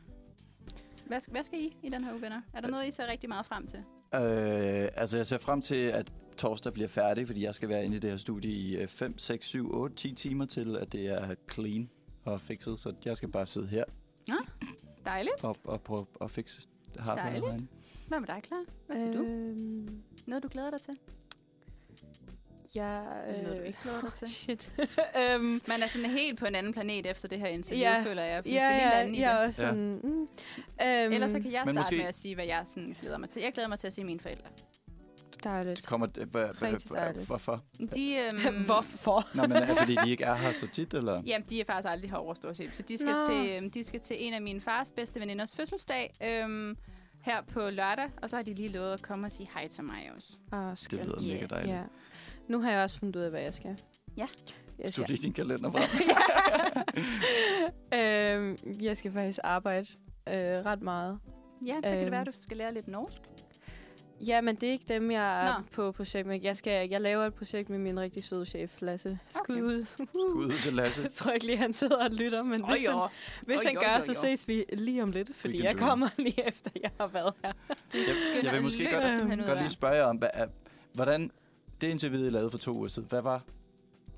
S2: Hvad, sk- hvad skal I i den her uge, venner? Er der noget, I ser rigtig meget frem til?
S4: Øh, altså, jeg ser frem til, at torsdag bliver færdig, fordi jeg skal være inde i det her studie i øh, 5, 6, 7, 8, 10 timer til, at det er clean og fikset. Så jeg skal bare sidde her
S2: Dejligt.
S4: og, og prøve at fikse hardwaren
S2: Dejligt.
S4: herinde.
S2: Hvad med dig, Clara? Hvad siger øh... du?
S3: Øhm,
S2: Noget, du glæder dig til?
S3: jeg...
S2: Øh... Noget, du
S3: Øh,
S2: ikke glæder dig til?
S3: shit. øhm,
S2: Man er sådan helt på en anden planet efter det her interview,
S3: Ja.
S2: ja. føler jeg. For vi skal lige
S3: ja,
S2: lande i
S3: jeg
S2: det.
S3: er også
S4: Ja.
S3: sådan... Mm, øhm,
S2: Ellers så kan jeg
S4: Men
S2: starte
S4: måske-
S2: med at sige, hvad jeg sådan glæder mig til. Jeg glæder mig til at se mine forældre.
S4: Det
S3: Dejligt.
S4: kommer... hva- hva-
S3: Rigtig
S4: hva-
S3: dejligt.
S4: Hvorfor?
S2: De, øhm,
S3: Hvorfor?
S4: Nå, men er, fordi de ikke er her så tit, eller?
S2: Jamen, de er faktisk aldrig herovre stort set. Så de skal,
S3: Nå.
S2: til, øhm, de skal til en af mine fars bedste veninders fødselsdag øhm, her på lørdag. Og så har de lige lovet at komme og sige hej til mig også.
S3: Åh,
S4: Det
S3: skønt.
S4: lyder
S2: Ja,
S4: mega dejligt.
S3: Ah, Ja. Nu har jeg også fundet ud af, hvad jeg skal.
S2: Ja.
S3: Jeg
S4: Du
S3: skal,
S4: lige din kalender bare.
S3: øhm, jeg skal faktisk arbejde øh, ret meget.
S2: Ja, så kan
S3: Øhm.
S2: det være, at du skal lære lidt norsk.
S3: Ja, men det er ikke dem, jeg er
S2: Nå.
S3: på projekt med. Jeg, skal, jeg laver et projekt med min rigtig søde chef, Lasse. Skud
S2: Okay.
S3: ud.
S4: Ud til Lasse.
S3: Jeg tror ikke lige, han sidder og lytter, men
S2: Åh,
S3: hvis,
S2: jo.
S3: han, hvis
S2: Oj,
S3: han
S2: jo,
S3: gør,
S2: jo,
S3: så
S2: jo.
S3: ses vi lige om lidt, fordi
S4: Weekend
S3: jeg
S4: Dream.
S3: kommer lige efter, jeg har været her.
S4: Jeg, jeg
S2: Skynder
S4: vil
S2: dig
S4: måske
S2: løber
S4: godt,
S2: simpelthen ud
S4: godt
S2: af.
S4: lige spørge jer om, hvad, er- hvordan det interview, I lavede for to uger siden, hvad var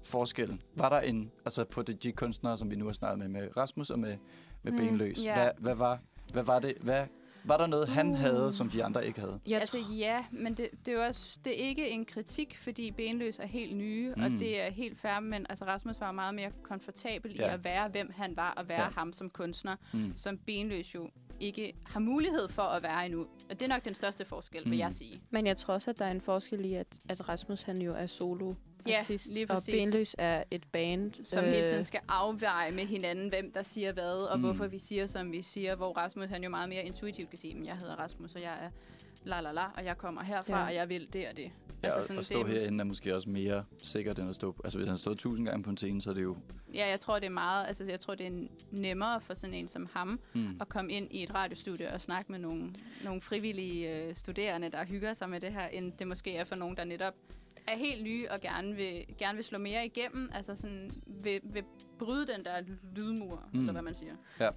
S4: forskellen? Var der en, altså på de de kunstnere, som vi nu har snakket med, med Rasmus og med, med
S3: Mm,
S4: Benløs,
S2: ja. Uh.
S4: hvad, hvad, var, hvad var det, hvad, var der noget, han havde, som de andre ikke havde?
S3: Jeg
S2: altså ja, men det, det er jo også, det er ikke en kritik, fordi Benløs er helt nye, mm. og
S4: Mm.
S2: det er helt fair, men altså Rasmus var meget mere komfortabel ja. i
S4: Ja.
S2: at være, hvem han var, og være
S4: Ja.
S2: ja. ham som kunstner,
S4: Mm.
S2: som Benløs jo ikke har mulighed for at være endnu. Og det er nok den største forskel, mm. vil
S4: Mm.
S2: jeg sige.
S3: Men jeg tror også, at der er en forskel i, at, at Rasmus han jo er solo
S2: Ja, lige
S3: og
S2: præcis.
S3: Benløs er et band.
S2: Som øh. hele tiden skal afveje med hinanden, hvem der siger hvad, og mm.
S4: Mm.
S2: hvorfor vi siger, som vi siger, hvor Rasmus han jo meget mere intuitivt kan sige, men jeg hedder Rasmus, og jeg er la la la, og jeg kommer herfra,
S3: Ja.
S2: ja. og jeg vil det og det.
S4: Ja,
S2: altså
S4: altså,
S2: sådan,
S4: at
S2: det
S4: stå
S2: er-
S4: herinde er måske også mere sikkert, end at stå... Altså, hvis han stod tusind gange på en scene, så er det jo...
S2: Ja, jeg tror, det er meget, altså jeg tror, det er nemmere for sådan en som ham,
S4: Mm.
S2: at komme ind i et radiostudie og snakke med nogle, nogle frivillige øh, studerende, der hygger sig med det her, end det måske er for nogen, der netop er helt nye og gerne vil, gerne vil slå mere igennem, altså sådan vil, vil bryde den der lydmur, mm.
S4: Mm.
S2: eller hvad man siger.
S3: Ja,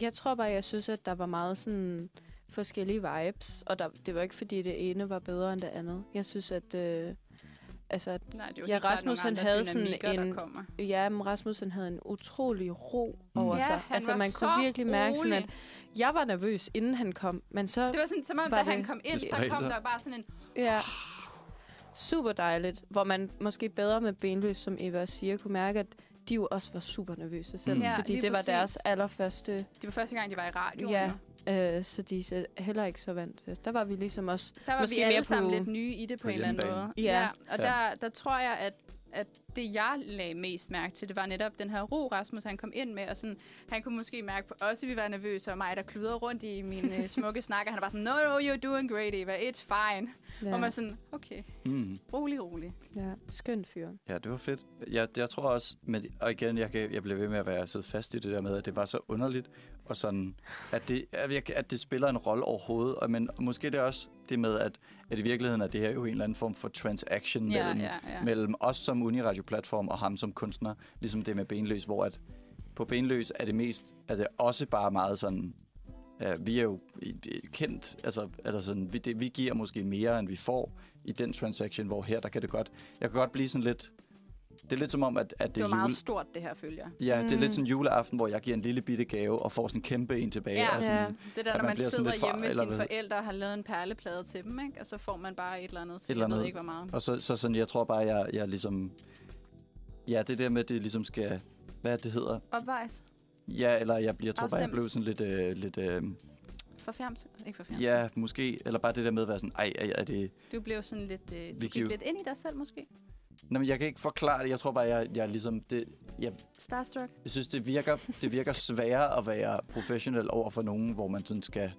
S3: jeg tror bare, jeg synes, at der var meget sådan forskellige vibes, og der, det var ikke, fordi det ene var bedre end det andet. Jeg synes, at... Øh, altså, at
S2: Nej, det er jo
S3: Ja,
S2: helt klart
S3: Rasmus,
S2: nogle
S3: han
S2: andre
S3: havde sådan
S2: dynamikker, der
S3: en-
S2: kommer.
S3: ja, men Rasmus han havde en utrolig ro
S4: Mm.
S3: over
S4: Ja,
S3: sig.
S2: han
S3: Altså,
S2: var
S3: man kunne
S2: så
S3: virkelig mærke, sådan,
S2: rolig.
S3: at jeg var nervøs, inden han kom, men så...
S2: Det var sådan, som om,
S3: Var
S2: da
S3: det-
S2: han kom ind,
S4: Det
S2: så kom
S4: spredte sig.
S2: der bare sådan en...
S3: Ja. Super dejligt, hvor man måske bedre med Benløs, som Eva også siger, kunne mærke, at de jo også var super nervøse selv,
S4: Mm.
S3: mm.
S4: Ja,
S3: fordi
S2: lige
S3: det var
S2: præcis.
S3: deres allerførste,
S2: Det var første gang, de var i radioen.
S3: ja,
S2: Ja,
S3: øh, så de er heller ikke så vant til. Der var vi ligesom også,
S2: der var
S3: måske
S2: vi alle
S3: mere på-
S2: sammen lidt nye i det på,
S4: på
S2: en eller anden
S4: hjemmebane.
S2: måde.
S3: Ja.
S2: Og
S4: Ja.
S2: der, der tror jeg, at, at det, jeg lagde mest mærke til, det var netop den her ro, Rasmus han kom ind med, og sådan, han kunne måske mærke på os, at vi var nervøse, og mig, der kludrede rundt i mine øh, smukke snakker. Han var sådan, no, no, you're doing great, Eva, it's fine. Ja.
S3: ja,
S2: Og man sådan, okay,
S4: Mm.
S2: rolig, rolig.
S3: ja, skøn fyr.
S4: Ja, det var fedt. Jeg, jeg tror også, men, og igen, jeg, kan, jeg blev ved med at være sidde fast i det der med, at det var så underligt, og sådan, at det, at jeg- at det spiller en rolle overhovedet, og, men måske det er også det med, at, at i virkeligheden er det her jo en eller anden form for transaction
S2: Ja,
S4: mellem,
S2: ja, ja.
S4: mellem os som Uniradio-platform og ham som kunstner, ligesom det med Benløs, hvor at på Benløs er det mest, er det også bare meget sådan, ja, vi er jo i- i- kendt, altså, eller sådan, vi, det, vi giver måske mere, end vi får i den transaction, hvor her, der kan det godt, jeg kan godt blive sådan lidt, det er lidt som om, at, at
S2: Det
S4: det,
S2: var
S4: er jule,
S2: meget stort, det her, følger. jeg.
S4: ja, det er
S3: Mm.
S4: lidt sådan juleaften, hvor jeg giver en lille bitte gave og får sådan en kæmpe en tilbage.
S2: Ja.
S4: og sådan,
S3: Ja.
S4: et
S2: Det der,
S4: At
S2: når
S4: man
S2: man,
S4: bliver sådan
S2: sidder
S4: lidt
S2: hjemme
S4: far-
S2: med
S4: eller
S2: sine
S4: hvad?
S2: forældre og har lavet en perleplade til dem, ikke? og så får man bare et eller andet.
S4: eller
S2: Jeg ved
S4: andet.
S2: ikke, hvor meget.
S4: Og så, så sådan, jeg tror bare, jeg, jeg ligesom, ja, det der med, at det ligesom skal, hvad er det, det hedder,
S2: Opvejs.
S4: Ja, eller jeg, jeg tror bare, jeg blev
S2: Afstemt.
S4: sådan lidt... Øh, lidt øh,
S2: For fjerns. Ikke for fjerns.
S4: ja, måske. Eller bare det der med at være sådan, ej, er, er det...
S2: Du blev sådan lidt... Øh, du
S4: Vi
S2: gik
S4: kan jo-
S2: lidt ind i dig selv, måske?
S4: Nå, men jeg kan ikke forklare det. Jeg tror bare, jeg, jeg ligesom... Det, jeg,
S2: Starstruck?
S4: jeg synes, det virker, det virker sværere at være professionel over for nogen, hvor man sådan skal...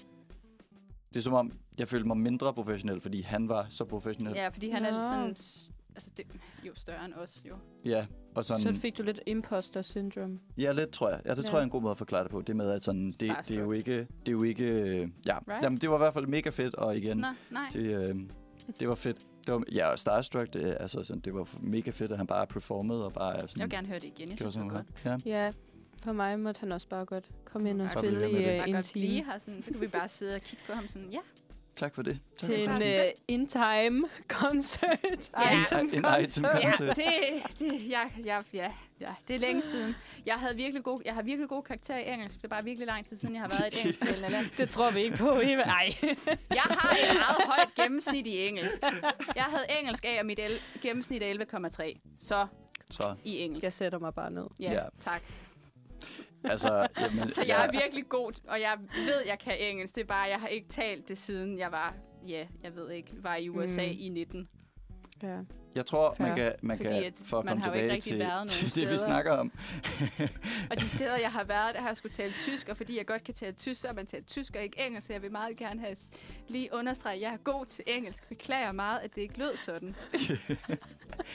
S4: Det er som om, jeg følte mig mindre professionel, fordi han var så professionel.
S2: Ja, fordi han er
S3: Nå.
S2: lidt sådan... s- Altså, det, jo, større end os, jo.
S4: Ja, og Og sådan,
S3: Så fik du lidt imposter syndrome.
S4: Ja, lidt tror jeg. Ja, det
S3: Ja.
S4: tror jeg er en god måde at forklare det på. Det med, at sådan, det, det er jo
S2: Starstruck.
S4: ikke... Det er jo ikke øh, ja.
S2: Right?
S4: Jamen, det var i hvert fald mega fedt, og igen,
S2: Nå, nej.
S4: det, øh, det var fedt. Det var, ja, og Starstruck, det, er altså, sådan, det var mega fedt, at han bare performede og bare er sådan...
S2: Jeg vil gerne høre det igen. Jeg
S4: gjorde
S2: synes, det
S4: sådan
S2: var godt.
S4: noget. Ja.
S3: Ja, for mig måtte han også bare godt komme ind og
S2: Så er
S4: vi
S3: spille
S4: lige med
S3: i
S4: det.
S3: øh,
S2: Bare
S3: en
S2: godt blive
S3: time.
S2: her, sådan, så kan vi bare sidde og kigge på ham sådan, ja,
S4: Tak for det. Tak
S3: Til
S4: for
S3: en
S4: det.
S3: øh, in-time-koncert.
S2: Ja.
S4: En
S3: Item-koncert.
S2: ja,
S4: item-koncert.
S2: det, det, ja, ja, ja, ja, det er længe siden. Jeg havde virkelig god, jeg har virkelig god karakter i engelsk. Det er bare virkelig lang tid siden, jeg har været i et engelsktalende land.
S3: Det tror vi ikke på, Eva. Ej.
S2: Jeg har et meget højt gennemsnit i engelsk. Jeg havde engelsk A, og mit el- gennemsnit er 11,3. Så
S4: Så,
S2: i engelsk.
S3: Jeg sætter mig bare ned.
S2: Ja,
S4: Ja.
S2: ja, tak.
S4: altså, jamen,
S2: Så jeg er virkelig god, og jeg ved, jeg kan engelsk. Det er bare, jeg har ikke talt det siden jeg var, ja, jeg ved ikke, var i USA
S3: Mm.
S2: mm. i 19.
S3: Ja.
S4: jeg tror,
S3: Fair.
S4: man kan, man
S2: Fordi
S4: kan
S2: at
S4: for at
S2: man
S4: komme
S2: har jo ikke
S4: tilbage
S2: rigtig
S4: til,
S2: været nogen
S4: til det,
S2: steder.
S4: vi snakker om.
S2: Og de steder, jeg har været, der har jeg skulle tale tysk, og fordi jeg godt kan tale tysk, så har man talt tysk og ikke engelsk, så jeg vil meget gerne have s- lige understrege, at jeg er god til engelsk. Beklager meget, at det ikke lød sådan.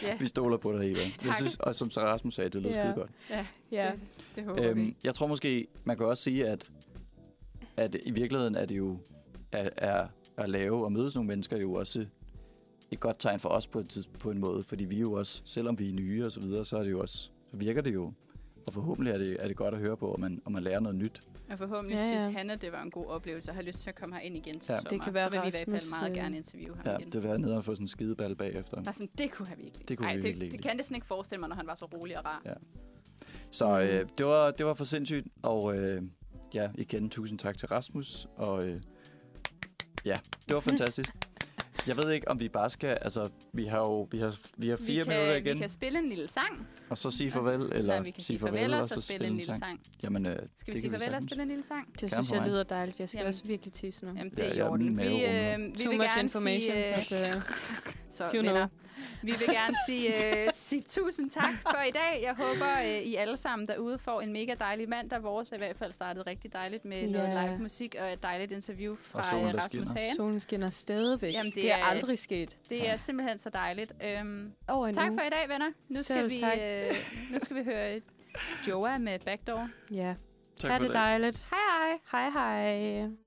S2: ja,
S4: Vi stoler på dig, Eva. Jeg
S2: Tak.
S4: synes, og som Rasmus sagde, det lød
S3: Ja.
S4: skide godt.
S2: ja,
S3: ja.
S2: det, det håber øhm, vi.
S4: Øhm, jeg tror måske, man kan også sige, at, at i virkeligheden er det jo at, er, at lave og mødes nogle mennesker jo også et godt tegn for os på, et tids, på en måde, fordi vi jo også, selvom vi er nye og så videre, så er det jo også, så virker det jo, og forhåbentlig er det, er det godt at høre på, og man, og man lærer noget nyt.
S2: Og forhåbentlig
S3: Ja,
S2: ja,
S3: ja.
S2: ja. synes Hanna, det var en god oplevelse, og har lyst til at komme herind igen til
S4: Ja.
S2: ja.
S4: Det
S2: sommer.
S3: kan være
S2: så vil vi i hvert
S3: Rasmus,
S2: fald meget
S3: øh,
S2: gerne interviewe ham
S4: Ja,
S2: igen.
S4: det vil være nederen at få sådan en skideball bagefter.
S2: Bare sådan, det kunne han virkelig.
S4: Det kunne
S2: Ej,
S4: vi
S2: det,
S4: virkelig
S2: det
S4: ikke.
S2: kan jeg næsten ikke forestille mig, når han var så rolig og rar.
S4: Ja. Så øh, det, var, det var for sindssygt, og øh, ja, igen tusind tak til Rasmus, og øh, ja, det var fantastisk. Jeg ved ikke, om vi bare skal, altså, vi har jo vi har, vi har fire
S2: vi, kan,
S4: minutter igen.
S2: vi kan spille en lille sang,
S4: Og så sige farvel, eller
S2: Nej, vi kan sige farvel, og så spille en lille sang.
S4: Jamen, øh,
S2: Skal vi
S4: det
S2: sige
S4: kan vi
S2: farvel og
S4: sagtens.
S2: spille en lille sang?
S3: Det
S4: Gerne
S3: synes
S4: for
S3: jeg
S4: mig.
S3: lyder dejligt. Jeg skal
S2: Jamen.
S3: også virkelig tisse nu.
S2: Jamen, det
S4: Ja,
S2: er i
S4: jeg er
S2: orden.
S4: mave
S2: Vi,
S4: rummer.
S2: øh, vi vil gerne sige... Øh,
S3: but, uh,
S2: så,
S3: you know.
S2: venner, vi vil gerne sige, øh, sige tusind tak for i dag. Jeg håber, øh, I alle sammen derude får en mega dejlig mandag. Vores er i hvert fald startet rigtig dejligt med noget
S3: Ja.
S2: live musik og et dejligt interview fra
S4: solen,
S2: øh,
S4: der
S2: Rasmus
S4: skinner.
S2: Hagen.
S3: solen skinner stadigvæk.
S2: Jamen, det
S3: det er
S2: er-
S3: aldrig sket.
S2: Det er simpelthen så dejligt. Øhm,
S3: Over en
S2: tak
S3: uge.
S2: for i dag, venner. Nu
S3: Selv
S2: skal, vi,
S3: tak.
S2: øh, nu skal vi høre Joa med Backdoor.
S3: Ja.
S4: Tak
S3: ha'
S4: for i
S3: det
S4: dag.
S3: dejligt.
S2: Hej hej!
S3: Hej hej.